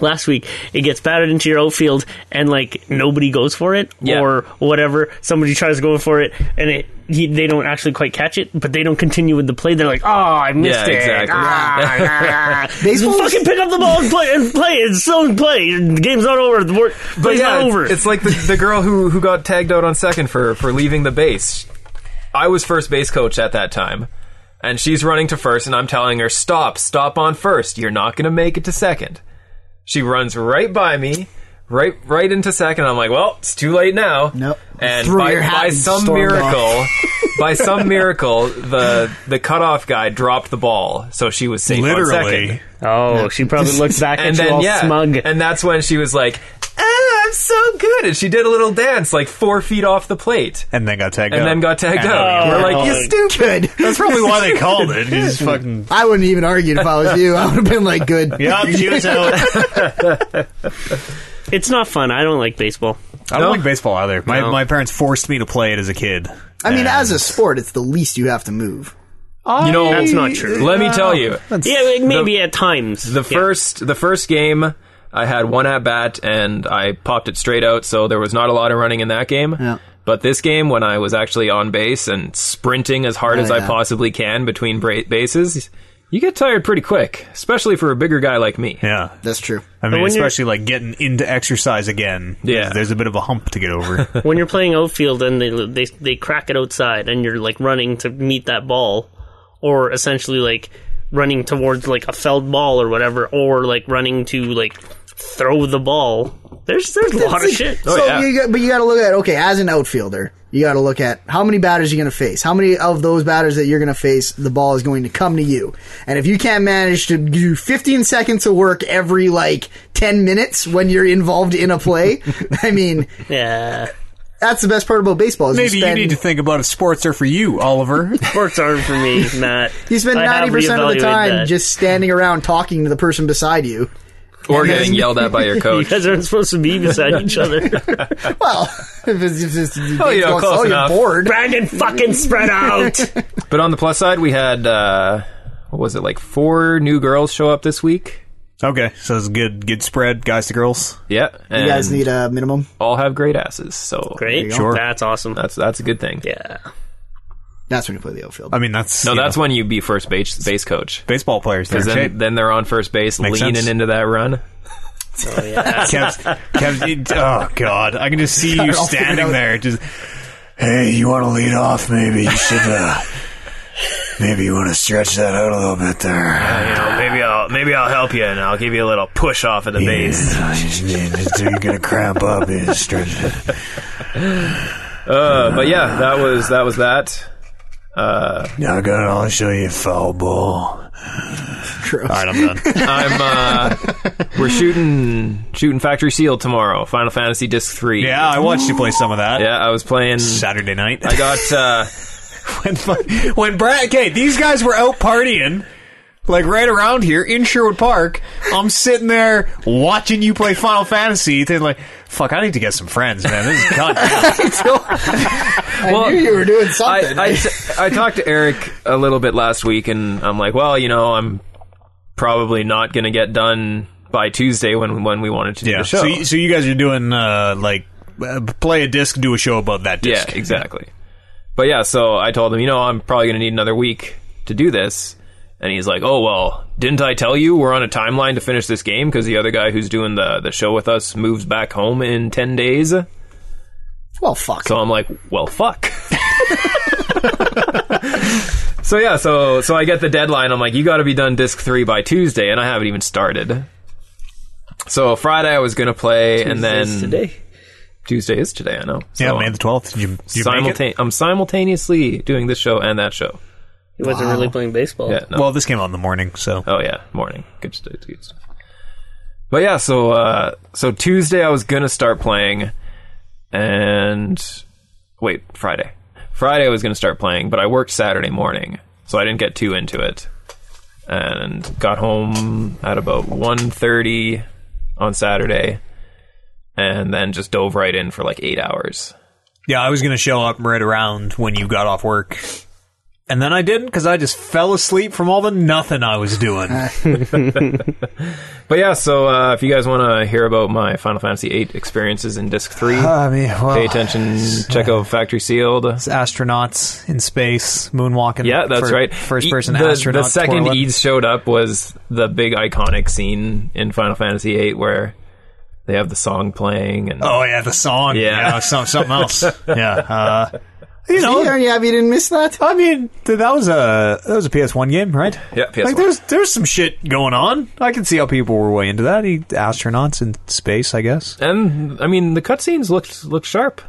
S3: last week, it gets batted into your outfield, and like nobody goes for it
S5: Yeah.
S3: or whatever. Somebody tries to go for it, and it he, they don't actually quite catch it, but they don't continue with the play. They're like, oh, I missed
S5: Yeah,
S3: it.
S5: exactly.
S3: Ah,
S1: Baseball is-
S3: fucking pick up the ball and play and play. It's so play. The game's not over. The wor-
S5: But
S3: play's
S5: yeah,
S3: not
S5: it's-
S3: over.
S5: It's, like the, the girl who who got tagged out on second for for leaving the base. I was first base coach at that time, and she's running to first, and I'm telling her, "Stop, stop on first. You're not going to make it to second. She runs right by me. Right, right into second. I'm like, well, it's too late now.
S1: Nope.
S5: And
S1: Threw
S5: by,
S1: your hat
S5: by
S1: and
S5: some
S1: stormed off.
S5: miracle, by some miracle, the the cutoff guy dropped the ball, so she was safe on second
S2: Literally.
S3: oh, she probably looks back at
S5: and
S3: you
S5: then
S3: all
S5: yeah,
S3: smug.
S5: and that's when she was like, "Ah, I'm so good," and she did a little dance like four feet off the plate,
S2: And then got tagged
S5: and
S2: out.
S5: then got tagged
S2: Oh,
S5: out.
S2: yeah.
S5: We're like, "You
S3: Oh.
S1: Good.
S5: stupid."
S2: That's probably why they called it. He's fucking.
S1: I wouldn't even argued if I was you. I would have been like, good.
S2: Yeah, she was out.
S3: it's not fun. I don't like baseball.
S2: I
S5: No?
S2: don't like baseball either. My
S5: No.
S2: my parents forced me to play it as a kid.
S1: I mean,
S2: And-
S1: as a sport, it's the least you have to move.
S5: You know,
S3: That's not true.
S5: Let me tell you,
S3: Yeah, like, maybe at times.
S5: the
S3: Yeah.
S5: first the first game, I had one at bat and I popped it straight out, so there was not a lot of running in that game.
S1: Yeah.
S5: But this game, when I was actually on base and sprinting as hard
S1: Oh,
S5: as I
S1: yeah.
S5: possibly can between bra- bases, you get tired pretty quick, especially for a bigger guy like me.
S2: Yeah.
S1: That's true.
S2: I mean,
S3: when you're-
S2: especially like getting into exercise again.
S5: Yeah.
S2: There's a bit of a hump to get over.
S3: when you're playing outfield and they, they they crack it outside and you're like running to meet that ball or essentially like running towards like a felled ball or whatever or like running to like throw the ball there's there's a lot of shit
S5: Oh,
S1: so
S5: yeah.
S1: you got, but you got to look at okay, as an outfielder, you got to look at how many batters you're going to face. How many of those batters that you're going to face, the ball is going to come to you. And if you can't manage to do 15 seconds of work every like 10 minutes when you're involved in a play, I mean,
S3: yeah
S1: that's the best part about baseball. Is
S2: Maybe
S1: you, spend,
S2: you need to think about if sports are for you, Oliver.
S3: sports aren't for me matt
S1: you spend
S3: I'd have
S1: 90% of the
S3: reevaluate
S1: time
S3: that.
S1: just standing around talking to the person beside you.
S5: Or getting yelled at by your
S3: you
S5: coach.
S3: guys aren't supposed to be beside each other
S1: Well, if it's, if it's,
S5: Oh, yeah,
S1: baseball,
S5: close
S1: oh,
S5: enough.
S1: you're bored.
S3: brandon fucking spread out
S5: But on the plus side, we had uh, what was it like four new girls show up this week?
S2: okay, so it's good good spread, guys to girls.
S5: Yeah, and
S1: You guys need a minimum.
S5: all have great asses. So
S3: great
S1: go. Sure.
S3: that's awesome
S5: That's that's a good thing.
S3: yeah
S1: That's when you play the outfield.
S2: I mean, that's
S5: No,
S2: you
S5: that's
S2: know,
S5: when you be first base base coach.
S2: baseball players. They're in
S5: Because
S2: shape.
S5: then, then they're on first base,
S2: Makes
S5: leaning
S2: sense.
S5: into that run.
S3: oh yeah
S2: Kev's, Kev's, it- oh god, I can just see you
S1: it all figured
S2: standing
S1: out.
S2: there. Just hey, you want to lead off? Maybe you should. Uh, maybe you want to stretch that out a little bit there.
S5: You know, maybe I'll maybe I'll help you and I'll give you a little push off of the
S2: Until you're gonna cramp up and stretch. it.
S5: Uh, but yeah, that was that was that.
S2: Now, good. I'll show you foul ball. All
S1: Gross.
S2: right, I'm done.
S5: I'm uh, we're shooting shooting Factory Seal tomorrow. Final Fantasy Disc Three.
S2: yeah, I watched you play some of that
S5: yeah. I was playing.
S2: Saturday night.
S5: I got. Uh,
S2: when, when Brad, okay, these guys were out partying. like right around here in Sherwood Park. I'm sitting there watching you play Final Fantasy. Then like, fuck, I need to get some friends, man. This is goddamn.
S5: Well,
S1: I knew you were doing something.
S5: I, I, t- I talked to Eric a little bit last week, and I'm like, well, you know, I'm probably not going to get done by Tuesday when when we wanted to do
S2: yeah.
S5: the show.
S2: So, you- so you guys are doing uh, like uh, play a disc, do a show about that
S5: yeah,
S2: disc.
S5: exactly. But yeah, so I told him, you know, I'm probably going to need another week to do this, and he's like, oh well, didn't I tell you we're on a timeline to finish this game because the other guy who's doing the the show with us moves back home in ten days. So
S1: well, fuck.
S5: I'm like, well, fuck. So yeah, so so I get the deadline. I'm like, you got to be done disc three by Tuesday, and I haven't even started. So Friday I was gonna play, and then
S3: today.
S5: Tuesday is today. I know. So
S2: Yeah, May the twelfth. You, you make it?
S5: simultan- I'm simultaneously doing this show and that show.
S3: He wasn't really playing baseball.
S5: Yeah. No.
S2: Well, this came out in the morning, so
S5: oh yeah, morning. Good stuff. Good stuff. But yeah, so uh, so Tuesday I was gonna start playing, and wait, Friday. Friday I was gonna start playing, but I worked Saturday morning, so I didn't get too into it, and got home at about 1.30 on Saturday, and then just dove right in for like eight hours.
S2: yeah, I was gonna show up right around when you got off work, and then I didn't because I just fell asleep from all the nothing I was doing.
S5: But yeah, so uh, if you guys want to hear about my Final Fantasy VIII experiences in Disc Three,
S2: I mean, well,
S5: pay attention. Check out Factory Sealed.
S2: astronauts in space moonwalking.
S5: Yeah, that's
S2: fir-
S5: right.
S2: First
S5: E-
S2: person
S5: the,
S2: astronaut.
S5: The second E
S2: twirling.
S5: Eads showed up was the big iconic scene in Final Fantasy VIII where they have the song playing and
S2: Oh yeah, the song.
S5: Yeah.
S2: Yeah, some, something else. yeah. Uh, you know,
S1: Are you happy you didn't miss that?
S2: I mean, th- that was a that was a PS1 game, right?
S5: Yeah, PS1.
S2: Like there's there's some shit going on. I can see how people were way into that. He, astronauts in space, I guess.
S5: and I mean the cutscenes looked looked sharp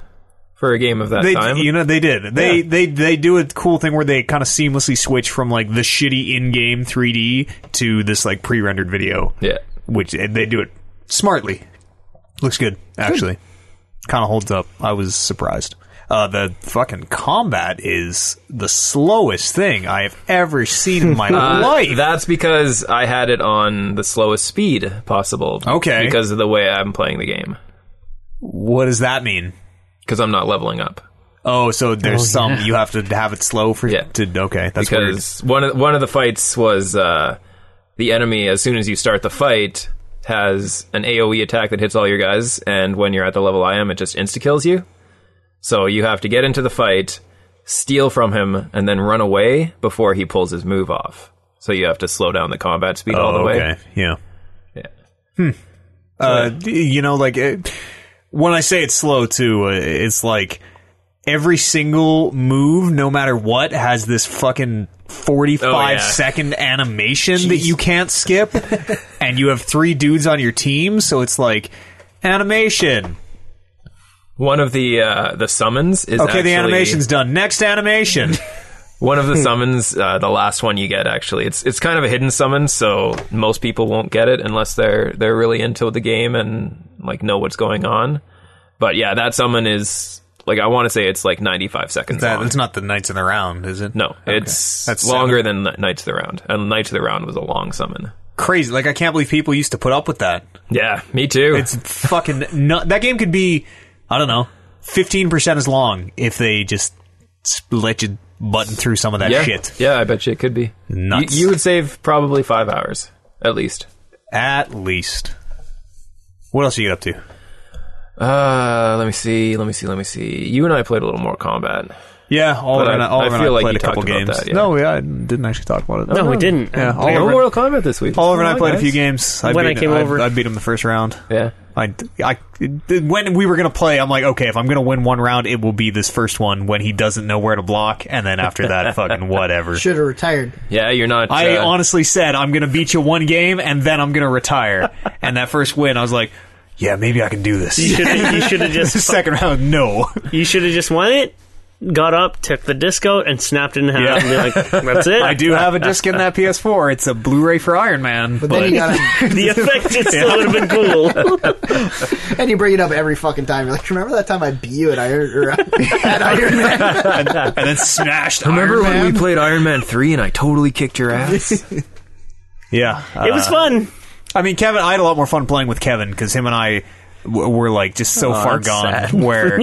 S5: for a game of that
S2: They,
S5: time.
S2: you know, they did. They,
S5: Yeah.
S2: they, they do a cool thing where they kind of seamlessly switch from like the shitty in-game 3D to this like pre-rendered video.
S5: yeah,
S2: which and they do it smartly. Looks good, actually. Kind of holds up. I was surprised. Uh, the fucking combat is the slowest thing I have ever seen in my
S5: Uh,
S2: life.
S5: That's because I had it on the slowest speed possible.
S2: Okay.
S5: because of the way I'm playing the game.
S2: what does that mean?
S5: Because I'm not leveling up.
S2: Oh, so there's some you have to have it slow for
S5: Yeah.
S2: to okay. That's weird.
S5: because one of one of the fights was uh, the enemy. As soon as you start the fight, has an AOE attack that hits all your guys, and when you're at the level I am, it just insta kills you. So you have to get into the fight, steal from him, and then run away before he pulls his move off. So you have to slow down the combat speed all the
S2: Oh,
S5: way.
S2: okay. Yeah. Hmm.
S5: Yeah.
S2: Uh, d- you know, like it, when I say it's slow too, uh, it's like every single move, no matter what, has this fucking forty-five second
S5: Oh, yeah.
S2: animation that you can't skip, and you have three dudes on your team, so it's like animation.
S5: One of the uh, the summons is
S2: Okay, the
S5: actually-
S2: animation's done. Next animation.
S5: One
S2: Hmm.
S5: of the summons, uh, the last one you get actually, it's it's kind of a hidden summon, so most people won't get it unless they're they're really into the game and like know what's going on. But yeah, that summon is like I want to say it's like ninety five seconds
S2: that,
S5: long.
S2: that's not the knights in the round, is it?
S5: no, it's
S2: That's
S5: longer than Kn- Knights of the Round, and Knights of the Round was a long summon.
S2: Crazy. Like I can't believe people used to put up with that.
S5: Yeah, me too.
S2: It's fucking nut. That game could be, I don't know, fifteen percent as long if they just s- let you button through some of that
S5: yeah,
S2: shit.
S5: yeah, I bet you it could be.
S2: Nuts.
S5: You, you would save probably five hours at least.
S2: At least. What else you get up to?
S5: Uh, let me see, let me see, let me see. You and I played a little more combat.
S2: Yeah, Oliver
S5: But I-
S2: and I, Oliver
S5: I
S2: and I
S5: feel like
S2: played
S5: you
S2: a couple
S5: talked about
S2: games.
S5: that, yeah.
S2: No, yeah, I didn't actually talk about it.
S3: No, we didn't.
S2: Yeah,
S3: Um,
S5: Hey,
S2: Oliver,
S5: Mortal Kombat this week.
S2: Oh, Oliver and I
S5: Come on,
S2: played a
S5: guys.
S2: few games. I
S3: When I
S2: beat-
S3: came over.
S2: I beat him the first round.
S5: Yeah.
S2: I, I, when we were gonna play, I'm like, okay, if I'm gonna win one round, it will be this first one when he doesn't know where to block, and then after that, fucking whatever.
S1: Should have retired.
S5: Yeah, you're not.
S2: I
S5: uh,
S2: honestly said I'm going to beat you one game and then I'm going to retire. and that first win, I was like, yeah, maybe I can do this.
S3: You should've- you should have
S2: the
S3: just
S2: second round, no.
S3: you should have just won it. Got up, took the disc out, and snapped it in half.
S2: Yeah.
S3: And be like, that's it.
S2: I do have a disc in that PS4. It's a Blu-ray for Iron Man.
S1: But then you gotta,
S3: The effect it still would have been cool.
S1: and you bring it up every fucking time. You're like, remember that time I beat you at Iron, or at Iron Man?
S2: and then smashed.
S5: Remember
S2: Iron
S5: when
S2: Man?
S5: we played Iron Man 3 and I totally kicked your ass?
S2: Yeah,
S3: It was fun.
S2: I mean, Kevin, I had a lot more fun playing with Kevin because him and I w- were like just so far
S3: that's
S2: gone.
S3: sad.
S2: Where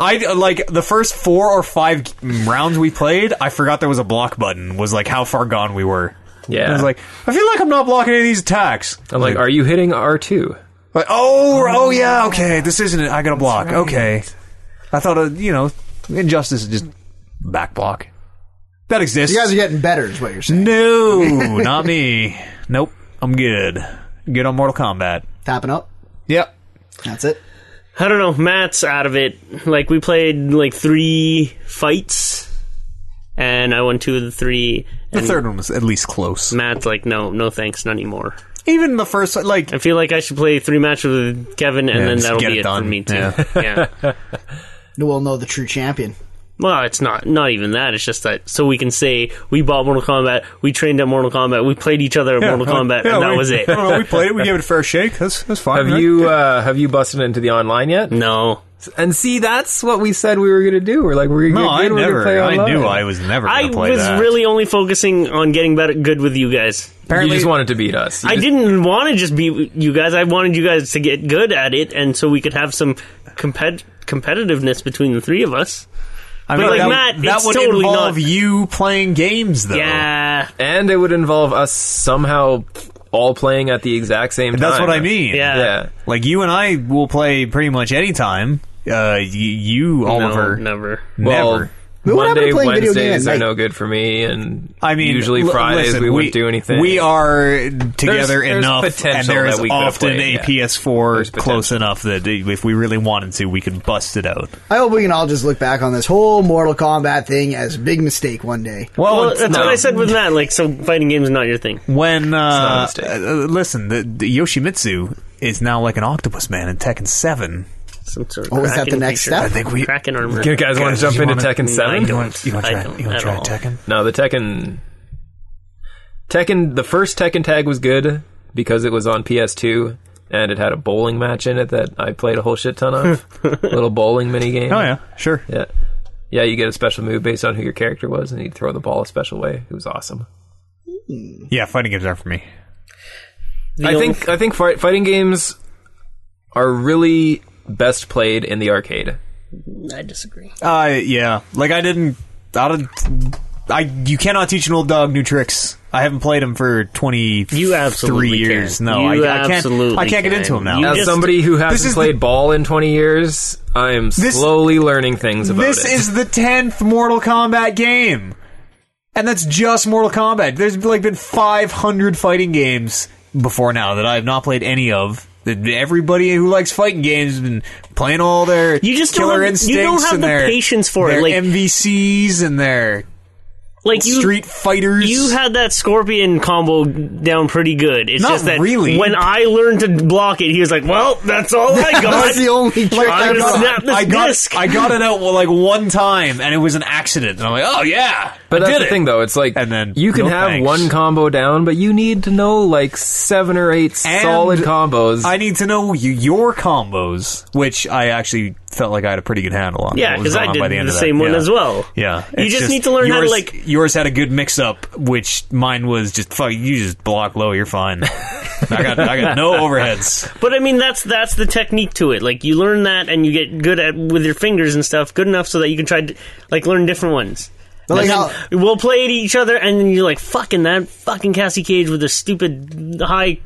S2: I like the first four or five rounds we played, I forgot there was a block button. Was like how far gone we were.
S5: Yeah.
S2: And I was like, I feel like I'm not blocking any of these attacks.
S5: I'm like, are you hitting R2?
S2: Like, oh, oh yeah, okay, this isn't it. I got to block. Okay, I thought, uh, you know, injustice is just back block. That exists.
S1: You guys are getting better, is what you're saying.
S2: no, not me. Nope, I'm good. Good on Mortal Kombat.
S1: Tapping up.
S2: Yep.
S1: That's it.
S3: I don't know. Matt's out of it. Like we played like three fights, and I won two of the three.
S2: The
S3: And
S2: third one was at least close.
S3: Matt's like, no, no, thanks, not anymore.
S2: Even the first, like,
S3: I feel like I should play three matches with Kevin, and then
S2: just
S3: that'll
S2: get it
S3: be it, for
S2: done.
S3: me too.
S2: Yeah.
S3: yeah.
S1: We'll know the true champion.
S3: Well, it's not not even that. It's just that so we can say we bought Mortal Kombat, we trained at Mortal Kombat, we played each other at Mortal Kombat, and that was it.
S2: I don't know, we played it. We gave it a fair shake. That's that's fine.
S5: Have
S2: right?
S5: you uh, have you busted into the online yet?
S3: No,
S5: And see, that's what we said we were going to do. We're like, we're going to
S2: No,
S5: get
S2: I
S5: good, we're
S2: never.
S5: Gonna play
S2: I
S5: online.
S2: knew I was never.
S3: I
S2: Gonna play
S3: was
S2: that.
S3: really only focusing on getting better, good with you guys.
S5: you just wanted to beat us. You
S3: I
S5: just-
S3: didn't want to just be you guys. I wanted you guys to get good at it, and so we could have some compet- competitiveness between the three of us.
S2: I
S3: but like
S2: that,
S3: Matt,
S2: that
S3: it's
S2: would
S3: totally
S2: involve
S3: not-
S2: you playing games, though.
S3: Yeah,
S5: and it would involve us somehow all playing at the exact same time.
S2: that's what I mean.
S3: Yeah.
S5: Yeah.
S2: like you and I will play pretty much any time. Uh, y- you, Oliver,
S3: no, never.
S2: never.
S5: Well,
S1: But what happened
S5: Monday,
S1: to playing video game
S5: Wednesdays
S1: at
S5: are
S1: night?
S5: no good for me, and
S2: I mean,
S5: usually
S2: l-
S5: Fridays
S2: listen,
S5: we wouldn't do anything.
S2: We are together
S5: there's
S2: enough, and
S5: potential
S2: there is
S5: that we could've
S2: often
S5: played,
S2: a
S5: yeah. There's
S2: PS4 close
S5: potential.
S2: enough that if we really wanted to, we could bust it out.
S1: I hope we can all just look back on this whole Mortal Kombat thing as a big mistake one day.
S3: Well,
S2: it's
S3: that's
S2: not-
S3: what I said with Matt. Like, so fighting games is not your thing.
S2: when uh,
S5: It's not a mistake.
S2: uh, listen, the, the Yoshimitsu is now like an octopus man in Tekken Seven.
S3: Some sort of
S1: Oh, is that
S3: Kraken
S1: the next
S3: feature.
S1: step?
S2: I think we.
S3: Kraken armor.
S5: You guys want to jump
S2: you
S5: into
S2: wanna-
S5: Tekken Seven?
S3: I don't.
S2: You want to
S3: I
S2: try?
S3: don't
S2: You want
S3: at
S2: to try
S3: all.
S2: Tekken?
S5: No, the Tekken. Tekken, the first Tekken tag was good because it was on PS2 and it had a bowling match in it that I played a whole shit ton of. little bowling mini game.
S2: Oh yeah, sure.
S5: yeah, yeah. You get a special move based on who your character was, and you'd throw the ball a special way. It was awesome.
S2: Yeah, fighting games aren't for me.
S3: The
S5: I
S3: only-
S5: think I think fight, fighting games are really best played in the arcade.
S3: I disagree.
S2: Uh, yeah. Like I didn't. I don't. I you cannot teach an old dog new tricks. I haven't played him for twenty
S3: You absolutely
S2: three years.
S3: can.
S2: No,
S3: You
S2: I, I can't.
S3: absolutely
S2: I can't get
S3: can.
S2: into him now.
S3: You
S5: As
S3: just-
S5: somebody who
S2: This
S5: hasn't
S2: is
S5: played ball in 20 years, I am
S2: This-
S5: slowly learning things about
S2: this
S5: it.
S2: is the tenth Mortal Kombat game, and that's just Mortal Kombat. There's like been five hundred fighting games before now that I have not played any of. That Everybody who likes fighting games has been playing all their
S3: You just don't
S2: killer
S3: have-
S2: instincts
S3: you don't have
S2: and
S3: the
S2: their
S3: patience for it,
S2: their
S3: like-
S2: MVCs and their
S3: Like you,
S2: Street Fighters.
S3: you had that scorpion combo down pretty good. It's
S2: Not
S3: just that
S2: really.
S3: when I learned to block it, he was like, "Well, that's all I got."
S1: That's the only trick
S3: I'm
S1: I've
S3: gonna
S1: got.
S3: snap this
S2: I got
S3: disc.
S2: I got it out well, like one time, and it was an accident. And I'm like, oh yeah,
S5: but
S2: I
S5: that's
S2: did
S5: the
S2: it.
S5: thing, though. It's like
S2: And then,
S5: you can
S2: no
S5: have
S2: thanks.
S5: one combo down, but you need to know like seven or eight
S2: And
S5: solid combos.
S2: I need to know y your combos, which I actually felt like I had a pretty good handle on.
S3: yeah,
S2: what was
S3: because I
S2: going on
S3: did
S2: by
S3: the,
S2: end of that.
S3: same one
S2: Yeah.
S3: as well.
S2: Yeah,
S3: you
S2: it's
S3: just, need to learn how to
S2: yours-
S3: like.
S2: Yours had a good mix-up, which mine was just fuck. You just block low, you're fine. I got I got no overheads.
S3: But I mean, that's that's the technique to it. Like you learn that, and you get good at with your fingers and stuff, good enough so that you can try to like learn different ones.
S1: But like
S3: And
S1: how-
S3: then we'll play at each other, and then you're like, "Fucking that fucking Cassie Cage with a stupid high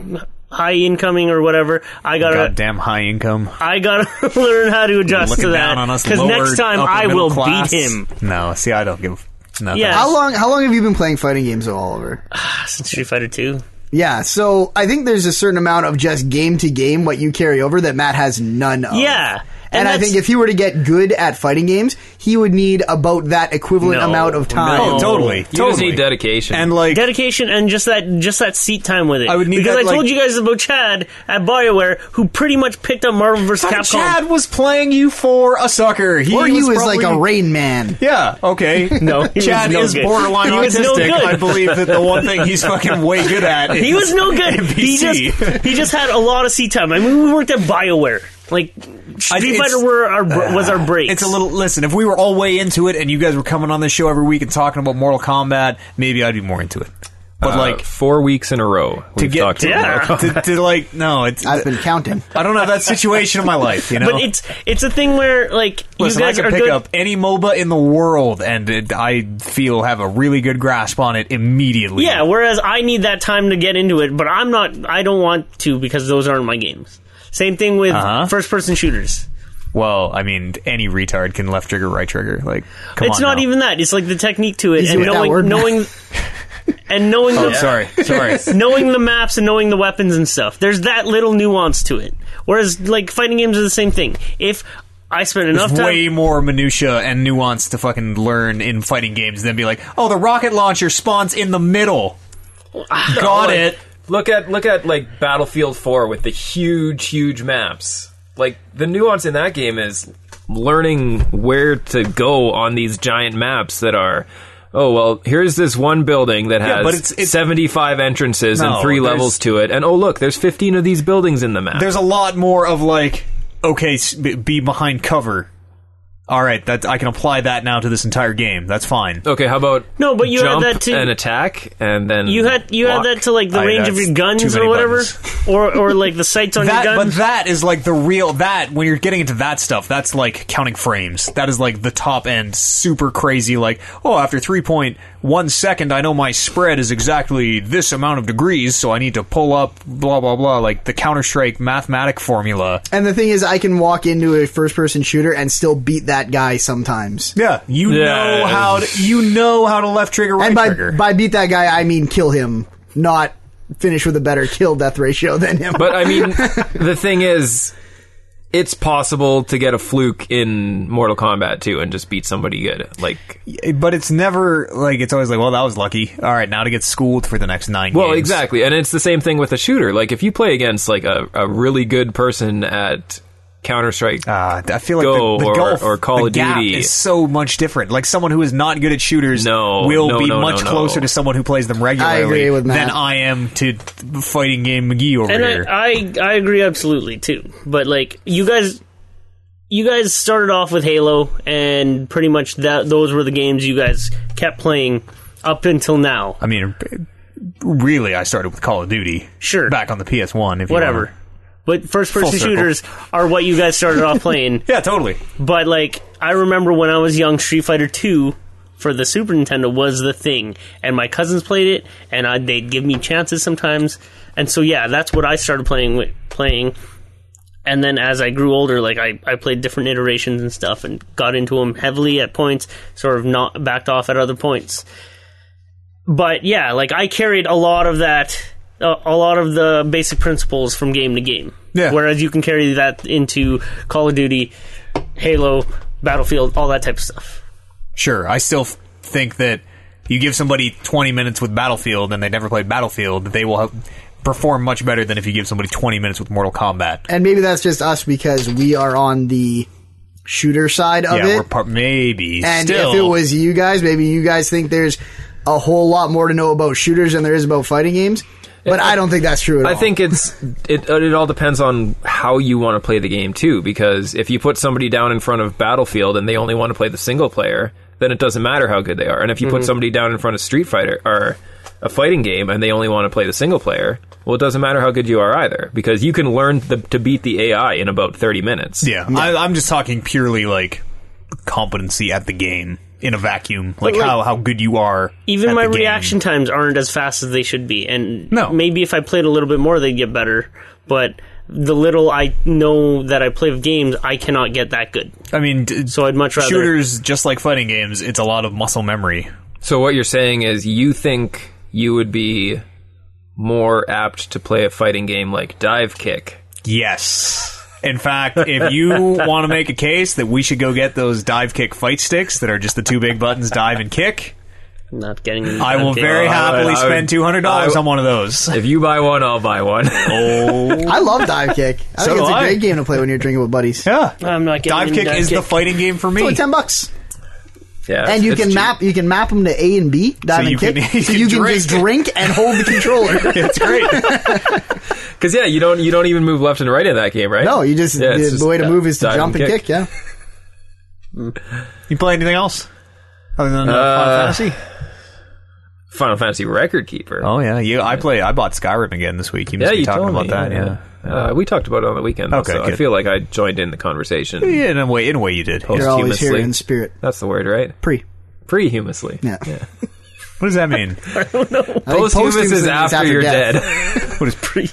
S3: high incoming or whatever." I got to
S2: Goddamn high income.
S3: I gotta learn how to adjust
S2: Looking
S3: to that
S2: down on us.
S3: because
S2: lower
S3: next time
S2: upper
S3: I
S2: middle
S3: will
S2: class.
S3: beat him.
S2: No, see, I don't give. No,
S3: Yeah.
S1: How long? How long have you been playing fighting games, though, Oliver?
S3: Street Fighter Two.
S1: Yeah, so I think there's a certain amount of just game to game what you carry over that Matt has none of.
S3: Yeah,
S1: And, I
S3: that's-
S1: think if he were to get good at fighting games, he would need about that equivalent
S3: No,
S1: amount of time.
S2: Oh, totally.
S5: you
S2: totally.
S5: just need dedication.
S2: And like,
S3: dedication and just that just that seat time with it.
S2: I would need
S3: because
S2: that,
S3: I told
S2: like-
S3: you guys about Chad at Bioware who pretty much picked up Marvel vs.
S2: Fucking
S3: Capcom.
S2: Chad was playing you for a sucker. He
S1: Or he was, like a
S2: probably-
S1: rain man.
S2: Yeah. Okay.
S3: No, he was
S2: Chad
S3: no
S2: is
S3: good.
S2: borderline
S3: He was
S2: autistic.
S3: no good.
S2: I believe that the one thing he's fucking way good at. Is
S3: He was no good. he just
S2: NPC.
S3: he just had a lot of seat time. I mean, we worked at Bioware. Like Street
S2: it's- Ah,
S3: Fighter were our br- was our break.
S2: It's a little. Listen, if we were all way into it, and you guys were coming on this show every week and talking about Mortal Kombat, maybe I'd be more into it. but
S5: Uh,
S2: like
S5: four weeks in a row
S2: to
S5: we've
S2: get
S5: talked
S2: to,
S5: him about it.
S2: to, to, like no, it's
S1: I've been counting.
S2: I don't know that situation of my life. You know,
S3: But it's it's a thing where like
S2: Oh. Listen,
S3: you
S2: I
S3: guys
S2: can
S3: are
S2: pick
S3: good.
S2: up any MOBA in the world, and it, I feel have a really good grasp on it immediately.
S3: Yeah, whereas I need that time to get into it, but I'm not. I don't want to because those aren't my games. Same thing with
S2: Uh-huh.
S3: first-person shooters.
S2: Well, I mean, any retard can left trigger, right trigger. Like, come
S3: it's
S2: on
S3: not
S2: now.
S3: even that. It's like the technique to it,
S1: Easy
S3: and
S1: with that
S3: knowing,
S1: word, man.
S3: knowing, and knowing.
S5: Oh,
S3: the,
S5: sorry, sorry.
S3: knowing the maps and knowing the weapons and stuff. There's that little nuance to it. Whereas like fighting games are the same thing. If I spend enough
S2: There's
S3: time,
S2: way more minutia and nuance to fucking learn in fighting games than be like, oh, the rocket launcher spawns in the middle. Got
S5: Like,
S2: it.
S5: Look at look at like Battlefield 4 with the huge huge maps. Like the nuance in that game is learning where to go on these giant maps that are Oh well, here's this one building that has
S2: but it's- it's-
S5: 75 entrances
S2: No,
S5: and 3
S2: there's-
S5: levels to it. And oh look, there's 15 of these buildings in the map.
S2: There's a lot more of like, okay, s- be be behind cover. All right, that I can apply that now to this entire game. That's fine.
S5: Okay, how about
S3: No, but you had
S5: jump
S3: that too.
S5: and attack and then
S3: you had you
S5: walk?
S3: had that to like the
S2: I-
S3: range of
S2: that's
S3: your
S2: too
S3: guns
S2: many
S3: or whatever,
S2: buttons.
S3: or or like the sights on
S2: That,
S3: your
S2: but
S3: guns.
S2: that is like the real that when you're getting into that stuff, that's like counting frames. That is like the top end, super crazy. Like, oh, after three point one second, I know my spread is exactly this amount of degrees, so I need to pull up blah blah blah. Like the Counter Strike mathematic formula.
S1: And the thing is, I can walk into a first-person shooter and still beat that guy sometimes.
S2: Yeah, you
S5: Yeah.
S2: know how to, you know how to left trigger right
S1: and by
S2: trigger.
S1: by beat that guy, I mean kill him, not finish with a better kill death ratio than him.
S5: But I mean, the thing is, it's possible to get a fluke in Mortal Kombat too and just beat somebody good. Like,
S2: but it's never like it's always like, well, that was lucky. All right, now to get schooled for the next nine.
S5: well,
S2: games.
S5: exactly. And it's the same thing with a shooter. Like, if you play against like a, a really good person at Counter Strike,
S2: Uh, I feel like
S5: Go
S2: the, the
S5: or-
S2: gulf
S5: or Call
S2: the
S5: of
S2: gap
S5: Duty.
S2: is so much different. Like someone who is not good at shooters
S5: No,
S2: will
S5: no,
S2: be
S5: no,
S2: much
S5: no, no.
S2: closer to someone who plays them regularly
S1: I agree with
S2: than
S1: Matt.
S2: I am to fighting game McGee over
S3: and
S2: here.
S3: I, I I agree absolutely too. But like you guys, you guys started off with Halo, and pretty much that those were the games you guys kept playing up until now.
S2: I mean, really, I started with Call of Duty.
S3: Sure.
S2: back on the PS One, if you
S3: Whatever.
S2: wanna.
S3: But first
S2: Full
S3: person
S2: circle.
S3: shooters are what you guys started off playing.
S2: Yeah, totally.
S3: But like I remember when I was young, Street Fighter Two for the Super Nintendo was the thing, and my cousins played it, and I, they'd give me chances sometimes, and so yeah, that's what I started playing with playing. And then as I grew older, like I, I played different iterations and stuff, and got into them heavily at points, sort of not backed off at other points. But yeah, like I carried a lot of that, uh, a lot of the basic principles from game to game.
S2: Yeah.
S3: Whereas you can carry that into Call of Duty, Halo, Battlefield, all that type of stuff.
S2: Sure, I still f- think that you give somebody 20 minutes with Battlefield and they never played Battlefield, they will have, perform much better than if you give somebody 20 minutes with Mortal Kombat.
S1: and maybe that's just us because we are on the shooter side of
S2: yeah,
S1: it.
S2: we're part maybe
S1: and
S2: still.
S1: if it was you guys, maybe you guys think there's a whole lot more to know about shooters than there is about fighting games. But I don't think that's true at all.
S5: I think it's it. It all depends on how you want to play the game too. Because if you put somebody down in front of Battlefield and they only want to play the single player, then it doesn't matter how good they are. And if you put somebody down in front of Street Fighter or a fighting game and they only want to play the single player, well, it doesn't matter how good you are either, because you can learn the, to beat the AI in about thirty minutes.
S2: Yeah, I, I'm just talking purely like competency at the game in a vacuum, like,
S3: like,
S2: how how good you are.
S3: Even
S2: at
S3: my
S2: the game.
S3: reaction times aren't as fast as they should be, and
S2: No.
S3: maybe if I played a little bit more, they'd get better. But the little I know that I play with games, I cannot get that good.
S2: I mean, d-
S3: So I'd much rather
S2: shooters just like fighting games. It's a lot of muscle memory.
S5: So what you're saying is you think you would be more apt to play a fighting game like Dive Kick.
S2: Yes. In fact, if you want to make a case that we should go get those dive kick fight sticks that are just the two big buttons, dive and kick,
S3: not getting. Uh,
S2: I will
S3: okay.
S2: very
S5: I
S2: happily
S5: would- I would-
S2: spend two hundred dollars
S5: I-
S2: on one of those.
S5: If you buy one, I'll buy one.
S2: Oh,
S1: I love Dive Kick. I think
S2: do
S1: it's a
S2: I.
S1: great game to play when you're drinking with buddies.
S2: yeah.
S3: I'm not getting
S2: Dive
S3: into
S2: kick
S3: dive
S2: is the
S3: kick.
S2: fighting game for me.
S1: Only ten bucks.
S5: yeah,
S1: and you
S5: it's
S1: can
S5: cheap.
S1: map you can map them to A and B, dive
S2: you
S1: and
S2: can-
S1: kick.
S2: you
S1: so
S2: can
S1: you can
S2: drink.
S1: just drink and hold the controller.
S2: it's great.
S5: Because yeah, you don't you don't even move left and right in that game, right?
S1: no, you just
S5: Yeah,
S1: the,
S5: it's just,
S1: the way to
S5: yeah,
S1: move is to
S5: dive
S1: jump and kick. Yeah,
S2: You play anything else other than uh,
S5: Uh,
S2: Final Fantasy?
S5: Final Fantasy record keeper.
S2: Oh yeah, you. I play. I bought Skyrim again this week. You must
S5: yeah,
S2: be
S5: you
S2: talking
S5: told
S2: about
S5: me,
S2: that. Yeah.
S5: Uh, we talked about it on the weekend. though,
S2: Okay,
S5: so I
S2: good.
S5: feel like I joined in the
S2: Yeah. Oh.
S5: conversation.
S2: in a way, in a way, you did.
S1: You're
S2: Yeah.
S1: always here
S5: Posthumously.
S1: in spirit.
S5: That's the word, right?
S1: Pre.
S5: Prehumously.
S1: Yeah.
S2: What does that mean?
S1: I think
S5: Posthumous
S1: posthumously
S5: is
S1: means
S5: after, you're
S1: death.
S5: dead.
S2: what is pre?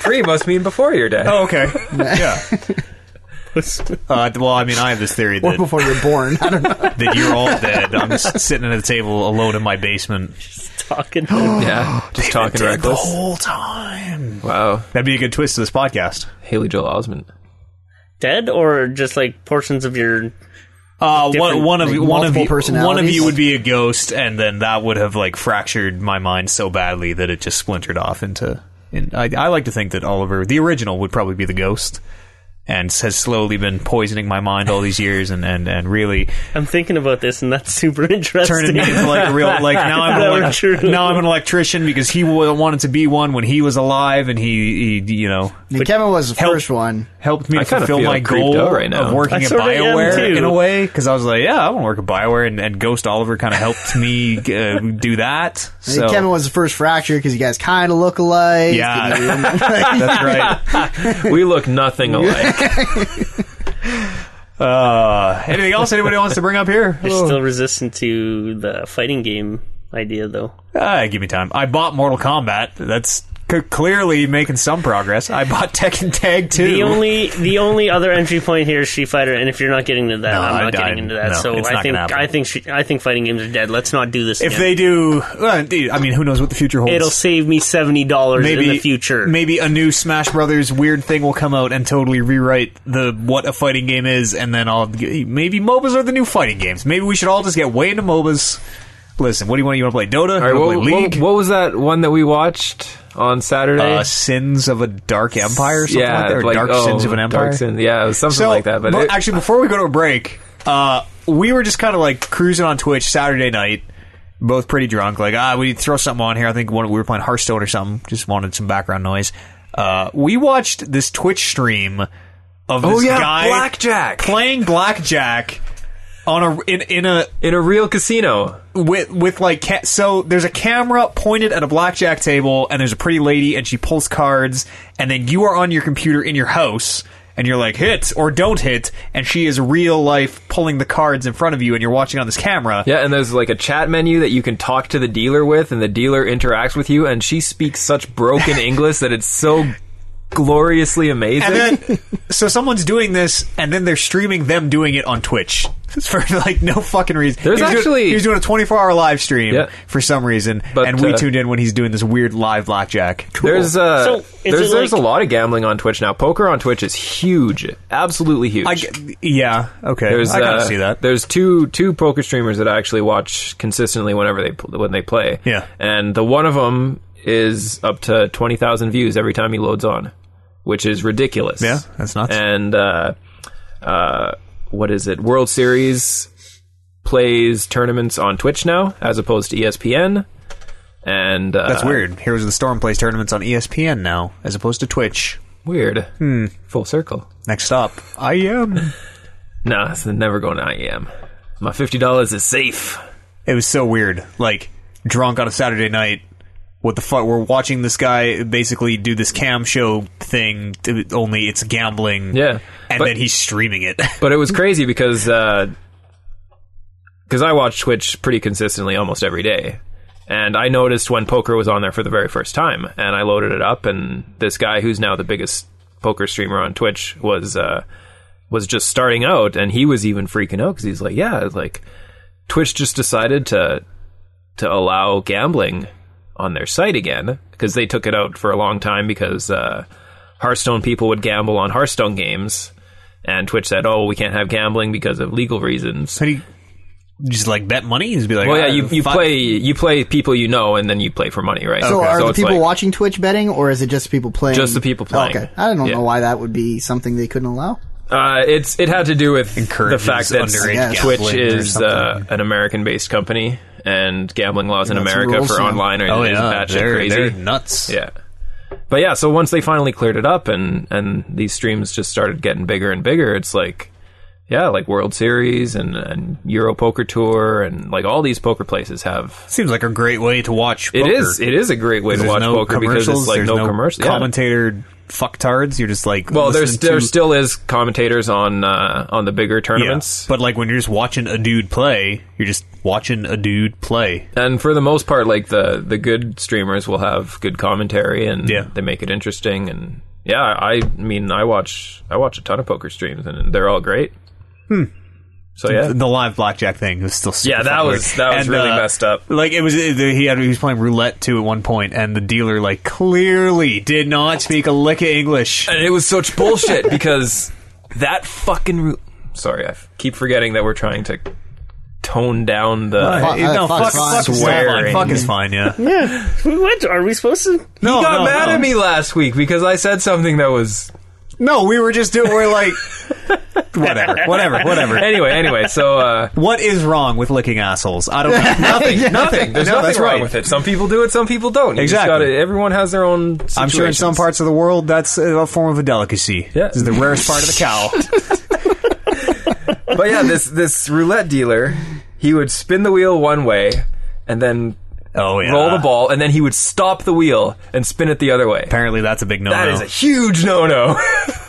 S5: Pre must mean before you're dead.
S2: Oh, okay. yeah. Uh, well, I mean, I have this theory
S1: Or
S2: that,
S1: before you're born. I don't know.
S2: that you're all dead. I'm just sitting at a table alone in my basement
S3: talking. to
S5: Yeah, just talking
S2: Dead the
S5: reckless.
S2: whole time.
S5: Wow,
S2: That'd be a good twist to this podcast.
S5: Haley Joel Osment.
S3: dead or just like portions of your
S2: Uh, one,
S3: Different,
S2: one of one of
S1: like, multiple
S2: you, one of
S1: personalities?
S2: you would be a ghost, and then that would have like fractured my mind so badly that it just splintered off into. In, I, I like to think that Oliver, the original, would probably be the ghost, and has slowly been poisoning my mind all these years, and and and really
S3: I'm thinking about this and that's super interesting.
S2: turning me into like a real like now I'm
S3: If
S2: an
S3: that were
S2: elec-
S3: true.
S2: now I'm an electrician because he wa- wanted to be one when he was alive, and he, he you know
S1: Yeah, Kevin was the
S2: Help.
S1: first one.
S2: helped me
S5: I kinda
S2: fulfill
S5: feel
S2: my
S5: creeped
S2: goal
S5: out right now.
S2: of working
S3: I
S2: at
S3: sorta am
S2: Bioware
S3: too.
S2: in a way because I was like, yeah, I want to work at Bioware, and, and Ghost Oliver kind of helped me uh, do that.
S1: I think
S2: So
S1: Kevin was the first fracture because you guys kind of look alike.
S2: yeah,
S1: Like,
S2: that's right.
S5: We look nothing alike.
S2: Uh, anything else anybody wants to bring up here?
S3: You're still resistant to the fighting game idea though.
S2: Uh, give me time. I bought Mortal Kombat. That's c- clearly making some progress. I bought Tekken Tag Two.
S3: The only the only other entry point here is Street Fighter, and if you're not getting to that, I'm not
S2: I- I-
S3: getting into that.
S2: no,
S3: so
S2: it's
S3: I
S2: not
S3: think
S2: gonna happen.
S3: I think she, I think fighting games are dead. Let's not do this.
S2: if
S3: again.
S2: they do, well, dude, I mean, who knows what the future holds?
S3: it'll save me seventy dollars in
S2: maybe
S3: the future.
S2: Maybe a new Smash Brothers weird thing will come out and totally rewrite the what a fighting game is, and then I'll maybe MOBAs are the new fighting games. Maybe we should all just get way into MOBAs. Listen, what do you want? You want to play Dota?
S5: All right,
S2: you
S5: what,
S2: want to play
S5: what-
S2: League?
S5: what was that one that we watched on Saturday?
S2: uh, Sins of a Dark Empire, or something
S5: yeah,
S2: like that, or
S5: like,
S2: Dark
S5: oh,
S2: Sins of an Empire.
S5: Dark Sins, yeah, it was something like that. But
S2: bu-
S5: it-
S2: actually, before we go to a break, uh, we were just kind of like cruising on Twitch Saturday night, both pretty drunk. Like, ah, we throw something on here. I think one, we were playing Hearthstone or something. Just wanted some background noise. Uh, we watched this Twitch stream of this
S5: oh yeah,
S2: guy
S5: blackjack
S2: playing blackjack on a in in a
S5: in a real casino.
S2: with with like ca- so there's a camera pointed at a blackjack table and there's a pretty lady and she pulls cards and then you are on your computer in your house and you're like hit or don't hit and she is real life pulling the cards in front of you and you're watching on this camera
S5: Yeah, and there's like a chat menu that you can talk to the dealer with, and the dealer interacts with you, and she speaks such broken English that it's so gloriously amazing.
S2: and then so someone's doing this and then they're streaming them doing it on Twitch for like no fucking reason
S5: There's
S2: he was doing-
S5: actually-
S2: he was doing a 24 hour live stream
S5: Yeah.
S2: for some reason
S5: But,
S2: and we
S5: uh,
S2: tuned in when he's doing this weird live blackjack
S5: There's uh,
S3: So, is
S5: there's
S3: it
S5: there's
S3: like-
S5: a lot of gambling on Twitch now. Poker on Twitch is huge, absolutely huge.
S2: I, yeah okay
S5: there's
S2: I gotta
S5: uh,
S2: see that
S5: There's two two poker streamers that I actually watch consistently whenever they pl- when they play.
S2: Yeah.
S5: and the one of them is up to twenty thousand views every time he loads on, which is ridiculous.
S2: Yeah, that's nuts.
S5: And uh, uh, what is it? World Series plays tournaments on Twitch now, as opposed to E ESPN. And uh,
S2: That's weird. Heroes of the Storm plays tournaments on E ESPN now, as opposed to Twitch.
S5: Weird. Hmm. Full circle.
S2: Next up, I am.
S5: Nah, it's never going to IEM. My fifty dollars is safe.
S2: It was so weird. Like drunk on a Saturday night. What the fuck? We're watching this guy basically do this cam show thing. to- Only it's gambling.
S5: Yeah,
S2: and
S5: but-
S2: then he's streaming it.
S5: but it was crazy because uh, because I watch Twitch pretty consistently almost every day, and I noticed when poker was on there for the very first time, and I loaded it up, and this guy who's now the biggest poker streamer on Twitch was uh, was just starting out, and he was even freaking out because he's like, yeah, like Twitch just decided to to allow gambling on their site again because they took it out for a long time because uh, Hearthstone people would gamble on Hearthstone games and Twitch said, "Oh, we can't have gambling because of legal reasons."
S2: so he just like bet money. He's be like,
S5: Well, yeah,
S2: "Ah,
S5: you, you
S2: fuck."
S5: play you play people you know, and then you play for money, right?
S1: So are the
S5: it's
S1: people
S5: like,
S1: watching Twitch betting, or is it just people playing? Oh,
S5: Just the people playing.
S1: okay, I don't
S5: Yeah.
S1: know why that would be something they couldn't allow.
S5: uh, it's it had to do with the
S2: Encourages
S5: fact that
S2: underage
S1: Yes.
S2: gambling
S5: Twitch
S2: or
S5: is
S2: something.
S5: uh, an American-based company, and gambling laws in
S1: got some
S5: America
S1: rules
S5: for
S1: now.
S5: online are
S2: oh
S5: is
S2: yeah,
S5: batshit
S2: they're,
S5: crazy.
S2: they're nuts.
S5: Yeah. But yeah, so once they finally cleared it up and and these streams just started getting bigger and bigger, it's like yeah, like World Series and, and Euro Poker Tour and like all these poker places have.
S2: Seems like a great way to watch.
S5: It
S2: poker.
S5: is it is a great way to
S2: There's
S5: watch
S2: no
S5: poker because it's
S2: commercials,
S5: like
S2: there's
S5: no, commercial. yeah.
S2: commentator fucktards. You're just like
S5: Well, there's
S2: listening
S5: there
S2: to-
S5: still is commentators on uh, on the bigger
S2: Yeah.
S5: tournaments,
S2: But like when you're just watching a dude play, you're just watching a dude play.
S5: and for the most part, like the the good streamers will have good commentary and
S2: Yeah.
S5: they make it interesting. And yeah, I mean, I watch I watch a ton of poker streams and they're all great. Hmm. So yeah,
S2: The- uh, The live blackjack thing was still super
S5: Yeah, that
S2: fucking
S5: was-
S2: weird.
S5: that was really messed up.
S2: Like it was, it- he had he was playing roulette too at one point, and the dealer like clearly did not speak a lick of English.
S5: and it was such bullshit because that fucking. Ru- Sorry, I f- keep forgetting that we're trying to tone down the.
S1: Fuck,
S2: Uh, no, fuck,
S1: fuck is fine.
S2: fuck is fine.
S5: Swearing.
S2: Fuck is fine. Yeah. no,
S3: Yeah. What are we supposed to?
S5: he got
S2: Oh, no,
S5: mad
S2: no.
S5: at me last week because I said something that was
S2: No, we were just doing. We're like, whatever, whatever, whatever.
S5: anyway. Anyway, so uh,
S2: What is wrong with licking assholes? I don't know. nothing.
S5: nothing. There's
S2: No,
S5: nothing
S2: that's
S5: wrong
S2: right.
S5: with it. Some people do it. Some people don't. You just
S2: Exactly.
S5: gotta- everyone has their own. Situations.
S2: I'm sure in some parts of the world that's a form of a delicacy.
S5: Yeah.
S2: This is the rarest part of the cow.
S5: But yeah, this this roulette dealer, he would spin the wheel one way, and then
S2: Oh yeah.
S5: roll the ball, and then he would stop the wheel and spin it the other way.
S2: Apparently that's a big no-no.
S5: That is a huge no-no.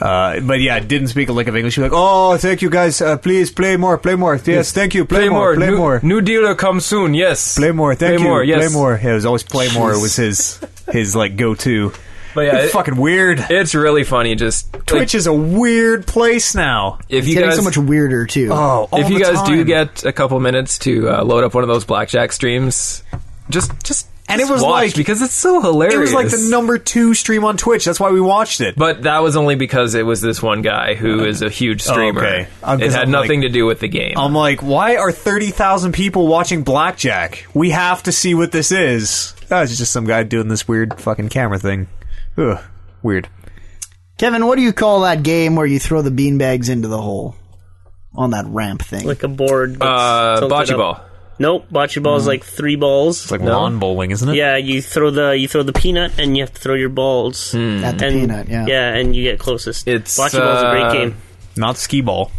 S2: Uh, but yeah, didn't speak a lick of English. He was like, "Oh, thank you guys. Uh, please play more, play more. Yes, thank you. Play,
S5: play
S2: more,
S5: more.
S2: play
S5: new,
S2: more,
S5: new dealer comes soon. Yes.
S2: play more. Thank
S5: play
S2: you.
S5: More, yes.
S2: Play more. Yeah, it was always play more was his his like go-to.
S5: But yeah, it-
S2: fucking weird.
S5: it's really funny. Just like,
S2: Twitch is a weird place now.
S5: if you
S1: Getting
S5: guys.
S1: so much weirder too.
S2: Oh, all
S5: if you
S2: the
S5: guys do
S2: time.
S5: get a couple minutes to uh, load up one of those blackjack streams, just just
S2: And it
S5: just
S2: was
S5: watch
S2: like-
S5: because it's so hilarious.
S2: it was like the number two stream on Twitch. That's why we watched it.
S5: But that was only because it was this one guy who is a huge streamer.
S2: okay. Uh, 'cause
S5: It had
S2: I'm
S5: nothing
S2: like-
S5: to do with the game.
S2: I'm like, why are thirty thousand people watching blackjack? We have to see what this is. Oh, it's just some guy doing this weird fucking camera thing. Ugh, weird.
S1: Kevin, what do you call that game where you throw the beanbags into the hole on that ramp thing?
S3: Like a board. that's
S5: uh,
S3: tilted
S5: bocce
S3: up.
S5: ball.
S3: Nope, bocce ball is like three balls.
S2: Hmm. It's like lawn bowling, isn't it?
S3: yeah, you throw the you throw the peanut and you have to throw your balls.
S2: Hmm.
S1: At the
S3: And,
S1: peanut, yeah.
S3: and you get closest.
S5: It's,
S3: bocce ball's a
S5: uh,
S3: great game.
S2: Not skee ball.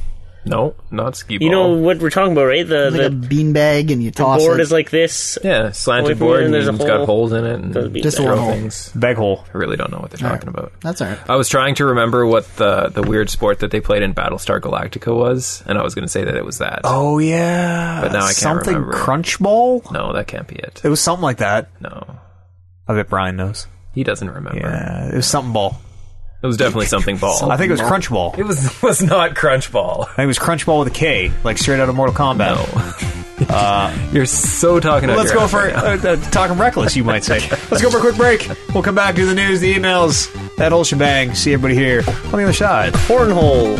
S5: No, not ski ball.
S3: You know what we're talking about, right? The
S1: Like a
S3: the
S1: beanbag and you toss
S3: board
S1: it.
S3: is like this.
S5: yeah,
S3: Away
S5: slanted
S3: from
S5: board
S3: it,
S5: and
S3: there's a
S5: it's got
S3: hole.
S5: holes in it. And
S3: Those beat
S1: Just
S3: that.
S1: a
S5: throw
S1: hole.
S5: things.
S2: Bag hole.
S5: I really don't know what they're talking about.
S1: That's all right.
S5: I was trying to remember what the the weird sport that they played in Battlestar Galactica was, and I was going to say that it was that.
S2: Oh yeah.
S5: But now I can't
S2: something
S5: remember.
S2: crunch ball.
S5: No, that can't be it.
S2: It was something like that.
S5: No,
S2: I bet Brian knows.
S5: he doesn't remember.
S2: Yeah, it was something ball.
S5: It was definitely something ball.
S2: I think it was crunch ball.
S5: it was was not crunch ball.
S2: I think it was crunch ball with a K, like straight out of Mortal Kombat.
S5: No. Uh, You're so talking. out
S2: Let's
S5: your
S2: go
S5: ass
S2: for
S5: right now.
S2: uh, uh, talking reckless, you might say. Let's go for a quick break. We'll come back, do the news, the emails, that whole shebang. See everybody here on the other side.
S3: Cornhole.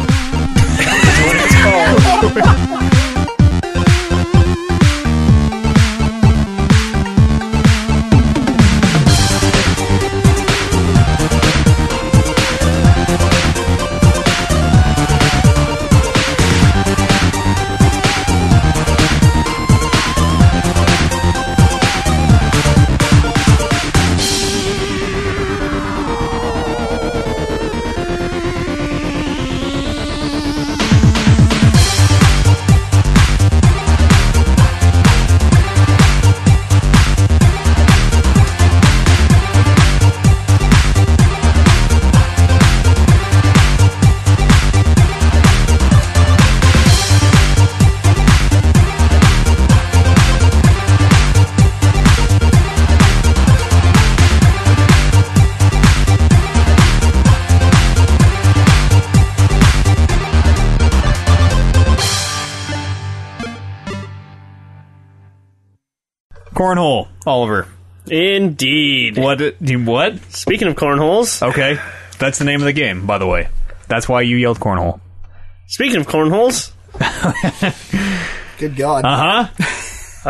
S2: Cornhole, Oliver.
S3: Indeed.
S2: What? do you- What?
S3: Speaking of cornholes,
S2: Okay, that's the name of the game, by the way. That's why you yelled cornhole.
S3: speaking of cornholes,
S1: Good God.
S2: Uh huh.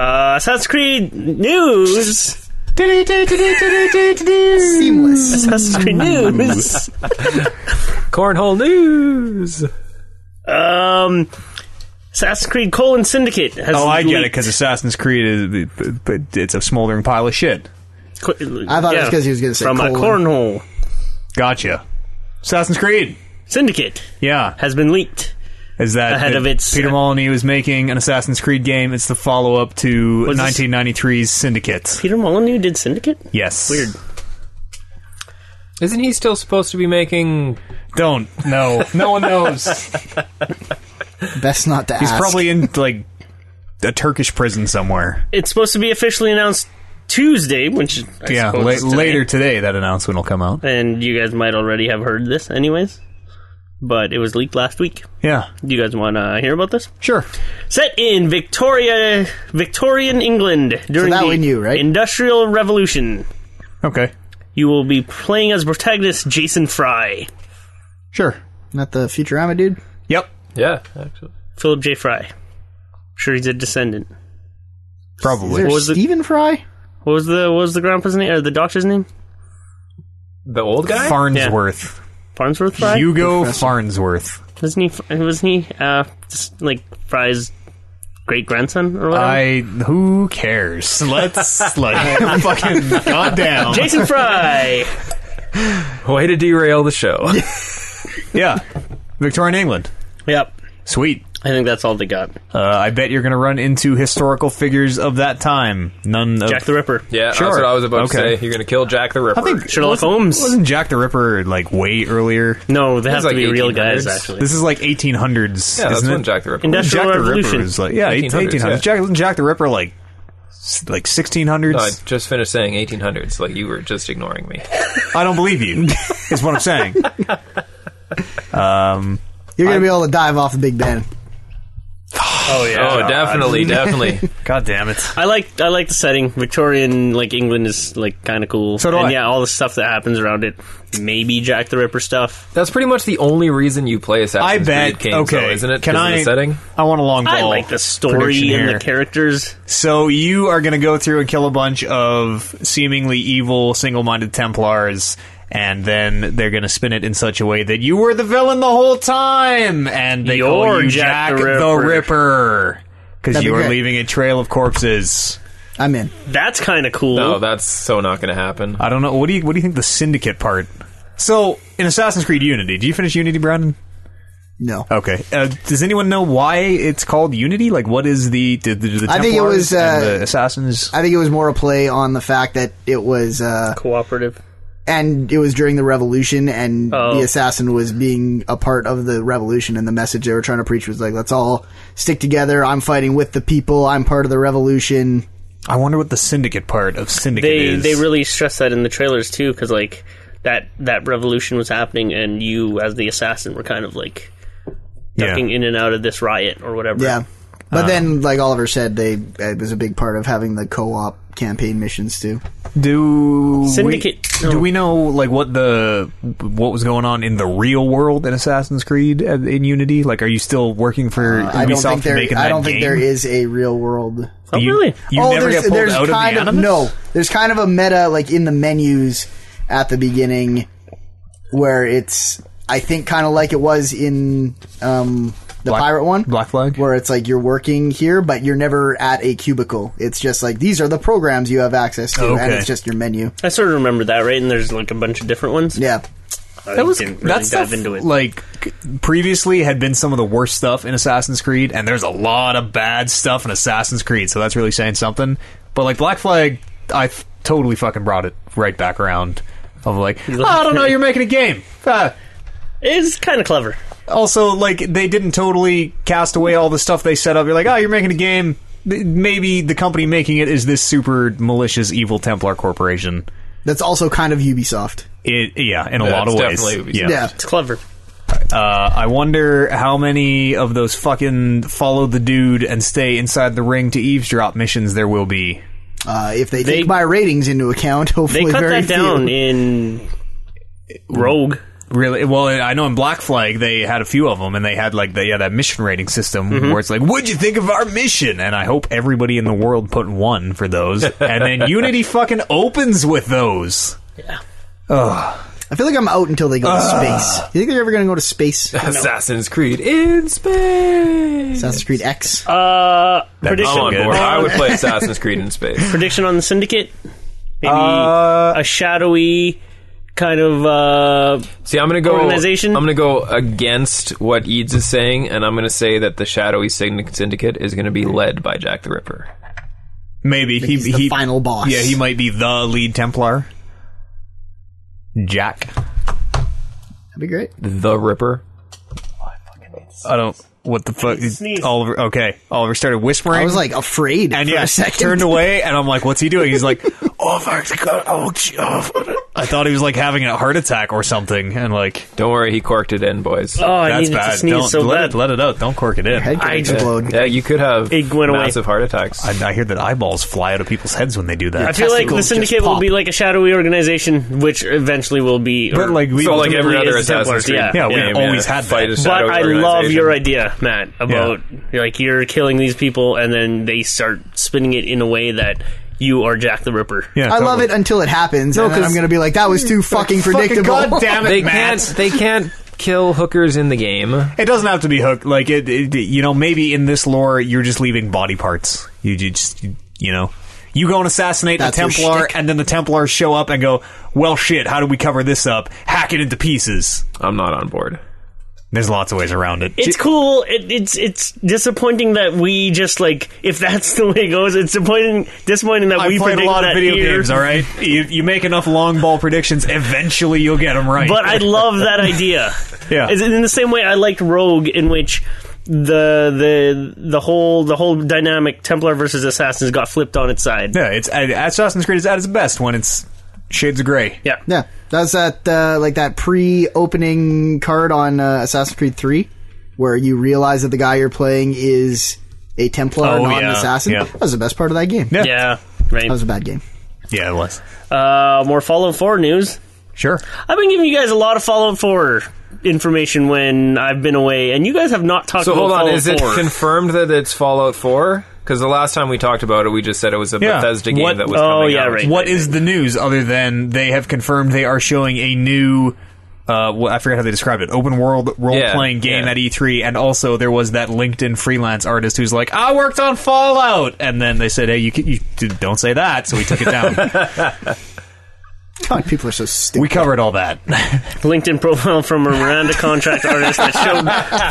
S3: uh, Assassin's Creed news.
S1: Seamless.
S3: Assassin's Creed news.
S5: cornhole news.
S3: Um, Assassin's Creed colon syndicate has.
S2: Oh, I get it
S3: leaked-
S2: because Assassin's Creed is but- but it's a smoldering pile of shit.
S3: Co-
S1: I thought it was
S3: yeah,
S1: 'cause he was gonna say
S3: from a
S1: colon.
S3: cornhole
S2: Gotcha. Assassin's Creed.
S3: syndicate
S2: Yeah,
S3: has been leaked.
S2: Is that
S3: Ahead
S2: that
S3: of its-
S2: Peter Molyneux was making an Assassin's Creed game. It's the follow up to
S3: Was this-
S2: 1993's Syndicate.
S3: Peter Molyneux did Syndicate?
S2: Yes.
S3: Weird.
S5: Isn't he still supposed to be making?
S2: Don't. No. No one knows.
S1: Best not to
S2: He's
S1: ask.
S2: probably in like a Turkish prison somewhere.
S3: It's supposed to be officially announced Tuesday, which I
S2: yeah.
S3: suppose
S2: la-
S3: is today.
S2: later today, that announcement will come out.
S3: And you guys might already have heard this, anyways. But it was leaked last week.
S2: Yeah.
S3: Do you guys want to hear about this?
S2: Sure.
S3: Set in Victoria, Victorian England during
S1: that
S3: the
S1: we knew, right?
S3: Industrial Revolution.
S2: Okay.
S3: You will be playing as protagonist Jason Fry,
S2: Sure.
S1: not the Futurama dude.
S2: Yep.
S5: Yeah, actually.
S3: Philip J. Fry. sure, he's a descendant.
S2: Probably.
S1: There's
S3: was it?
S1: Stephen Fry.
S3: What was the what was the grandpa's name or the doctor's name?
S5: The old guy.
S2: Farnsworth.
S3: Farnsworth Fry.
S2: Hugo Farnsworth.
S3: wasn't he? Wasn't he? Uh, just like Fry's great grandson or whatever.
S2: I. Who cares? Let's like fucking goddamn.
S3: Jason Fry.
S5: Way to derail the show.
S2: Yeah. Victorian England.
S3: yep.
S2: Sweet.
S3: I think that's all they got.
S2: Uh, I bet you're going to run into historical figures of that time. None of
S3: Jack the Ripper.
S5: Yeah,
S2: Sure.
S5: that's what I was about
S2: Okay.
S5: to say. You're gonna kill Jack the Ripper.
S2: I think
S3: Sherlock
S2: wasn't-
S3: Holmes.
S2: wasn't Jack the Ripper like way earlier.
S3: No, they have
S5: like
S3: to be real guys
S5: 1800s.
S3: actually.
S2: This is like 1800s,
S5: yeah, that's
S2: isn't
S5: when
S2: it?
S5: Jack the Ripper.
S3: And
S5: was.
S3: that's-
S2: Jack the Ripper
S3: Revolution.
S2: was like yeah, 1800s.
S5: 1800s,
S2: 1800s.
S5: yeah.
S2: Jack wasn't Jack the Ripper like s- like 1600s.
S5: No, I just finished saying 1800s. Like you were just ignoring me.
S2: I don't believe you. is what I'm saying.
S1: You're gonna be able to dive off the Big Ben.
S2: Oh yeah.
S5: Oh, definitely, definitely.
S2: God damn it.
S3: I like I like the setting. Victorian like England is like kind of cool.
S2: So do
S3: and
S2: I.
S3: yeah, all the stuff that happens around it. Maybe Jack the Ripper stuff.
S5: That's pretty much the only reason you play
S2: I
S5: Assassin's
S2: bet.
S5: Creed Kings,
S2: okay,
S5: though, isn't it?
S2: Can
S5: 'Cause of
S2: I?
S5: the setting?
S2: I want a long ball.
S3: I like the
S2: prediction
S3: story and
S2: here.
S3: the characters.
S2: So you are going to go through and kill a bunch of seemingly evil, single-minded Templars, and then they're going to spin it in such a way that you were the villain the whole time, and they call
S3: You're
S2: you
S3: Jack
S2: Jack,
S3: the
S2: the
S3: Ripper.
S2: Ripper because
S1: That'd
S2: you
S1: be
S2: are
S1: great.
S2: leaving a trail of corpses.
S1: I'm in.
S3: That's kind of cool.
S5: No, that's so not going to happen.
S2: I don't know. What do you What do you think the Syndicate part? So in Assassin's Creed Unity, do you finish Unity, Brandon?
S1: No.
S2: Okay. Uh, does anyone know why it's called Unity? Like, what is the did the, the
S1: I think it
S2: Templars
S1: was,
S2: and
S1: uh,
S2: the assassins?
S1: I think it was more a play on the fact that it was, uh,
S3: Cooperative.
S1: and it was during the revolution, and
S3: Oh.
S1: the assassin was being a part of the revolution, and the message they were trying to preach was like, let's all stick together. I'm fighting with the people. I'm part of the revolution.
S2: I wonder what the syndicate part of syndicate
S3: They
S2: is.
S3: they really stress that in the trailers too, because like that that revolution was happening, and you as the assassin were kind of like ducking in and out of this riot or whatever.
S1: Yeah.
S2: Uh-huh.
S1: But then, like Oliver said, they it was a big part of having the co-op campaign missions too.
S2: Do
S3: Syndicate-
S2: We,
S3: no.
S2: Do we know like what the what was going on in the real world in Assassin's Creed uh, in Unity? Like, are you still working for Ubisoft
S1: Uh, I don't think there.
S2: making that
S1: I don't
S2: game?
S1: think there is a real world.
S3: Oh
S2: You,
S3: really?
S2: You never get pulled out
S1: kind
S2: of the animus?
S1: no. There's kind of a meta like in the menus at the beginning where it's I think kind of like it was in um, the
S2: Black-
S1: pirate one,
S2: Black Flag?
S1: where it's like you're working here, but you're never at a cubicle. It's just like these are the programs you have access to, and
S2: Okay.
S1: it's just your menu.
S3: I sort of remember that, right? And there's like a bunch of different ones.
S1: Yeah,
S3: I
S2: That was
S3: didn't really
S2: that stuff.
S3: dive into it.
S2: Like c- previously, had been some of the worst stuff in Assassin's Creed, and there's a lot of bad stuff in Assassin's Creed. So that's really saying something. But like Black Flag, I f- totally fucking brought it right back around. Of like, "Oh, I don't know, you're making a game. Ah,
S3: it's kind of clever.
S2: also like they didn't totally cast away all the stuff they set up. You're like, oh, you're making a game. Th- Maybe the company making it is this super malicious evil Templar corporation.
S1: that's also kind of Ubisoft.
S2: It, yeah, in a
S5: Yeah,
S2: lot
S5: it's
S2: of ways.
S5: definitely Ubisoft.
S2: Yeah.
S1: Yeah,
S3: It's clever.
S2: Uh, I wonder how many of those fucking follow the dude and stay inside the ring to eavesdrop missions there will be.
S1: uh, if they,
S3: They-
S1: take my ratings into account,
S3: They
S1: hopefully
S3: cut
S1: very
S3: that down
S1: few.
S3: in Rogue.
S2: Really? Well, I know in Black Flag they had a few of them, and they had like the, yeah that mission rating system where it's like, "What'd you think of our mission?" And I hope everybody in the world put one for those, and then Unity fucking opens with those.
S1: I feel like I'm out until they go to space. You think they're ever going to go to space?
S5: Assassin's Creed in space.
S1: Assassin's Creed X.
S3: Uh, prediction.
S5: I'm on board.
S3: Uh,
S5: I would play Assassin's Creed in space.
S1: Uh,
S3: prediction on the syndicate. Maybe a shadowy kind of uh,
S5: See, I'm gonna go.
S3: Organization?
S5: I'm gonna go against what Eads is saying, and I'm gonna say that the Shadowy Syn- Syndicate is gonna be led by Jack the Ripper.
S2: Maybe he
S1: He's the
S2: he
S1: final boss.
S2: Yeah, he might be the lead Templar. Jack.
S1: That'd be great.
S5: The Ripper.
S2: I don't. What the fuck? is- Oliver. Okay, Oliver started whispering.
S1: I was like afraid
S2: and
S1: for
S2: yeah,
S1: a second.
S2: turned away, and I'm like, "What's he doing?" He's like, "Oh, fuck, God, oh, gee, oh." I thought he was like having a heart attack or something, and like
S5: Don't worry, he corked it in, boys.
S3: oh, I
S2: that's
S3: needed
S2: bad.
S3: to sneeze
S2: don't
S3: so
S2: let
S3: bad.
S2: it let it out. Don't cork it in.
S1: Head could
S3: I-
S1: explode.
S5: yeah, you could have
S3: It went away.
S5: massive heart attacks.
S2: I, I hear that eyeballs fly out of people's heads when they do that.
S3: I feel like
S1: testicles
S3: the
S1: just
S3: syndicate will
S1: pop.
S3: be like a shadowy organization, which eventually will be.
S2: but
S3: or-
S2: like we
S5: so like every
S3: ultimately
S5: other
S3: is the
S5: Assassin's
S3: Templars,
S5: Creed,
S3: yeah.
S2: yeah, we
S3: yeah,
S5: game,
S2: always had
S5: fight
S2: that.
S5: a shadow
S3: But I love
S5: organization.
S3: your idea, Matt, about like you're killing these people and then they start spinning it in a way that you are Jack the Ripper.
S2: Yeah,
S1: I love
S2: totally.
S1: it until it happens, and then
S2: 'cause- Mm,
S1: I'm going to be like, "That was too fucking predictable."
S2: God damn it,
S5: They
S2: Matt.
S5: can't. They can't kill hookers in the game.
S2: It doesn't have to be hooked. Like it, it, you know, maybe in this lore, you're just leaving body parts. You, you just, you, know, you go and assassinate
S1: That's
S2: the
S1: your
S2: Templar,
S1: shtick.
S2: and then the Templars show up and go, "Well, shit, how do we cover this up? Hack it into pieces."
S5: I'm not on board.
S2: There's lots of ways around it.
S3: It's cool. It, it's it's disappointing that we just like if that's the way it goes. It's disappointing. Disappointing that
S2: I
S3: we
S2: played a
S3: predicted
S2: lot of
S3: that
S2: video
S3: here.
S2: games. All right, you, you make enough long ball predictions, eventually you'll get them right.
S3: But I love that idea.
S2: Yeah.
S3: It's in the same way I liked Rogue, in which the the the whole the whole dynamic Templar versus Assassins got flipped on its side.
S2: yeah, it's I, Assassin's Creed is at its best when it's shades of gray.
S3: Yeah.
S1: Yeah, that was that uh, like that pre-opening card on uh, Assassin's Creed Three, where you realize that the guy you're playing is a Templar,
S2: Oh,
S1: not
S2: yeah,
S1: an assassin.
S2: yeah.
S1: That was the best part of that game.
S2: Yeah.
S3: Yeah.
S1: That was
S3: Right.
S1: a bad game.
S2: Yeah, it was.
S3: Uh, more Fallout 4 news.
S2: Sure.
S3: I've been giving you guys a lot of Fallout 4 information when I've been away, and you guys have not talked
S5: So
S3: about
S5: hold on,
S3: Fallout
S5: is
S3: 4.
S5: it confirmed that it's Fallout 4? Because the last time we talked about it, we just said it was a
S2: Yeah.
S5: Bethesda game
S2: What-
S5: that was
S3: Oh,
S5: coming
S3: yeah,
S5: out.
S3: right.
S2: What is the news other than they have confirmed they are showing a new? Uh, well, I forget how they described it. Open world role playing game
S5: yeah.
S2: at E3, and also there was that LinkedIn freelance artist who's like, "I worked on Fallout," and then they said, "Hey, you, can, you dude, don't say that," so we took it down.
S1: God, people are so stupid.
S2: we covered all that.
S3: LinkedIn profile from a Miranda contract artist that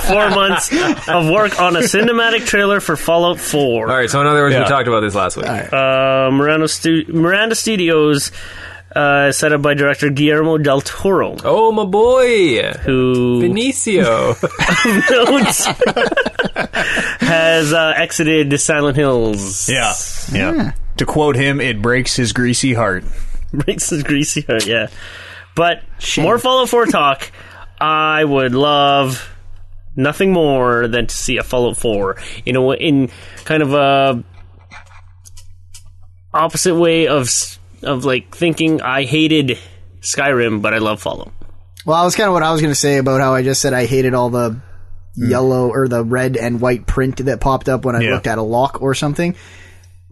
S3: showed four months of work on a cinematic trailer for Fallout 4.
S5: All right, so in other words,
S2: Yeah.
S5: we talked about this last week.
S3: Uh, Miranda, Stu- Miranda Studios, uh, set up by director Guillermo del Toro,
S5: Oh, my boy!
S3: who
S5: Benicio.
S3: notes has uh, exited Silent Hills.
S2: Yeah, yeah. To quote him, it breaks his greasy heart.
S3: Breaks his greasy heart, yeah. But more Fallout 4 talk. I would love nothing more than to see a Fallout 4 in a way, in kind of a opposite way of s- of like thinking I hated Skyrim, but I love Fallout.
S1: Well, that was kind of what I was going to say about how I just said I hated all the yellow or the red and white print that popped up when I
S2: Mm. Yeah.
S1: looked at a lock or something.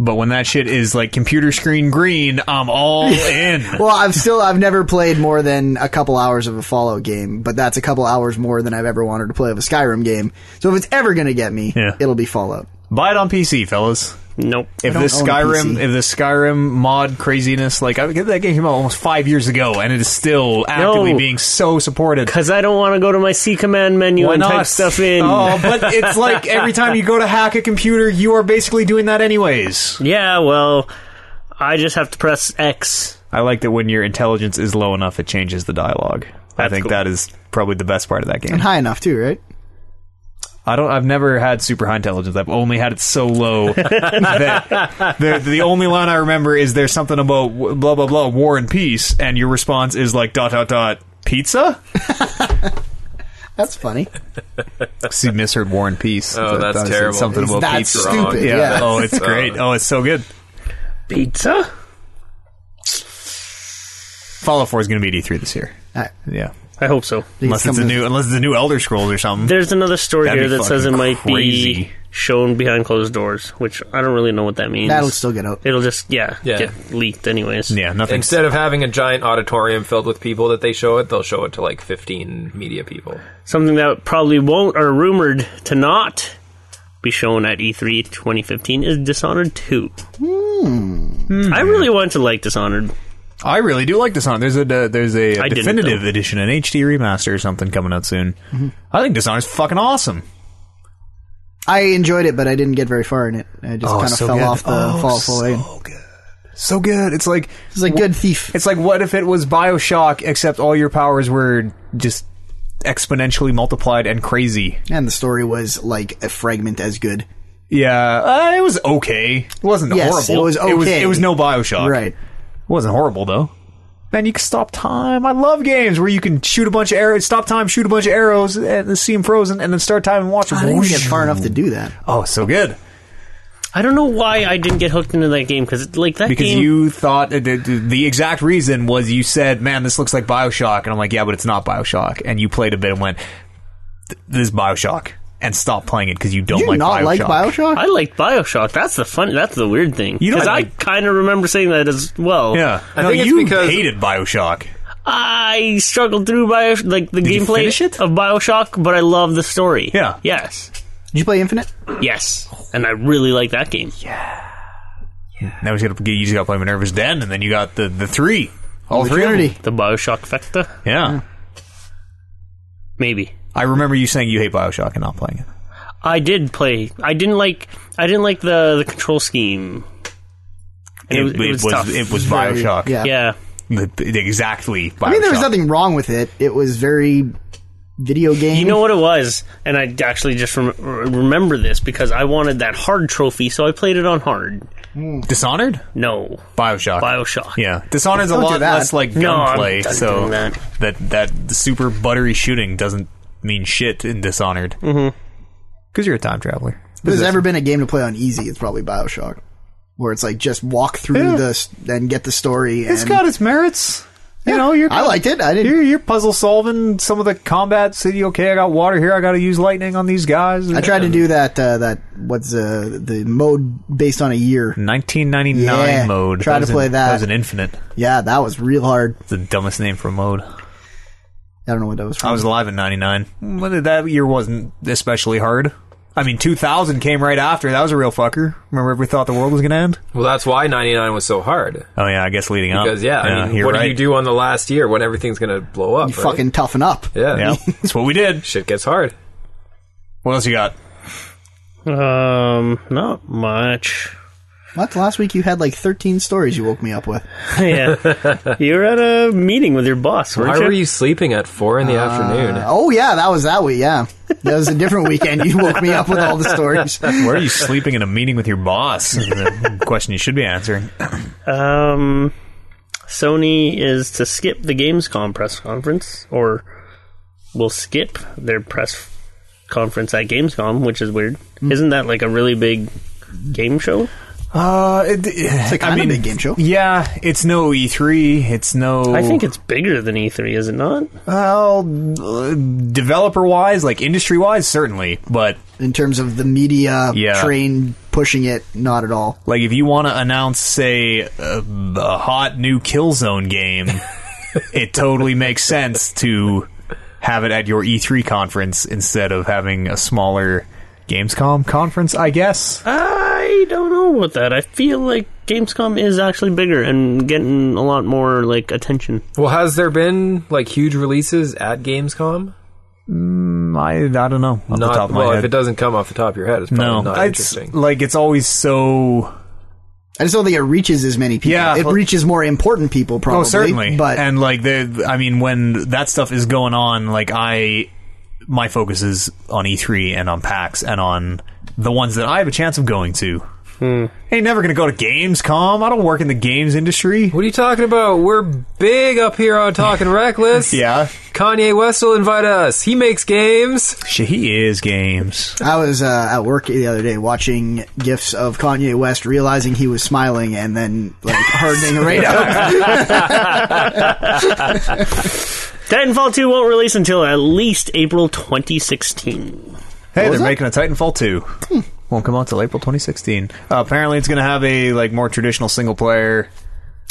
S2: But when that shit is like computer screen green, I'm all in.
S1: Well, I've still I've never played more than a couple hours of a Fallout game, but that's a couple hours more than I've ever wanted to play of a Skyrim game. So if it's ever going to get me,
S2: Yeah.
S1: it'll be Fallout.
S2: Buy it on PC, fellas.
S3: Nope.
S2: if
S1: don't
S2: this
S1: own a
S2: Skyrim,
S1: PC.
S2: if this Skyrim mod craziness, like I that game came out almost five years ago, and it is still actively being so supported.
S3: Because I don't want to go to my C command menu and type stuff in.
S2: Oh, but it's like every time you go to hack a computer, you are basically doing that anyways.
S3: Yeah, well, I just have to press X.
S2: I like that when your intelligence is low enough, it changes the dialogue. I think that is probably the best part of that game.
S1: High enough too, right?
S2: I don't. I've never had super high intelligence. I've only had it so low that the the only line I remember is there's something about w- blah blah blah war and peace, and your response is like dot dot dot pizza.
S1: That's funny.
S2: See, misheard War and Peace.
S5: Oh,
S2: Thought-
S5: that's
S2: thought I said
S5: terrible. Uh,
S2: Something
S1: It's
S2: about
S1: that
S2: pizza.
S1: stupid.
S5: wrong.
S2: Yeah.
S1: Yeah.
S2: Oh, it's great. Oh, it's so good.
S3: Pizza?
S2: Fallout Four is going to be at E3 this year.
S1: All right.
S2: Yeah.
S3: I hope so.
S2: Unless it's a new, unless it's a new Elder Scrolls or something.
S3: There's another story
S2: That'd
S3: here
S2: be
S3: that says it
S2: fucking
S3: might
S2: crazy.
S3: be shown behind closed doors, which I don't really know what that means.
S1: That'll still get out.
S3: It'll just yeah,
S5: Yeah.
S3: get leaked anyways.
S2: Yeah, nothing.
S5: Instead of having a giant auditorium filled with people that they show it, they'll show it to like 15 media people.
S3: Something that probably won't or rumored to not be shown at E E3
S1: Hmm.
S3: 2015 is Dishonored 2. I really want to like Dishonored.
S2: I really do like this Dishonored. There's a there's a
S3: I didn't,
S2: definitive
S3: though.
S2: edition, an HD remaster or something coming out soon. I think Dishonored's fucking awesome.
S1: I enjoyed it, but I didn't get very far in it. I just kind of fell off the
S2: oh,
S1: fall
S2: so
S1: away.
S2: good. So good. It's like
S1: It's like good thief.
S2: it's like what if it was BioShock except all your powers were just exponentially multiplied and crazy.
S1: And the story was like a fragment as good.
S2: Yeah, uh, it was okay. It wasn't
S1: Yes,
S2: horrible.
S1: it was
S2: It was,
S1: okay.
S2: it was no BioShock.
S1: Right.
S2: It wasn't horrible though. Man, you can stop time. I love games where you can shoot a bunch of arrows, stop time, shoot a bunch of arrows, and see them frozen, and then start time and watch them.
S1: I didn't get far enough to do that.
S2: Oh, so good
S3: I don't know why I didn't get hooked into that game because like that
S2: because
S3: game.
S2: you thought the, the- the exact reason was you said, "Man, this looks like Bioshock," and I'm like, "Yeah, but it's not Bioshock." And you played a bit and went, "Th- "This is Bioshock," and stopped playing it because you don't
S1: Do you
S2: Oh, like
S1: not
S2: Bioshock.
S1: like Bioshock?
S3: I liked Bioshock. That's the fun. That's the weird thing.
S2: You don't
S3: Because I
S2: like-
S3: kind of remember saying that as well.
S2: Yeah,
S5: I
S2: no,
S5: think it's
S2: you
S5: because-
S2: hated Bioshock.
S3: I struggled through Bio like the
S2: you
S3: gameplay
S2: finish it?
S3: of Bioshock, but I love the story.
S2: Yeah.
S3: Yes.
S1: Did you play Infinite?
S3: Yes. And I really like that game.
S2: Now you got you just got to play Minerva's Den, and then you got the the three, all three of them.
S1: Trinity.
S3: The Bioshock Vector,
S2: Yeah.
S3: maybe.
S2: I remember you saying you hate Bioshock and not playing it.
S3: I did play. I didn't like. I didn't like the the control scheme. And it, was- it was, tough.
S2: it was Bioshock.
S1: Yeah.
S3: yeah.
S2: The- the- exactly. Bioshock.
S1: I mean, there was nothing wrong with it. It was very video game.
S3: You know what it was, and I actually just rem- remember this because I wanted that hard trophy, so I played it on hard.
S2: Dishonored.
S3: No,
S2: Bioshock.
S3: Bioshock.
S2: Yeah, Dishonored's a
S1: Don't do
S2: lot
S1: that.
S2: less like
S3: No, I'm
S2: gunplay,
S3: done
S2: so
S3: doing that.
S2: that that super buttery shooting doesn't mean shit in Dishonored. Mm-hmm. Because you're a time traveler.
S1: If there's ever been a game to play on easy, it's probably Bioshock, where it's like just walk through
S2: Yeah.
S1: this and get the story. And
S2: It's got its merits. You know, you're
S1: I liked it. I didn't.
S2: You're, you're puzzle solving some of the combat. City, okay, I got water here. I got to use lightning on these guys.
S1: I tried to do that. Uh, that what's uh, the mode based on a year?
S2: 1999
S1: Yeah,
S2: mode.
S1: try to
S2: was
S1: play
S2: an,
S1: that.
S2: That was an infinite.
S1: Yeah, that was real hard.
S2: It's the dumbest name for a mode.
S1: I don't know what that was. From.
S2: I was alive in '99. Well, That year wasn't especially hard. I mean, 2000 came right after. That was a real fucker. Remember, if we thought the world was going to end.
S5: Well, that's why 99 was so hard.
S2: Oh yeah, I guess leading up.
S5: Because, yeah, I mean,
S2: you're
S5: what
S2: right.
S5: do you do on the last year when everything's going to blow up?
S1: you
S5: right?
S1: fucking toughen up.
S5: Yeah.
S2: Yeah, that's what we did.
S5: Shit gets hard.
S2: What else you got?
S3: Um, not much.
S1: What? Last week you had like 13 stories you woke me up with.
S3: yeah, you were at a meeting with your boss, weren't
S5: Why
S3: you?
S5: were you sleeping at 4 in the afternoon?
S1: Oh yeah, that was that week. Yeah, that was a different weekend. You woke me up with all the stories.
S2: Where are you sleeping in a meeting with your boss? Is the question you should be answering.
S3: Um, Sony is to skip the Gamescom press conference, or will skip their press conference at Gamescom, which is weird.
S5: Hmm.
S3: Isn't that like a really big game show?
S2: Uh, it, it's
S1: like
S2: I
S1: kinda
S2: mean,
S1: big game show.
S2: Yeah, it's no E3. It's no.
S3: I think it's bigger than E3, is it not?
S2: well, developer wise, like industry wise, certainly, but
S1: In terms of the media
S2: Yeah.
S1: train pushing it, not at all.
S2: Like if you want to announce, say, a, a hot new Killzone game, it totally makes sense to have it at your E3 conference instead of having a smaller Gamescom conference. I guess
S3: I don't know about that. I feel like Gamescom is actually bigger and getting a lot more like attention.
S5: Well, has there been like huge releases at Gamescom?
S2: I I don't know. Off the
S5: Not
S2: top of my
S5: well.
S2: head.
S5: If it doesn't come off the top of your head, it's probably
S2: no,
S5: not
S2: it's
S5: interesting.
S2: like it's always so.
S1: I just don't think it reaches as many people.
S2: Yeah,
S1: it
S2: well-
S1: reaches more important people, probably.
S2: Oh, certainly.
S1: But
S2: and like the, I mean, when that stuff is going on, like I, my focus is on E3 and on PAX and on the ones that I have a chance of going to. Ain't never gonna go to Gamescom. I don't work in the games industry.
S5: What are you talking about? We're big up here on Talking Reckless.
S2: Yeah,
S5: Kanye West will invite us. He makes games.
S2: shit, he is games.
S1: I was uh, at work the other day watching gifs of Kanye West realizing he was smiling and then like hardening right up.
S3: Titanfall 2 won't release until at least April 2016.
S2: Hey, they're making a Titanfall 2.
S1: Hmm.
S2: Won't come out till April 2016. Uh, apparently, it's gonna have a like more traditional single player.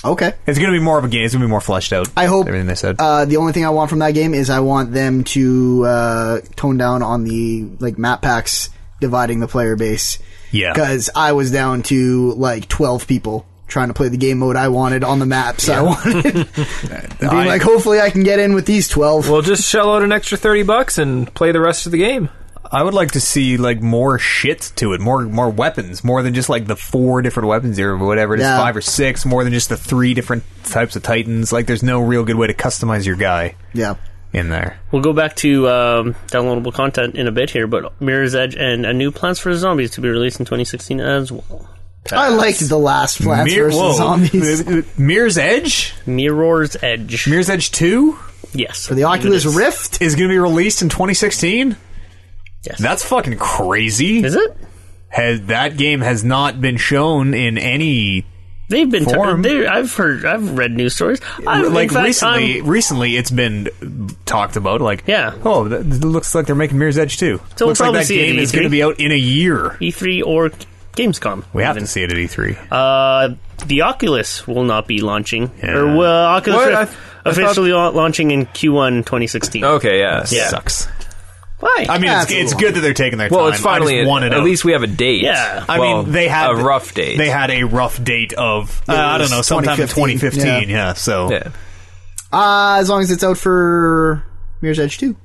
S1: Okay.
S2: It's gonna be more of a game. It's gonna be more fleshed out.
S1: I hope-
S2: everything they said.
S1: Uh, the only thing I want from that game is I want them to uh, tone down on the like map packs dividing the player base
S2: yeah,
S1: because I was down to like twelve people trying to play the game mode I wanted on the maps I wanted. and being like, hopefully I can get in with these 12.
S5: Well, just shell out an extra 30 bucks and play the rest of the game.
S2: I would like to see like more shit to it, more more weapons, more than just like the four different weapons or whatever it is,
S1: Yeah.
S2: five or six, more than just the three different types of titans. Like, there's no real good way to customize your guy
S1: yeah.
S2: in there.
S3: We'll go back to um, downloadable content in a bit here, but Mirror's Edge and a new Plants vs. Zombies to be released in 2016 as well.
S1: I liked the last Plants
S2: Mir-
S1: vs.
S2: whoa.
S1: Zombies.
S2: Uh, uh, Mirror's Edge,
S3: Mirror's Edge.
S2: Mirror's Edge Two
S3: yes.
S1: For the Oculus Rift?
S2: is going to be released in 2016.
S3: Yes.
S2: That's fucking crazy.
S3: Is it?
S2: Has, that game has not been shown in any
S3: They've been.
S2: Form.
S3: they- I've heard. I've read news stories. I've, in
S2: like
S3: fact,
S2: recently.
S3: I'm-
S2: recently, it's been talked about. Like,
S3: Yeah.
S2: oh, that, that looks like they're making Mirror's Edge too.
S3: So we'll
S2: looks like
S3: probably
S2: that
S3: see it
S2: game
S3: at
S2: is going to
S3: E3.
S2: be out in a year.
S3: E3 E or Gamescom.
S2: We have
S3: even.
S2: to see it at E E3.
S3: Uh, the Oculus will not be launching.
S2: Yeah.
S3: Or well, Oculus
S5: What?
S3: Rift
S5: I th- I thought-
S3: officially la- launching in Q1 2016.
S5: Okay, yeah.
S3: Yeah.
S2: Sucks.
S3: Why?
S2: Oh, I mean, it's,
S1: That's a
S2: it's
S1: little-
S2: good that they're taking their time.
S5: Well, it's
S2: I
S5: finally
S2: just want it
S5: at
S2: out.
S5: least we have a date.
S3: Yeah.
S2: I
S5: Well,
S2: mean, they had
S5: a rough date.
S2: They had a rough date of uh, I don't know, sometime in
S1: 2015,
S2: 2015.
S1: yeah.
S2: Yeah, so
S5: yeah.
S1: Uh, as long as it's out for Mirror's Edge 2.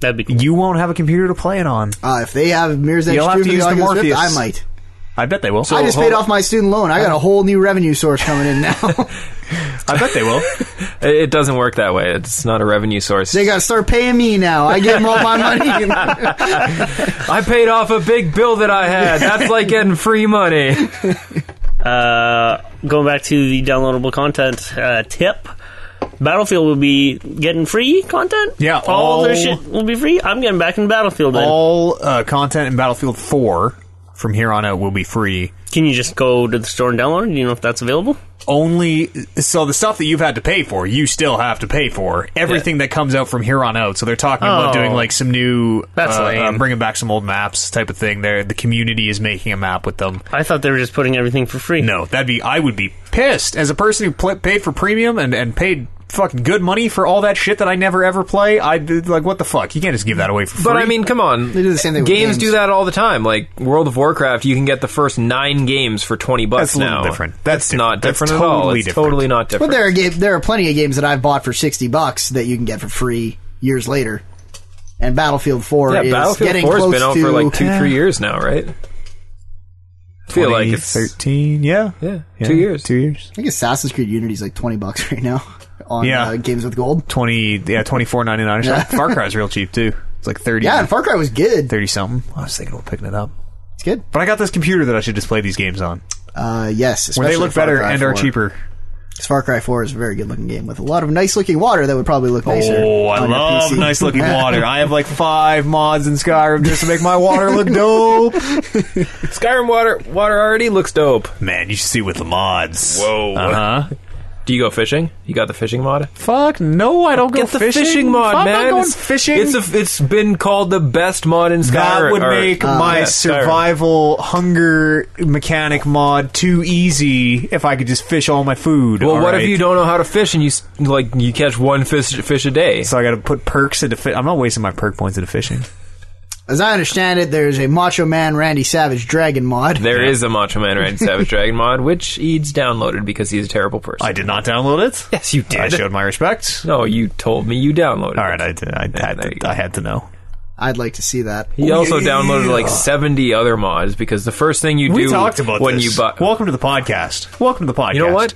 S3: That'd be cool.
S2: you won't have a computer to play it on.
S1: Uh, if they have Mirror's Edge
S2: You'll
S1: 2
S2: have to
S1: for the
S2: use the
S1: Oculus Rift,
S2: Morpheus.
S1: I might.
S2: I bet they will.
S1: I just
S5: hold
S1: paid
S5: on.
S1: off my student loan. I got a whole new revenue source coming in now.
S2: I bet they will.
S5: It it doesn't work that way. It's not a revenue source.
S1: they got to start paying me now. I give them all my money.
S5: I paid off a big bill that I had. That's like getting free money.
S3: Uh, going back to the downloadable content uh, tip. Battlefield will be getting free content.
S2: Yeah,
S3: all,
S2: all-
S3: their shit will be free. I'm getting back in Battlefield. Then.
S2: All uh, content in Battlefield 4 from here on out will be free.
S3: Can you just go to the store and download it? Do you know if that's available?
S2: Only so the stuff that you've had to pay for, you still have to pay for everything that comes out from here on out. So they're talking about
S3: Oh.
S2: doing like some new,
S3: That's
S2: uh, uh,
S3: lame.
S2: bringing back some old maps type of thing. There, the community is making a map with them.
S3: I thought they were just putting everything for free.
S2: No, that'd be I would be pissed as a person who pl- paid for premium and and paid fucking good money for all that shit that I never ever play. I'd be like, what the fuck? You can't just give that away for free.
S5: But I mean, come on. They
S1: do the same thing with
S5: Games,
S1: games.
S5: do that all the time. Like World of Warcraft, you can get the first nine games for twenty
S2: That's
S5: bucks
S2: a little
S5: now.
S2: different. That's
S5: It's
S2: different.
S5: not
S2: That's
S5: different at all.
S2: totally
S5: It's
S2: different.
S5: totally not
S1: but
S5: different.
S1: there are ga- there are plenty of games that I've bought for sixty bucks that you can get for free years later. And Battlefield Four
S5: yeah,
S1: is
S5: Battlefield
S1: getting
S5: Four's
S1: close
S5: been out
S1: to
S5: for like two,
S2: Yeah.
S5: three years now, right? I feel like it's
S2: thirteen. Yeah,
S5: Yeah, two years.
S2: Two years.
S1: I think Assassin's Creed Unity's like twenty bucks right now on
S2: Yeah.
S1: uh, games with gold.
S2: Twenty. Yeah, twenty four ninety nine or something. Far Cry's real cheap too. It's like thirty.
S1: Yeah, and Far Cry was good.
S2: thirty something. I was thinking about picking it up,
S1: It's good.
S2: but I got this computer that I should just play these games on,
S1: Uh, yes,
S2: where they
S1: especially
S2: look
S1: Far
S2: better
S1: Cry
S2: and
S1: 4.
S2: are cheaper.
S1: Because Far Cry Four is a very good looking game with a lot of nice looking water that would probably look nicer.
S2: Oh, I
S1: on your
S2: love
S1: PC.
S2: nice looking water. I have like five mods in Skyrim just to make my water look dope.
S5: Skyrim water water already looks dope.
S2: Man, you should see with the mods.
S5: Whoa.
S2: Uh huh.
S5: Do you go fishing? You got the fishing mod?
S2: Fuck no, I don't go
S5: Get the fishing, mod,
S2: Fuck,
S5: man.
S2: I'm not going
S5: It's-
S2: fishing.
S5: It's a, it's been called the best mod in Skyrim.
S2: that would
S5: or-
S2: make
S5: Uh,
S2: my
S5: yeah, Skyrim.
S2: survival hunger mechanic mod too easy if I could just fish all my food.
S5: Well,
S2: all
S5: what if
S2: right?
S5: you don't know how to fish and you s- like you catch one fish fish a day?
S2: So I got to put perks into fi I'm not wasting my perk points into fishing.
S1: As I understand it, there's a Macho Man Randy Savage Dragon mod.
S5: There is a Macho Man Randy Savage Dragon mod, which Eads downloaded because he's a terrible person.
S2: I did not download it.
S5: yes, you
S2: I
S5: did.
S2: showed my respect.
S5: no, you told me you downloaded.
S2: All right,
S5: it.
S2: I, did, I, had,
S5: there you
S2: to,
S5: go.
S2: I had to know.
S1: I'd like to see that.
S5: He also downloaded like seventy other mods because the first thing you
S2: We
S5: do
S2: talked about
S5: when
S2: this.
S5: you buy.
S2: Welcome to the podcast. Welcome to the podcast.
S5: you know what?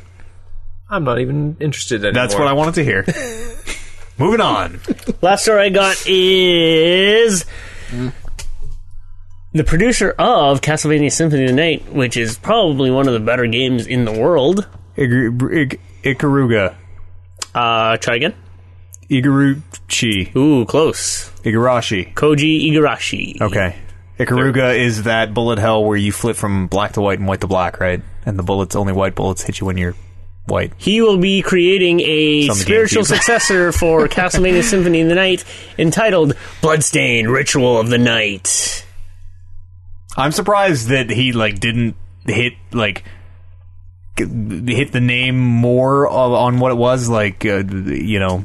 S5: I'm not even interested anymore.
S2: That's what I wanted to hear. Moving on.
S3: Last story I got is the producer of Castlevania Symphony of the Night, which is probably one of the better games in the world.
S2: Ig- Ig- Ikaruga.
S3: Uh, try again.
S2: Iguruchi.
S3: Ooh, close.
S2: Igarashi.
S3: Koji Igarashi.
S2: Okay. Ikaruga is that bullet hell where you flip from black to white and white to black, right? And the bullets, only white bullets hit you when you're white.
S3: He will be creating a
S2: Some
S3: spiritual
S2: GameCube.
S3: successor for Castlevania Symphony of the Night entitled Bloodstained Ritual of the Night.
S2: I'm surprised that he, like, didn't hit, like, g- hit the name more o- on what it was, like, uh, you know,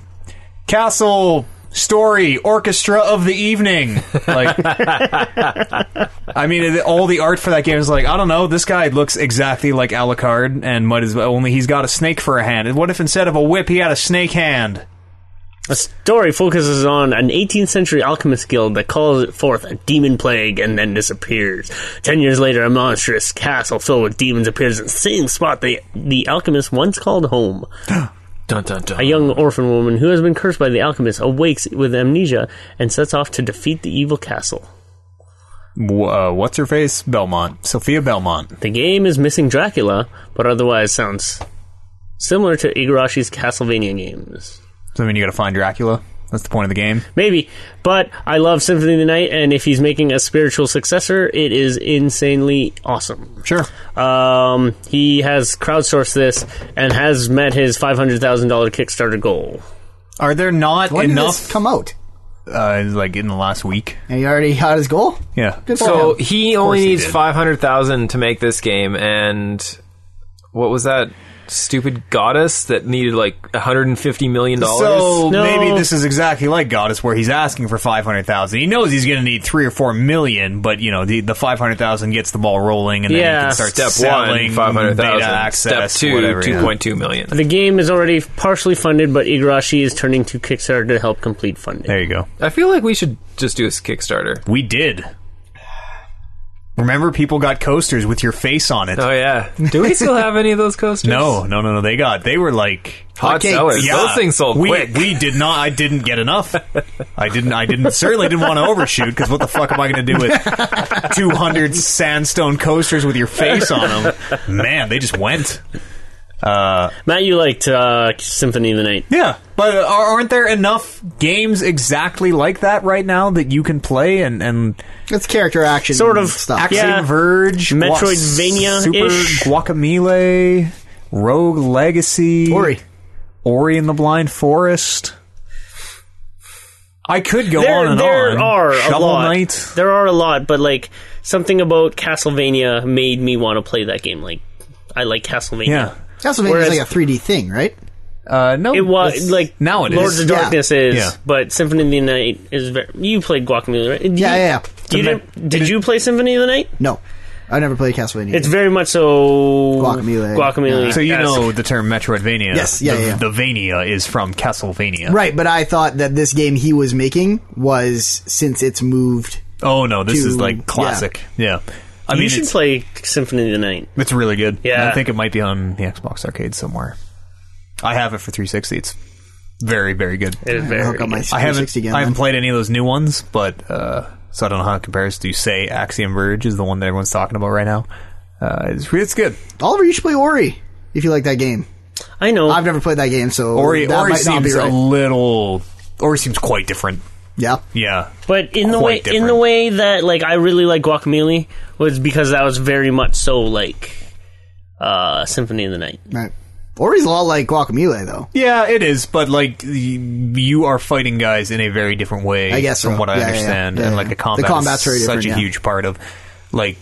S2: Castle story orchestra of the evening. Like, I mean, it- all the art for that game is like, I don't know. This guy looks exactly like Alucard, and might as well. Only he's got a snake for a hand. And what if instead of a whip, he had a snake hand?
S3: The story focuses on an 18th century alchemist guild that calls forth a demon plague and then disappears. Ten years later, a monstrous castle filled with demons appears in the same spot the, the alchemist once called home.
S5: Dun dun dun.
S3: A young orphan woman who has been cursed by the alchemist awakes with amnesia and sets off to defeat the evil castle.
S2: W- Uh, what's her face? Belmont, Sophia Belmont.
S3: The game is missing Dracula, but otherwise sounds similar to Igarashi's Castlevania games.
S2: So I mean, you got to find Dracula. That's the point of the game.
S3: Maybe, but I love Symphony of the Night, and if he's making a spiritual successor, it is insanely awesome.
S2: Sure.
S3: Um, he has crowdsourced this and has met his five hundred thousand dollar Kickstarter goal.
S2: Are there not
S1: When did
S2: enough?
S1: this come out?
S2: uh, like in the last week.
S1: And he already had his goal.
S2: Yeah.
S1: Good for
S5: So
S1: him.
S5: he only
S2: he
S5: needs
S2: did.
S5: five hundred thousand to make this game, and what was that stupid goddess that needed like one hundred and fifty million dollars?
S2: So
S3: No.
S2: maybe this is exactly like Goddess, where he's asking for five hundred thousand. He knows he's going to need three or four million, but you know the the five hundred thousand gets the ball rolling, and
S3: Yeah.
S2: then he can start
S5: Step
S2: selling
S5: one, five hundred
S2: beta
S5: thousand. Step
S2: access,
S5: two,
S2: whatever, yeah.
S5: two point two million.
S3: The game is already partially funded, but Igarashi is turning to Kickstarter to help complete funding.
S2: There you go.
S5: I feel like we should just do a Kickstarter.
S2: We did. Remember, people got coasters with your face on it.
S5: Oh yeah. Do we still have any of those coasters?
S2: No, no, no, no. They got. They were like
S5: Hot
S2: hotcakes.
S5: sellers. Those things sold
S2: we,
S5: quick.
S2: We did not. I didn't get enough. I didn't. I didn't. Certainly didn't want to overshoot because what the fuck am I going to do with two hundred sandstone coasters with your face on them? Man, they just went.
S3: Matt, you liked uh, Symphony of the Night.
S2: Yeah, but uh, are- aren't there enough games exactly like that right now that you can play and and
S1: it's character action,
S3: Sort of
S1: stuff.
S3: action- Uh, Yeah.
S2: Verge, Gua-
S3: Metroidvania-ish.
S2: Super Guacamole, Rogue Legacy,
S1: Ori.
S2: Ori in the Blind Forest. I could go
S3: There,
S2: on and
S3: there
S2: on.
S3: are
S2: Shovel
S3: a lot.
S2: Knight.
S3: There are a lot, but like something about Castlevania made me want to play that game. Like I like Castlevania.
S2: Yeah.
S1: Castlevania
S3: Whereas-
S1: is like a 3D thing, right?
S2: Uh, no,
S3: It was
S2: it's-
S3: like
S2: now it is.
S3: Lords of
S1: Yeah.
S3: Darkness is,
S2: Yeah.
S3: but Symphony of the Night is. Very, you played Guacamole, right? Did
S1: Yeah,
S3: you-
S1: yeah, yeah.
S3: You didn't, did you play Symphony of the Night?
S1: No, I never played Castlevania.
S3: It's very much so
S1: Guacamole.
S3: Guacamole.
S2: So you know the term Metroidvania.
S1: Yes, yeah,
S2: the,
S1: yeah, yeah.
S2: the Vania is from Castlevania.
S1: right, but I thought that this game he was making was since it's moved.
S2: Oh no, this
S1: to-
S2: is like classic. Yeah. I
S3: you
S2: mean,
S3: should
S2: it's,
S3: play Symphony of the Night.
S2: it's really good.
S3: Yeah.
S2: And I think it might be on the Xbox Arcade somewhere. I have it for 360. It's very, very good.
S3: It is very
S1: Hook up my
S3: good.
S2: I haven't,
S1: 360 game.
S2: I haven't
S1: then.
S2: played any of those new ones, but uh, so I don't know how it compares to say Axiom Verge is the one that everyone's talking about right now. Uh, it's it's good.
S1: Oliver, you should play Ori if you like that game.
S3: I know.
S1: I've never played that game, so
S2: Ori
S1: that
S2: Ori
S1: might not be
S2: seems um,
S1: right.
S2: a little. Ori seems quite different.
S1: yeah.
S2: Yeah,
S3: But in the way
S2: quite
S3: in the
S2: different.
S3: way that like I really like Guacamole was because that was very much so like uh Symphony of the Night.
S1: Right. Ori's a lot like Guacamole, though.
S2: yeah, it is. But like, y- you are fighting guys in a very different way.
S1: I guess
S2: from
S1: so.
S2: what I
S1: Yeah, yeah, yeah.
S2: understand,
S1: Yeah,
S2: and
S1: yeah.
S2: like the
S1: The
S2: combat
S1: combat's very
S2: is such
S1: different,
S2: a
S1: yeah.
S2: huge part of like.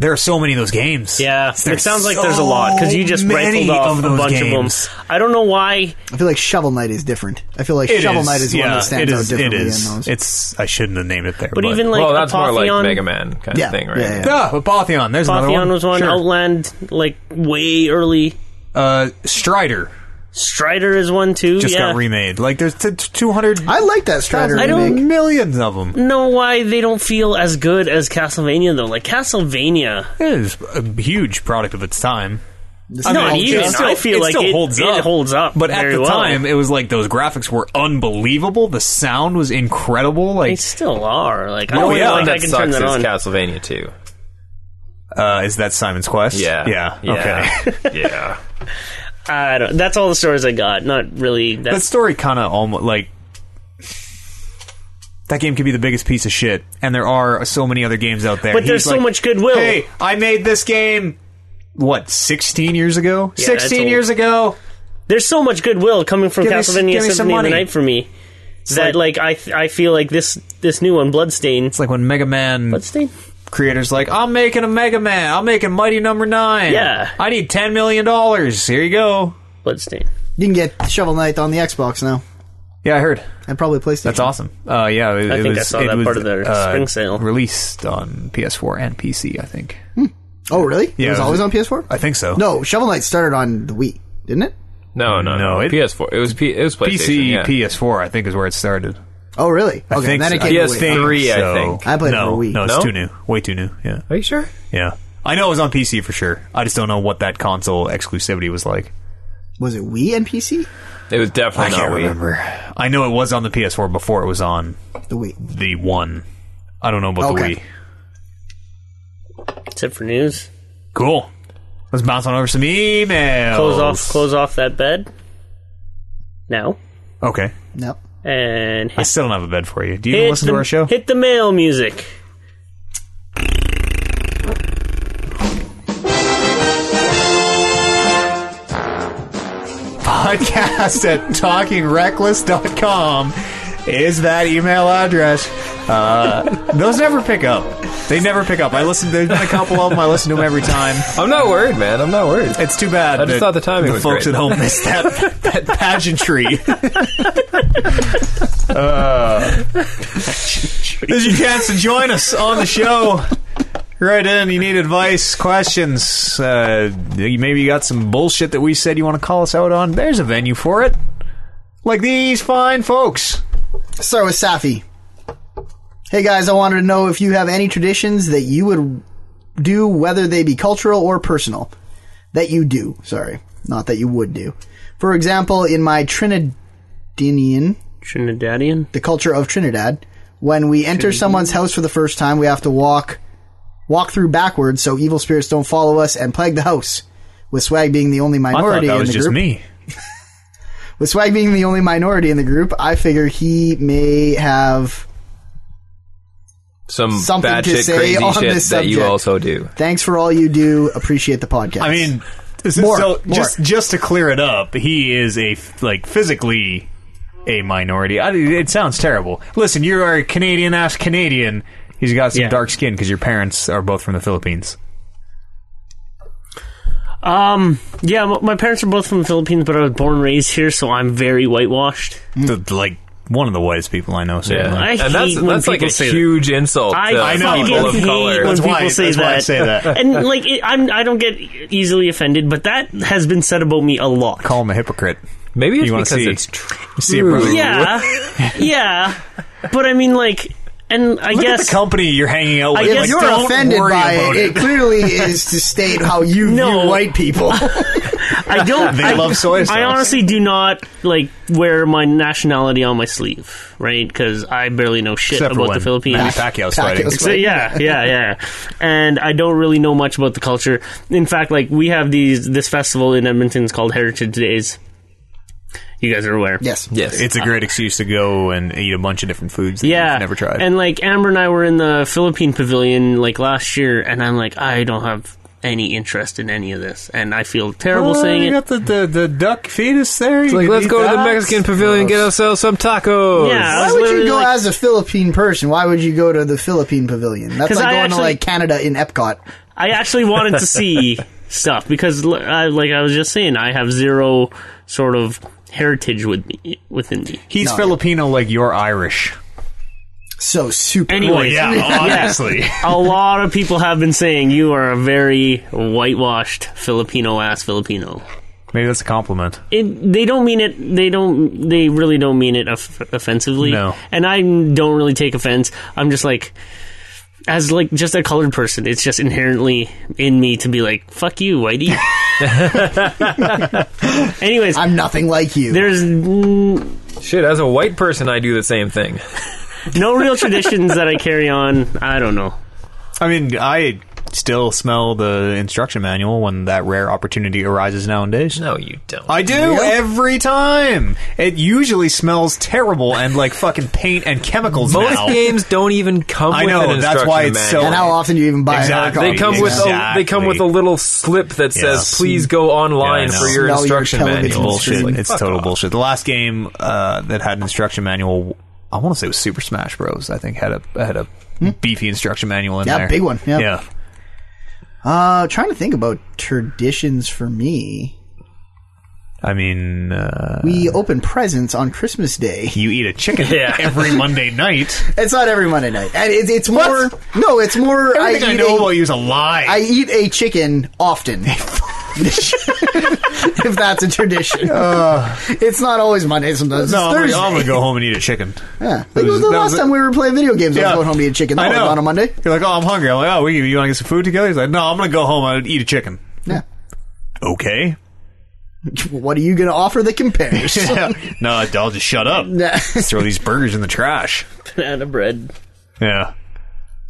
S2: There are so many of those games.
S3: Yeah, it
S2: There's
S3: sounds like there's a
S2: so
S3: lot because you just
S2: many
S3: rifled off a
S2: those
S3: bunch
S2: games.
S3: of them. I don't know why.
S1: I feel like Shovel Knight is different. I feel like
S2: It
S1: Shovel Knight is
S2: yeah,
S1: one that stands
S2: it
S1: out
S2: is, it
S1: differently
S2: is.
S1: than those.
S2: It's I shouldn't have named it there.
S3: But, even like
S5: well, that's more
S3: Apotheon,
S5: like Mega Man kind
S1: Yeah,
S5: of thing, right?
S1: yeah, yeah.
S2: Yeah, but Botheon, there's another
S3: Apotheon
S2: one.
S3: was one.
S2: Sure.
S3: Outland like way early.
S2: Uh, Strider
S3: Strider is one too.
S2: just
S3: yeah.
S2: got remade. Like there's t- 200
S1: I like that Strider
S3: I don't-
S1: remake.
S2: millions of them.
S3: know why they don't feel as good as Castlevania though. Like Castlevania,
S2: It is a huge product of its time.
S1: This
S2: I
S1: is
S3: No,
S1: all
S2: mean,
S3: even.
S2: it
S1: just-
S2: still-
S3: I feel
S2: it
S3: like
S2: still
S3: it-
S2: holds
S3: it
S2: up.
S3: holds up
S2: But at
S3: very
S2: the
S3: well.
S2: time, it was like those graphics were unbelievable. The sound was incredible.
S3: they
S2: Like,
S3: still are. Like I
S5: The
S3: don't
S5: only
S2: yeah.
S3: feel
S5: one
S3: like Oh, I
S5: Oh, that
S3: can turn that
S5: sucks
S3: on.
S5: is Castlevania Two.
S2: uh, is that Simon's Quest?
S5: Yeah.
S2: yeah, okay.
S5: Yeah. yeah.
S3: I don't. That's all the stories I got. Not really.
S2: that
S3: That's
S2: story kind of almost like that game could be the biggest piece of shit, and there are so many other games out there.
S3: But there's
S2: He's
S3: so
S2: like,
S3: much goodwill.
S2: Hey, I made this game. What, 16 years ago?
S3: that's
S2: 16
S3: old.
S2: years ago.
S3: there's so much goodwill coming from
S2: Give me s-
S3: Castlevania
S2: give me some
S3: Symphony of the
S2: money.
S3: Night for me. that like, I th- I feel like this this new one Bloodstain.
S2: It's like when Mega Man
S3: Bloodstain.
S2: creators like, I'm making a Mega Man. I'm making Mighty Number 9.
S3: Yeah.
S2: I need $10 million. Here you go.
S3: Bloodstain.
S1: you can get Shovel Knight on the Xbox now.
S2: Yeah, I heard.
S1: And probably PlayStation.
S2: That's awesome. Uh, yeah, it,
S3: I
S2: it
S3: think I
S2: was,
S3: saw
S2: it
S3: that
S2: was,
S3: part of their
S2: uh,
S3: spring sale.
S2: released on PS4 and PC. I think.
S1: Oh, really?
S2: Yeah,
S1: it was
S2: it was-
S1: always on PS4.
S2: I think so.
S1: no, Shovel Knight started on the Wii, didn't it?
S5: No, no,
S2: No,
S5: no.
S2: it-
S5: PS4. It was P, it was PlayStation.
S2: PC,
S5: yeah.
S2: PS4, I think is where it started.
S1: Oh, really? Okay,
S2: I think
S1: then it
S2: so.
S1: came
S5: Yes,
S1: to Wii.
S5: thank- Three, I
S2: so.
S5: think.
S1: I played it
S2: no,
S1: for a week.
S2: No, it's
S5: No?
S2: too new. Way too new. Yeah,
S5: Are you sure?
S2: yeah. I know it was on PC for sure. I just don't know what that console exclusivity was like.
S1: Was it Wii and PC?
S5: It was definitely
S2: I
S5: not
S2: can't
S5: Wii.
S2: remember. I know it was on the PS4 before it was on
S1: The Wii.
S2: the one. I don't know about
S1: Okay.
S2: the Wii.
S3: That's it for news.
S2: Cool. Let's bounce on over some emails.
S3: Close off, close off that bed. Now
S2: Okay.
S1: No.
S3: and
S2: I
S3: hit,
S2: still don't have a bed for you. Do you
S3: hit
S2: even listen
S3: the,
S2: to our show?
S3: Hit the mail music.
S2: podcast at talkingreckless.com is that email address. Uh, those never pick up. They never pick up. I listen. There's been a couple of them. I listen to them every time.
S5: I'm not worried, man. I'm not worried.
S2: It's too bad.
S5: I just
S2: that
S5: thought the timing was
S2: folks
S5: great.
S2: at home missed that, that pageantry. uh, there's Uh, your chance to join us on the show. Right in. You need advice, questions. Uh, maybe you got some bullshit that we said you want to call us out on. There's a venue for it. Like these fine folks.
S1: Start with Safi. Hey guys, I wanted to know if you have any traditions that you would do, whether they be cultural or personal. That you do, sorry. Not that you would do. For example, in my Trinidadian,
S3: Trinidadian.
S1: the culture of Trinidad, when we enter someone's house for the first time, we have to walk walk through backwards so evil spirits don't follow us and plague the house. With swag being the only
S2: I thought
S1: minority
S2: that
S1: in
S2: was
S1: the
S2: just
S1: group,
S2: me.
S1: with swag being the only minority in the group, I figure he may have
S5: Some
S1: Something
S5: bad
S1: to
S5: shit,
S1: say
S5: crazy
S1: on
S5: shit
S1: this
S5: that you
S1: subject.
S5: also do.
S1: Thanks for all you do. Appreciate the podcast.
S2: I mean, is it-
S1: More,
S2: so
S1: more.
S2: just just to clear it up, he is a f- like physically a minority. I, it sounds terrible. Listen, you are a Canadian ass Canadian. He's got some
S3: Yeah.
S2: dark skin because your parents are both from the Philippines.
S3: Um, yeah, m- my parents are both from the Philippines, but I was born and raised here, so I'm very whitewashed.
S1: Mm.
S2: The- like one of the whitest people I know.
S5: Yeah,
S2: Certainly.
S3: I
S5: and
S3: hate
S5: that's
S3: when
S5: that's like
S3: people
S5: a
S3: say that.
S5: huge insult.
S3: I
S5: to
S3: fucking
S5: people of
S3: hate
S5: color.
S3: when
S2: That's why-
S3: people say
S2: that's
S3: that.
S2: why I say that.
S3: and like, it, I'm I don't get easily offended, but that has been said about me a lot.
S2: Call him a hypocrite.
S5: Maybe it's
S2: You wanna
S5: because
S2: see-
S5: it's true.
S2: See it, brother.
S3: Yeah, yeah, but I mean, like, and I
S2: Look at
S3: guess
S2: the company you're hanging out with.
S3: guess
S2: like,
S1: if you're
S2: don't
S1: offended
S2: worry
S1: by
S2: about
S1: it, it,
S2: it.
S1: clearly is to state how you
S3: No.
S1: view white people.
S3: I don't.
S2: They
S3: I,
S2: love soy sauce.
S3: I honestly do not like wear my nationality on my sleeve, right? Because I barely know shit
S2: Except for
S3: about
S2: when
S3: the Philippines.
S2: Manny Pacquiao's fighting.
S1: Pacquiao's
S3: So, yeah, yeah, yeah. And I don't really know much about the culture. In fact, like we have these this festival in Edmonton is called Heritage Days. You guys are aware.
S1: yes.
S5: Yes,
S2: It's a great excuse to go and eat a bunch of different foods that
S3: Yeah.
S2: you've never tried.
S3: And like Amber and I were in the Philippine pavilion like last year and I'm like, I don't have any interest in any of this and I feel terrible saying
S2: you
S3: it.
S2: got the, the, the duck fetus there.
S5: like let's go to the Mexican pavilion and get ourselves some tacos.
S3: Yeah. I
S1: Why
S3: was
S1: would you
S3: literally
S1: go
S3: like-
S1: as a Philippine person? Why would you go to the Philippine pavilion? That's
S3: 'Cause
S1: like
S3: I
S1: going to
S3: actually-
S1: like Canada in Epcot.
S3: I actually wanted to see stuff because l- I, like I was just saying, I have zero sort of heritage with me within me.
S2: He's
S1: No.
S2: Filipino, like you're Irish.
S1: So super.
S3: Anyway, Well,
S2: yeah, obviously.
S3: a lot of people have been saying you are a very whitewashed Filipino ass Filipino.
S2: Maybe that's a compliment.
S3: It, they don't mean it. They don't. They really don't mean it off- offensively.
S2: No.
S3: And I don't really take offense. I'm just like, as like just a colored person, it's just inherently in me to be like, "Fuck you, whitey." Anyways,
S1: I'm nothing like you.
S3: there's mm,
S5: Shit, as a white person, I do the same thing.
S3: no real traditions that I carry on. I don't know.
S2: I mean, I still smell the instruction manual when that rare opportunity arises nowadays.
S5: No, you don't.
S2: I do every time. It usually smells terrible and like fucking paint and chemicals
S5: Most
S2: now.
S5: games don't even come
S2: I
S5: with
S2: know,
S5: an
S2: that's why
S5: instruction
S2: it's so-
S5: manual.
S1: and how often do you even buy
S2: Exactly.
S1: alcohol?
S5: They come with a,
S2: Exactly.
S5: they come with a little slip that says
S2: Yeah.
S5: please go online
S2: Yeah, I know.
S5: for your
S1: Smell your
S5: instruction
S1: television
S5: manual.
S1: screen.
S5: It's
S2: bullshit.
S5: like,
S2: it's
S5: fuck
S2: total
S5: off.
S2: bullshit. The last game uh, that had an instruction manual, I want to say it was Super Smash Bros. I think had a had a beefy instruction manual in
S1: Yeah,
S2: there.
S1: big one, yeah.
S2: Hmm? yeah.
S1: Uh, trying to think about traditions for me.
S2: I mean, uh,
S1: We open presents on Christmas Day.
S2: you eat a chicken
S5: Yeah.
S2: every Monday night.
S1: It's not every Monday night, and it's it's more. No, it's more. I eat,
S2: Everything I, know
S1: a,
S2: about you is a lie.
S1: I eat a chicken often. if that's a tradition, it's not always Monday. Sometimes
S2: Uh. no,
S1: it's
S2: I'm
S1: Thursday.
S2: gonna, I'm gonna go home and eat a chicken.
S1: Yeah. Like,
S2: That was-
S1: the
S2: that
S1: last
S2: was-
S1: time we were playing video games, I was
S2: Yeah.
S1: going home to eat chicken. That
S2: I
S1: was
S2: know.
S1: on a Monday.
S2: You're like, oh, I'm hungry. I'm like, oh, we, you want to get some food together? He's like, no, I'm gonna go home. I eat a chicken.
S1: Yeah.
S2: Okay.
S1: What are you going to offer that compares?
S2: no, I'll just shut up.
S1: Yeah.
S2: Throw these burgers in the trash.
S3: banana bread.
S2: Yeah.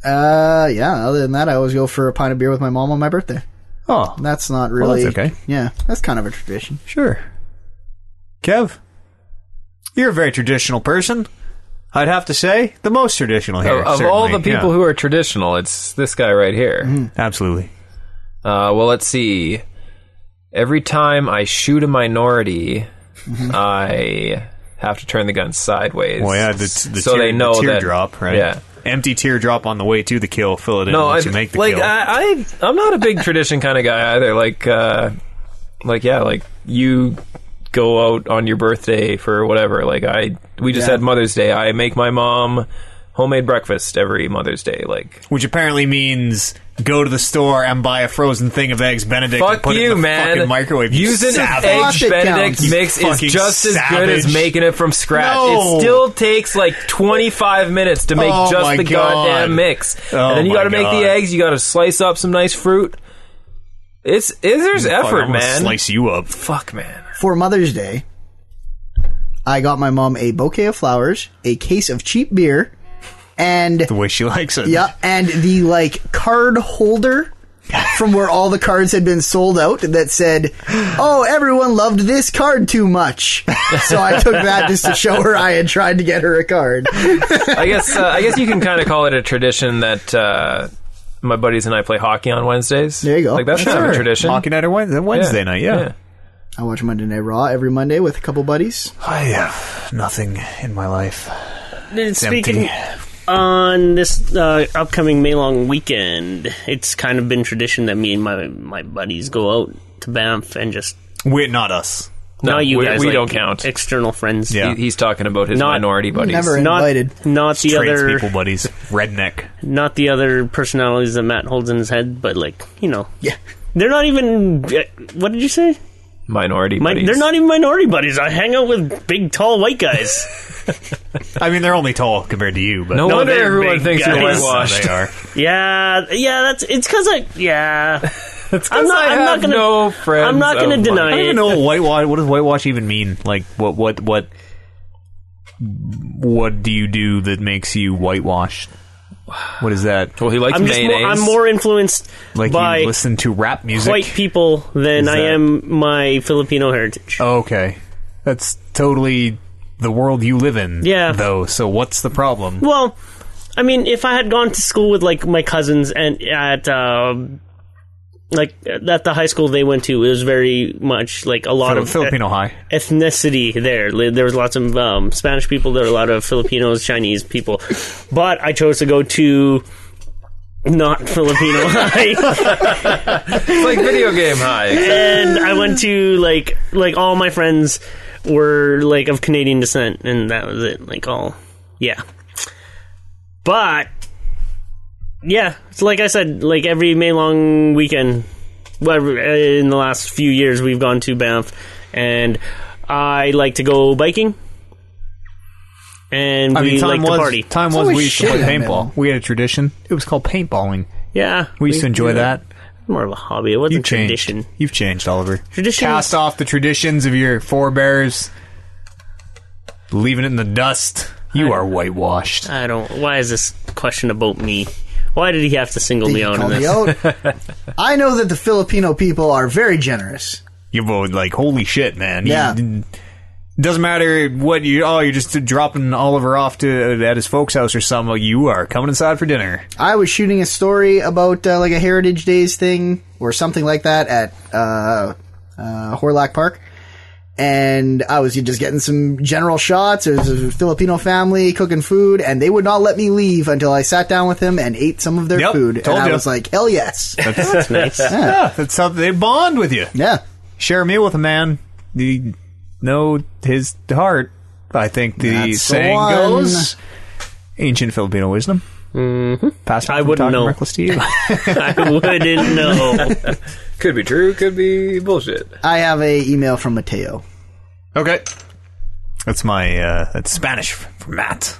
S1: uh, yeah. Other than that, I always go for a pint of beer with my mom on my birthday.
S2: Oh,
S1: That's not really
S2: that's okay.
S1: Yeah, that's kind of a tradition.
S2: sure. Kev, you're a very traditional person. I'd have to say the most traditional here.
S5: of all the
S2: certainly.
S5: people
S2: Yeah.
S5: who are traditional, it's this guy right here.
S2: absolutely.
S5: Uh, well, let's see. Every time I shoot a minority, I have to turn the gun sideways.
S2: Well, yeah, the, the
S5: so
S2: tear,
S5: they know
S2: the
S5: that-
S2: teardrop, right?
S5: Yeah.
S2: empty teardrop on the way to the kill. Fill it in
S5: No, I,
S2: once you make the
S5: like
S2: kill.
S5: I, I, I'm not a big tradition kind of guy either. Like, uh, like yeah, like you go out on your birthday for whatever. Like I, we just
S1: Yeah.
S5: had Mother's Day. I make my mom homemade breakfast every Mother's Day. Like,
S2: which apparently means go to the store and buy a frozen thing of eggs Benedict and
S5: fuck
S2: put it
S5: you,
S2: in the
S5: man.
S2: fucking microwave. You
S5: Using
S2: savage.
S5: an
S1: Fuck
S5: egg
S1: it
S5: Benedict
S1: counts.
S5: mix is
S2: Fucking
S5: just as good as
S2: savage.
S5: making it from scratch.
S2: No.
S5: It still takes like 25 minutes to make
S2: Oh my
S5: just the
S2: God.
S5: goddamn mix,
S2: Oh
S5: and then you
S2: my
S5: got to make
S2: God.
S5: the eggs. You got to slice up some nice fruit. It's it, there's
S2: Fuck,
S5: effort,
S2: I'm gonna
S5: man.
S2: Slice you up.
S5: Fuck, man.
S1: For Mother's Day, I got my mom a bouquet of flowers, a case of cheap beer, and
S2: The way she likes it.
S1: yeah, and the like card holder from where all the cards had been sold out that said, "Oh, everyone loved this card too much." So I took that just to show her I had tried to get her a card.
S5: I guess uh, I guess you can kind of call it a tradition that uh, my buddies and I play hockey on Wednesdays.
S1: There you go.
S5: Like that's kind of a tradition.
S2: Hockey night or Wednesday, Wednesday night. Yeah.
S1: I watch Monday Night Raw every Monday with a couple buddies.
S2: I have nothing in my life.
S3: And
S2: It's empty.
S3: speaking on this uh, upcoming Maylong weekend, it's kind of been tradition that me and my my buddies go out to Banff and just
S2: We're not us.
S5: No,
S3: not you
S5: we-
S3: guys.
S5: we
S3: like,
S5: don't count.
S3: External friends.
S2: Yeah.
S5: He- he's talking about his
S3: Not-
S5: minority buddies.
S1: Never
S3: Not
S1: invited.
S3: not the
S2: Trades
S3: other
S2: people, buddies. Redneck.
S3: not the other personalities that Matt holds in his head, but like you know,
S1: Yeah.
S3: they're not even. uh, What did you say?
S5: Minority
S3: My,
S5: buddies.
S3: they're not even minority buddies. I hang out with big, tall white guys.
S2: I mean, they're only tall compared to you, but
S5: No,
S3: No,
S5: wonder
S3: they're
S5: everyone
S3: big
S5: thinks you're
S3: guys.
S5: whitewashed.
S2: they are.
S3: yeah, yeah. That's it's because I. Yeah, I'm
S5: 'Cause
S3: not.
S5: I
S3: I'm not
S5: have
S3: gonna.
S5: no friends
S3: I'm not gonna
S5: of
S3: deny
S5: mine.
S2: I don't even
S3: it.
S2: know what whitewash. What does whitewash even mean? Like, what, what, what, what do you do that makes you whitewashed? What is that?
S5: Well, he likes
S3: I'm just.
S5: mayonnaise.
S3: More, I'm more influenced
S2: Like
S3: by
S2: you listen to rap music?
S3: white people than I
S2: that-
S3: am my Filipino heritage.
S2: Oh, okay, that's totally the world you live in.
S3: Yeah.
S2: Though, so what's the problem?
S3: Well, I mean, if I had gone to school with like my cousins and at um like at the high school they went to, it was very much like a lot
S2: Fili-
S3: of e-
S2: Filipino high.
S3: ethnicity there. Li- There was lots of um, Spanish people. There were a lot of Filipinos, Chinese people. But I chose to go to not Filipino high,
S5: It's like video game high.
S3: and I
S2: Mm.
S3: went to like like all my friends were like of Canadian descent, and that was it. Like all, yeah. But yeah, so like I said, like every May long weekend, well, every- in the last few years, we've gone to Banff, and I like to go biking, and
S2: I
S3: we
S2: mean, time
S3: like
S2: was
S3: to party.
S2: time
S1: It's
S2: was
S1: always
S2: we used to
S1: shitty
S2: play
S1: on them.
S2: paintball. We had a tradition. It was called paintballing.
S3: Yeah,
S2: We used to enjoy that.
S3: more of a hobby. It wasn't
S2: You've changed.
S3: tradition.
S2: You've changed, Oliver.
S3: Tradition
S2: Cast off the traditions of your forebears, leaving it in the dust. You are whitewashed.
S3: I don't. Why is this question about me? Why did he have to single me
S1: You
S3: out
S1: call
S3: on
S1: me
S3: this?
S1: out. I know that the Filipino people are very generous.
S2: You're both like, holy shit, man. You-
S1: Yeah.
S2: doesn't matter what you. Oh, you're just dropping Oliver off to at his folks' house or something. You are coming inside for dinner.
S1: I was shooting a story about uh, like a Heritage Days thing or something like that at uh, uh, Horlock Park, and I was just getting some general shots. There was a Filipino family cooking food, and they would not let me leave until I sat down with them and ate some of their
S2: Yep,
S1: food.
S2: told
S1: and I
S2: you.
S1: was like, hell yes,
S3: That's nice.
S2: Yeah, that's how they bond with you.
S1: yeah.
S2: Share a meal with a man. you know his heart. I think the
S1: That's the
S2: saying
S1: one.
S2: goes. Ancient Filipino wisdom. Mm-hmm. Past
S3: I wouldn't know.
S2: Reckless to you.
S3: I wouldn't know.
S5: Could be true, could be bullshit.
S1: I have a email from Mateo.
S2: okay. That's my. Uh, that's Spanish for Matt.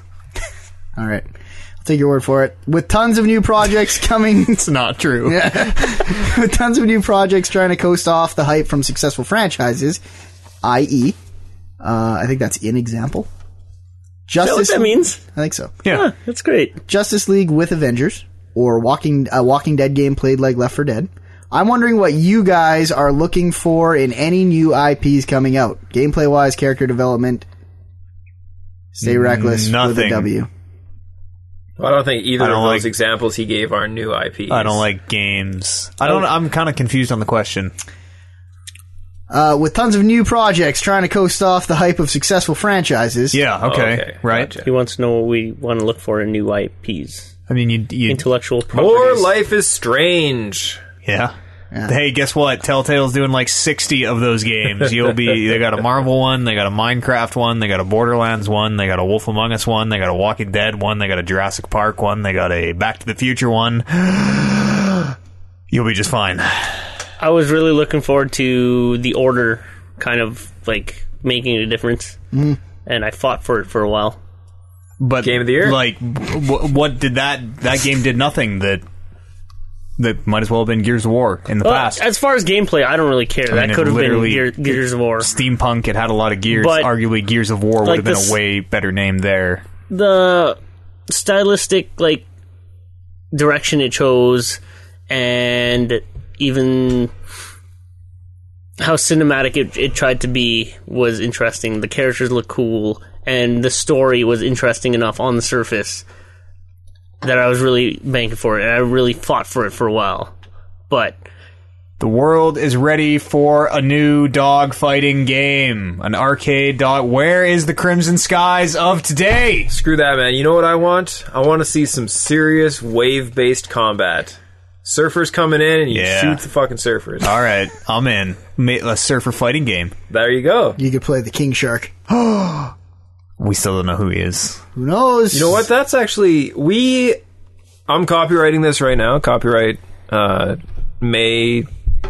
S1: All right. I'll take your word for it. With tons of new projects coming
S2: It's not true.
S1: with tons of new projects trying to coast off the hype from successful franchises, i.e., uh, I think that's in example.
S3: Know what
S1: Justice
S3: that means?
S1: I think so.
S2: Yeah.
S3: That's great.
S1: Justice League with Avengers or Walking a Walking Dead game played like Left 4 Dead. I'm wondering what you guys are looking for in any new IPs coming out, gameplay wise, character development. Stay reckless. With a
S2: Mm, Nothing.
S1: W.
S5: I don't think either
S2: I don't
S5: of those
S2: like-
S5: examples he gave are new IPs.
S2: I don't like games. I don't. I'm kind of confused on the question.
S1: Uh, with tons of new projects trying to coast off the hype of successful franchises.
S2: Yeah. Oh, Okay.
S5: okay,
S2: Right.
S5: gotcha.
S3: He wants to know what we want to look for in new IPs.
S2: I mean, you. you
S3: Intellectual
S5: Or
S3: properties.
S5: Life is Strange.
S2: yeah.
S1: Yeah.
S2: Hey, guess what? Telltale's doing like 60 of those games. You'll be. They got a Marvel one. They got a Minecraft one. They got a Borderlands one. They got a Wolf Among Us one. They got a Walking Dead one. They got a Jurassic Park one. They got a Back to the Future one. You'll be just fine.
S3: I was really looking forward to the order kind of like making a difference. Mm. And I fought for it for a while.
S2: But
S5: Game of the year?
S2: Like, w- what did that? That game did nothing. That. That might as well have been Gears of War in the
S3: Well,
S2: past.
S3: as far as gameplay, I don't really care.
S2: mean,
S3: that
S2: it
S3: could have been
S2: literally-
S3: Gear, Gears of War.
S2: steampunk. It had a lot of gears.
S3: But-
S2: Arguably, Gears of War would
S3: Like
S2: have been
S3: this-
S2: a way better name there.
S3: the stylistic like direction it chose and even how cinematic it, it tried to be was interesting the characters look cool and the story was interesting enough on the surface that i was really banking for it and i really fought for it for a while but
S2: The world is ready for a new dog fighting game, an arcade dog. Where is the Crimson Skies of today?
S5: Screw that, man. You know what I want? I want to see some serious wave based combat. Surfers coming in and you
S2: Yeah.
S5: shoot the fucking surfers.
S2: All right, I'm in. Ma- A surfer fighting game.
S5: There you go.
S1: You could play the King Shark.
S2: We still don't know who he is.
S1: Who knows?
S5: You know what? That's actually we. I'm copywriting this right now. Copyright uh, May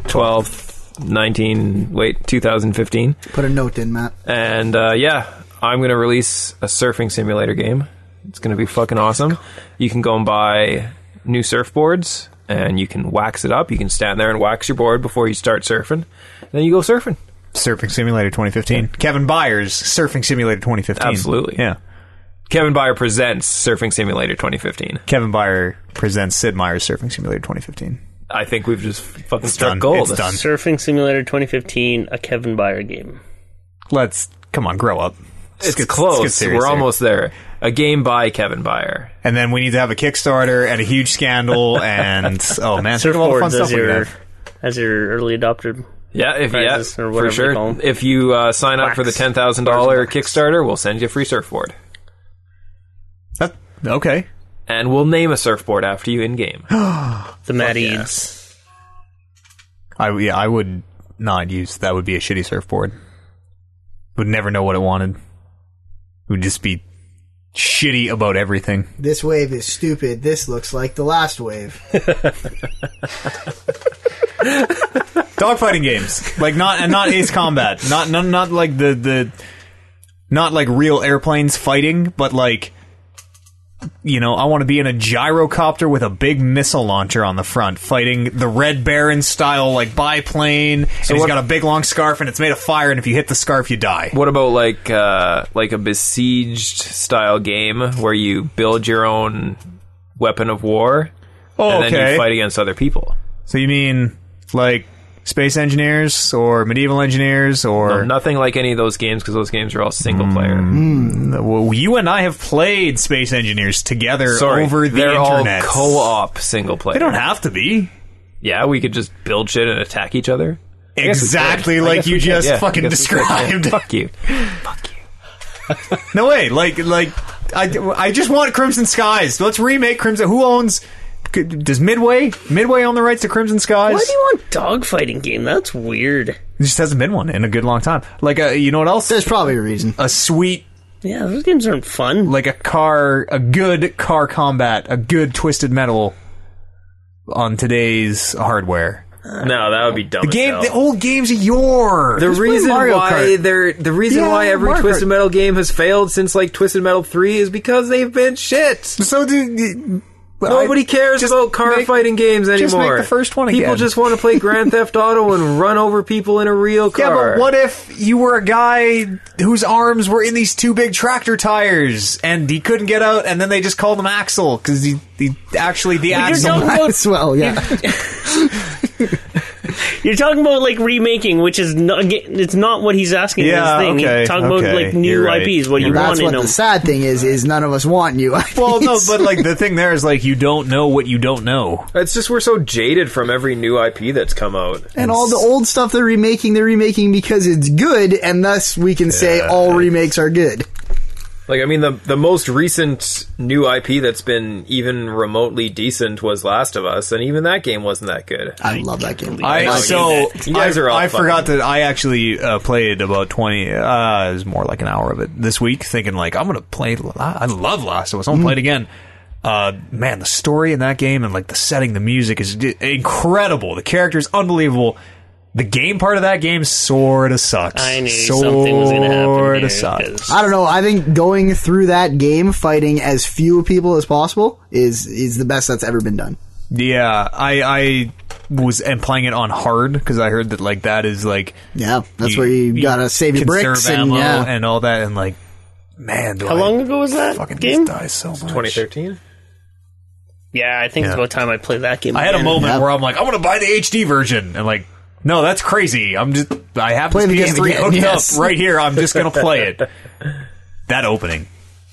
S5: twelfth, nineteen. Wait, 2015.
S1: Put a note in, Matt.
S5: And uh, yeah, I'm gonna release a surfing simulator game. It's gonna be fucking awesome. You can go and buy new surfboards, and you can wax it up. You can stand there and wax your board before you start surfing. Then you go surfing.
S2: Surfing Simulator 2015. Kevin Byers, Surfing Simulator 2015.
S5: Absolutely.
S2: Yeah.
S5: Kevin Byer presents Surfing Simulator 2015.
S2: Kevin Byer presents Sid Meier's Surfing Simulator 2015.
S5: I think we've just fucking struck
S2: done.
S5: gold.
S2: It's done.
S3: surfing simulator 2015 a kevin Byer game
S2: Let's come on, grow up. Let's
S5: It's
S2: get- let's get
S5: close.
S2: serious
S5: We're
S2: here.
S5: almost there. A game by Kevin Byer.
S2: and then we need to have a Kickstarter and a huge scandal and oh man, think of all the fun
S3: surfboards
S2: stuff
S3: as
S2: we could
S3: your
S2: have.
S3: as your early adopter
S5: Yeah, if yeah,
S3: Prizes or
S5: for
S3: whatever they call
S5: sure.
S3: 'em.
S5: If you uh, sign up for the
S3: Wax.
S5: ten thousand dollar Kickstarter, we'll send you a free surfboard,
S2: That, okay,
S5: and we'll name a surfboard after you in game.
S3: the mad eads
S2: I yeah, I would not use that. Would be a shitty surfboard. Would never know what it wanted. Would just be shitty about everything.
S1: This wave is stupid. This looks like the last wave.
S2: Dogfighting games, like not and not Ace Combat, not not not like the the, not like real airplanes fighting, but like. You know, I want to be in a gyrocopter with a big missile launcher on the front, fighting the Red Baron style, like biplane. and he's
S5: what-
S2: got a big long scarf, and it's made of fire. And if you hit the scarf, you die.
S5: What about like uh, like a besieged style game where you build your own weapon of war
S2: Oh,
S5: and then you fight against other people?
S2: So you mean like space engineers or medieval engineers or
S5: Nothing like any of those games because those games are all
S2: Mm.
S5: single player.
S2: well, you and I have played space engineers together
S5: Sorry,
S2: over the
S5: they're
S2: internet.
S5: all co-op single player.
S2: They don't have to be
S5: Yeah, we could just build shit and attack each other. guess we could.
S2: exactly
S5: I
S2: like
S5: guess
S2: you
S5: we could,
S2: just
S5: yeah. I
S2: fucking
S5: guess we could, yeah.
S2: described.
S5: Fuck you.
S2: no way, like like I, I just want Crimson Skies. Let's remake Crimson. Who owns? Does Midway Midway own the rights to Crimson Skies?
S3: Why do you want dogfighting game? That's weird.
S2: There just hasn't been one in a good long time. Like, uh, you know what else?
S1: There's probably a reason.
S2: a sweet
S3: Yeah, those games aren't fun.
S2: like a car, a good car combat, a good twisted metal on today's hardware.
S5: No, that would be dumb.
S2: The game, the old games of yore.
S5: The
S2: Just play
S5: reason
S2: Mario
S5: why
S2: Kart.
S5: they're the reason
S2: Yeah,
S5: why every
S2: Mario Kart.
S5: Twisted Metal game has failed since like Twisted Metal Three is because they've been shit.
S2: so do- do-
S5: Nobody
S2: I-
S5: cares
S2: just
S5: about car
S2: make-
S5: fighting games anymore.
S2: just make the first one
S5: People
S2: again.
S5: just want to play Grand Theft Auto and run over people in a real
S2: Yeah,
S5: car.
S2: but what if you were a guy whose arms were in these two big tractor tires and he couldn't get out, and then they just called him Axel because he, he actually the
S3: You're
S2: Axel.
S3: talking, about,
S1: As well, yeah.
S3: you're talking about like remaking, which is not it's not what he's asking. in
S2: Yeah,
S3: this thing. He's
S2: okay,
S3: talking about
S2: okay,
S3: like new
S2: you're right.
S3: IPs, what you
S2: You're
S1: That's
S3: want in
S1: what
S3: them.
S1: the sad thing is, is none of us want you.
S2: Well, no, but like the thing there is like you don't know what you don't know.
S5: It's just we're so jaded from every new IP that's come out.
S1: and all the old stuff they're remaking, they're remaking because it's good, and thus we can say all remakes are good.
S5: Like, I mean, the the most recent new IP that's been even remotely decent was Last of Us, and even that game wasn't that good.
S1: I love that game.
S2: I
S5: know,
S2: so
S5: you guys
S2: I,
S5: are all
S2: I forgot that I actually uh, played about twenty. Uh, it was more like an hour of it this week, thinking like I'm gonna play. La- I love Last of Us. I'm gonna play
S5: Mm-hmm.
S2: it again. Uh, man, the story in that game and like the setting, the music is d- incredible. The characters unbelievable. The game part of that game sort of sucks.
S3: I knew something was going to happen.
S2: Sorta
S3: There,
S2: sucks.
S3: 'cause-
S1: I don't know. I think going through that game, fighting as few people as possible, is is the best that's ever been done.
S2: Yeah, I I was and playing it on hard because I heard that like that is like
S1: Yeah, that's where you, gotta save your
S2: conserve
S1: bricks and
S2: ammo
S1: yeah.
S2: and all that and like man, do
S3: How
S2: I
S3: long ago was that
S2: fucking
S3: game?
S2: dies so much.
S5: 2013.
S3: Yeah, I think it's
S2: Yeah.
S3: about time I played that game.
S2: I had a
S3: again.
S2: moment
S1: Yeah.
S2: where I'm like, I'm gonna buy the HD version, and like, no, that's crazy. I'm just I have
S1: Play the
S2: this
S1: game
S2: PS3
S1: again,
S2: hooked
S1: yes.
S2: up right here. I'm just gonna play it. that opening.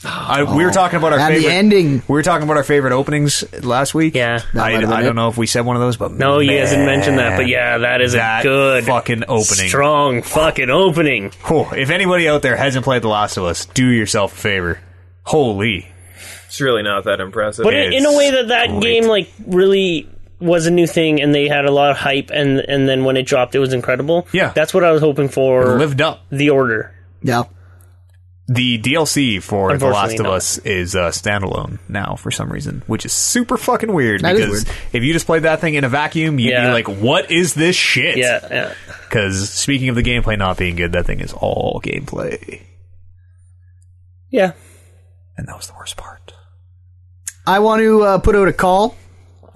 S2: I, we were talking about our
S1: Oh. and the
S2: favorite
S1: ending.
S2: We were talking about our favorite openings last week.
S3: Yeah. That
S2: I,
S1: might have been
S2: I
S1: it.
S2: don't know if we said one of those, but
S3: No, you
S2: man,
S3: guys didn't mention that, but yeah, that is
S2: that
S3: a good
S2: fucking opening.
S3: strong fucking opening.
S2: Cool. If anybody out there hasn't played The Last of Us, do yourself a favor. Holy,
S5: It's really not that impressive.
S3: But
S2: It
S3: in,
S2: is
S3: in a way that that
S2: great.
S3: game like really was a new thing, and they had a lot of hype, and and then when it dropped, it was incredible.
S2: Yeah.
S3: that's what I was hoping for.
S2: lived up.
S3: the order.
S1: Yeah,
S2: the DLC for The
S3: Unfortunately
S2: Last of
S3: not.
S2: Us is uh, standalone now for some reason, which is super fucking weird.
S1: That is
S2: because
S1: weird.
S2: if you just played that thing in a vacuum, you'd
S3: Yeah.
S2: be like, "What is this shit?"
S3: Yeah, yeah.
S2: Because speaking of the gameplay not being good, that thing is all gameplay,
S3: yeah.
S2: and that was the worst part.
S1: I want to uh, put out a call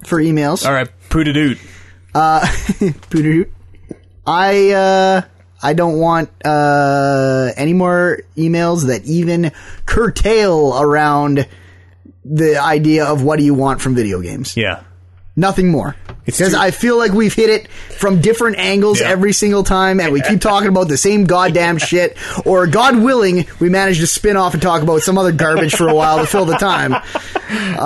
S1: for emails.
S2: All right, poot doot.
S1: Poo-doo-doo. Uh, I uh, I don't want uh, any more emails that even curtail around the idea of what do you want from video games.
S2: Yeah,
S1: Nothing more. Because
S2: too-
S1: I feel like we've hit it from different angles
S2: Yeah.
S1: every single time, and we keep talking about the same goddamn shit. Or, God willing, we manage to spin off and talk about some other garbage for a while to fill the time. Um,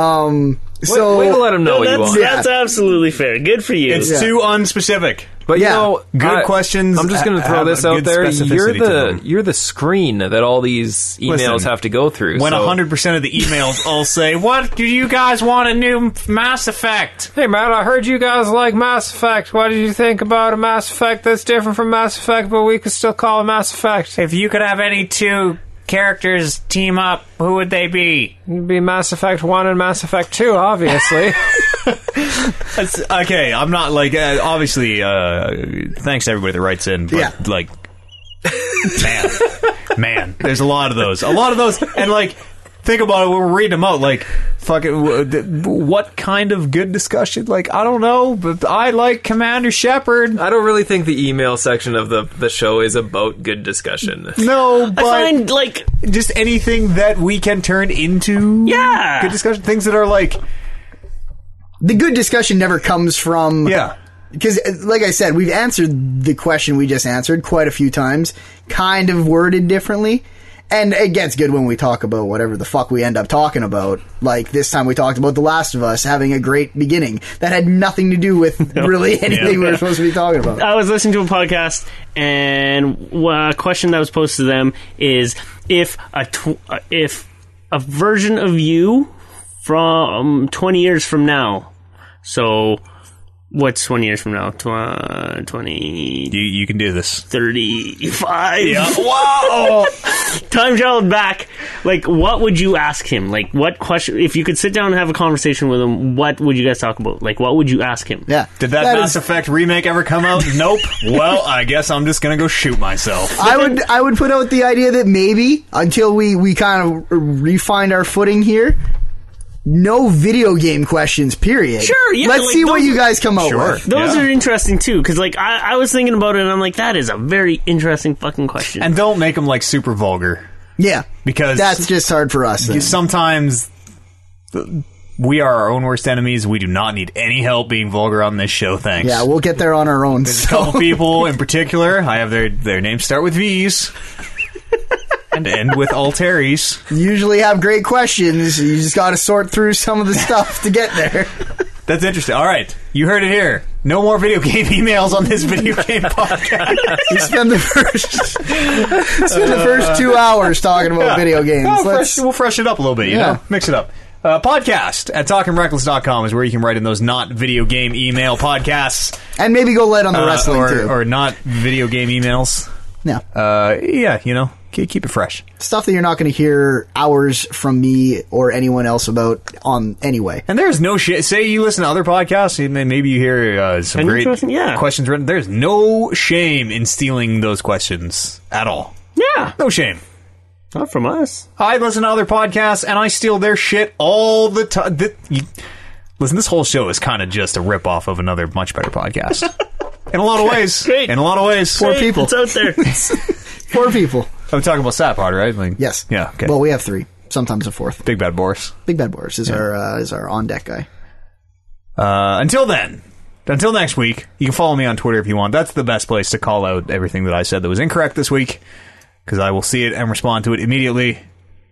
S1: so
S5: Way to let them know what you
S3: that's,
S5: want.
S3: that's absolutely fair. Good for you.
S2: it's
S1: Yeah.
S2: too unspecific.
S5: But
S1: Yeah.
S5: you know,
S2: Good
S5: I-
S2: questions
S5: I'm just going
S2: ha-
S5: to throw
S2: have
S5: this
S2: a
S5: out
S2: good
S5: there. You're
S2: specificity to
S5: the
S2: them.
S5: you're the screen that all these emails
S2: Listen,
S5: have to go through.
S2: When
S5: so-
S2: 100% of the emails all say, "What do you guys want a new Mass Effect?"
S5: Hey Matt, I heard you guys like Mass Effect. What did you think about a Mass Effect that's different from Mass Effect, but we could still call it Mass Effect?
S2: If you could have any two characters team up, who would they be?
S5: It'd be Mass Effect One and Mass Effect Two, obviously.
S2: okay, I'm not like uh, obviously. Uh, thanks to everybody that writes in, but
S1: Yeah.
S2: like, man, man, there's a lot of those, a lot of those, and like, think about it when we're reading them out. Like, fucking, w- th- what kind of good discussion? Like, I don't know, but I like Commander Shepard.
S5: I don't really think the email section of the the show is about good discussion.
S2: No, but
S3: I find like
S2: just anything that we can turn into
S3: Yeah.
S2: good discussion. Things that are like,
S1: the good discussion never comes from
S2: yeah.
S1: because uh, like i said we've answered the question we just answered quite a few times kind of worded differently and it gets good when we talk about whatever the fuck we end up talking about like this time we talked about the last of us having a great beginning that had nothing to do with really anything we were supposed to be talking about
S3: I was listening to a podcast, and a question that was posed to them is if a tw- uh, if a version of you from 20 years from now, so what's 20 years from now? Tw- uh, 20,
S2: You, you can do this.
S3: 35.
S2: Wow!
S3: Time traveled back. Like, what would you ask him? Like, what question? If you could sit down and have a conversation with him, what would you guys talk about? Like, what would you ask him?
S1: Yeah.
S2: Did that, Mass
S1: is-
S2: Effect remake ever come out? Nope. well, I guess I'm just gonna go shoot myself.
S1: I would I would put out the idea that maybe until we we kind of refine our footing here, no video game questions. Period.
S3: Sure, yeah,
S1: Let's
S3: like
S1: see what
S3: those-
S1: you guys come up
S2: Sure.
S1: with.
S3: Those
S2: Yeah.
S3: are interesting too, because like I, I was thinking about it, and I'm like, that is a very interesting fucking question.
S2: And don't make them like super vulgar
S1: Yeah,
S2: because
S1: that's just hard for us. Then.
S2: sometimes th- we are our own worst enemies. We do not need any help being vulgar on this show. Thanks.
S1: Yeah, we'll get there on our own.
S2: There's a couple people in particular. I have their their names start with V's and end with Alteris.
S1: You usually have great questions. You just got to sort through some of the stuff to get there.
S2: That's interesting. All right, you heard it here. No more video game emails on this video game podcast.
S1: You spend the first spend the first two hours talking about video games.
S2: Well,
S1: Let's-
S2: fresh, we'll fresh it up a little bit, you
S1: Yeah.
S2: know? Mix it up. Uh, podcast at talkingreckless.com is where you can write in those not video game email podcasts.
S1: and maybe go light on the
S2: uh,
S1: wrestling
S2: or,
S1: too.
S2: or not video game emails.
S1: no.
S2: Uh, yeah, you know, ke- keep it fresh.
S1: stuff that you're not going to hear hours from me or anyone else about on anyway.
S2: And there's no shit. Say you listen to other podcasts, and then maybe you hear uh, some
S3: An
S2: great
S3: interesting- yeah.
S2: questions written. There's no shame in stealing those questions at all.
S3: yeah,
S2: No shame.
S3: not from us.
S2: I listen to other podcasts and I steal their shit all the time. listen, this whole show is kind of just a ripoff of another much better podcast. In a lot of ways.
S3: Great.
S2: In a lot of ways.
S1: Poor people.
S3: It's out there.
S1: Four people.
S2: I'm talking about Sapod, right? Like,
S1: Yes.
S2: Yeah, okay.
S1: Well, we have three. Sometimes a fourth.
S2: Big Bad Boris.
S1: Big Bad Boris is our uh, is our on deck guy.
S2: Uh, until then, until next week, you can follow me on Twitter if you want. That's the best place to call out everything that I said that was incorrect this week because I will see it and respond to it immediately.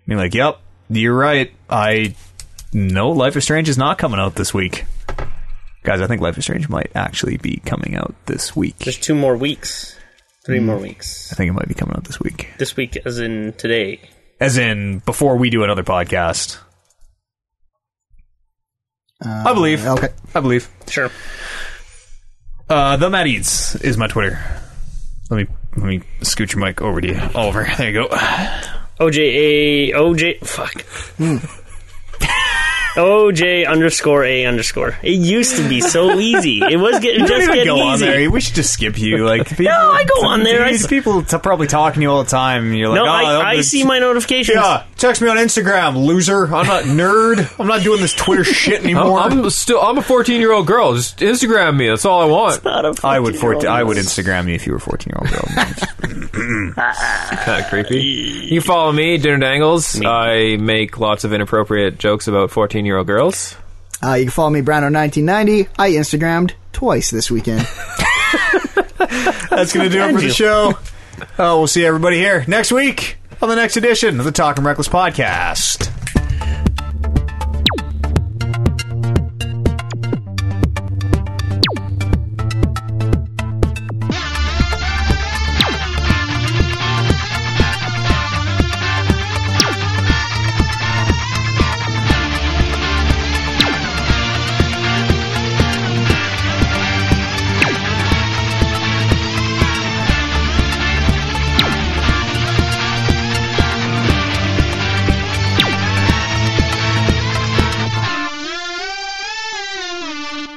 S2: Be like, yep, you're right. I know Life is Strange is not coming out this week. Guys, I think Life is Strange might actually be coming out this week. I
S3: There's two more weeks, three more weeks.
S2: think it might be coming out this week.
S3: This week, as in today.
S2: As in, before we do another podcast. I believe.
S1: Okay.
S2: I believe.
S3: Sure.
S2: Uh, the Matt Eads is my Twitter. Let me let me scoot your mic over to you, Oliver. There you go.
S3: OJ A OJ fuck.
S2: Hmm.
S3: OJ underscore A underscore. It used to be so easy. It was getting
S2: Don't
S3: just
S2: even
S3: getting
S2: go on
S3: easy.
S2: there. We should just skip you. Like, people,
S3: No, I go on there. I
S2: These
S3: s-
S2: people t- probably talking to you all the time. and You're like,
S3: No,
S2: oh, that
S3: I, I
S2: was-
S3: see my notifications.
S2: Yeah, text me on Instagram, loser. I'm not nerd. I'm not doing this Twitter shit
S3: Oh,
S5: I'm,
S2: anymore.
S5: I'm still. I'm a 14 year old girl. Just Instagram me. That's all I want.
S3: Not a
S2: I would
S3: 14-year-old.
S2: 14, I would Instagram you if you were a 14 year old girl.
S5: kind of creepy. You can follow me, Dinner Dangles. I make lots of inappropriate jokes about 14 year old girls.
S1: Uh, you can follow me Browno1990. I Instagrammed twice this weekend.
S2: That's going to do it for the show. Uh, we'll see everybody here next week on the next edition of the Talking Reckless podcast.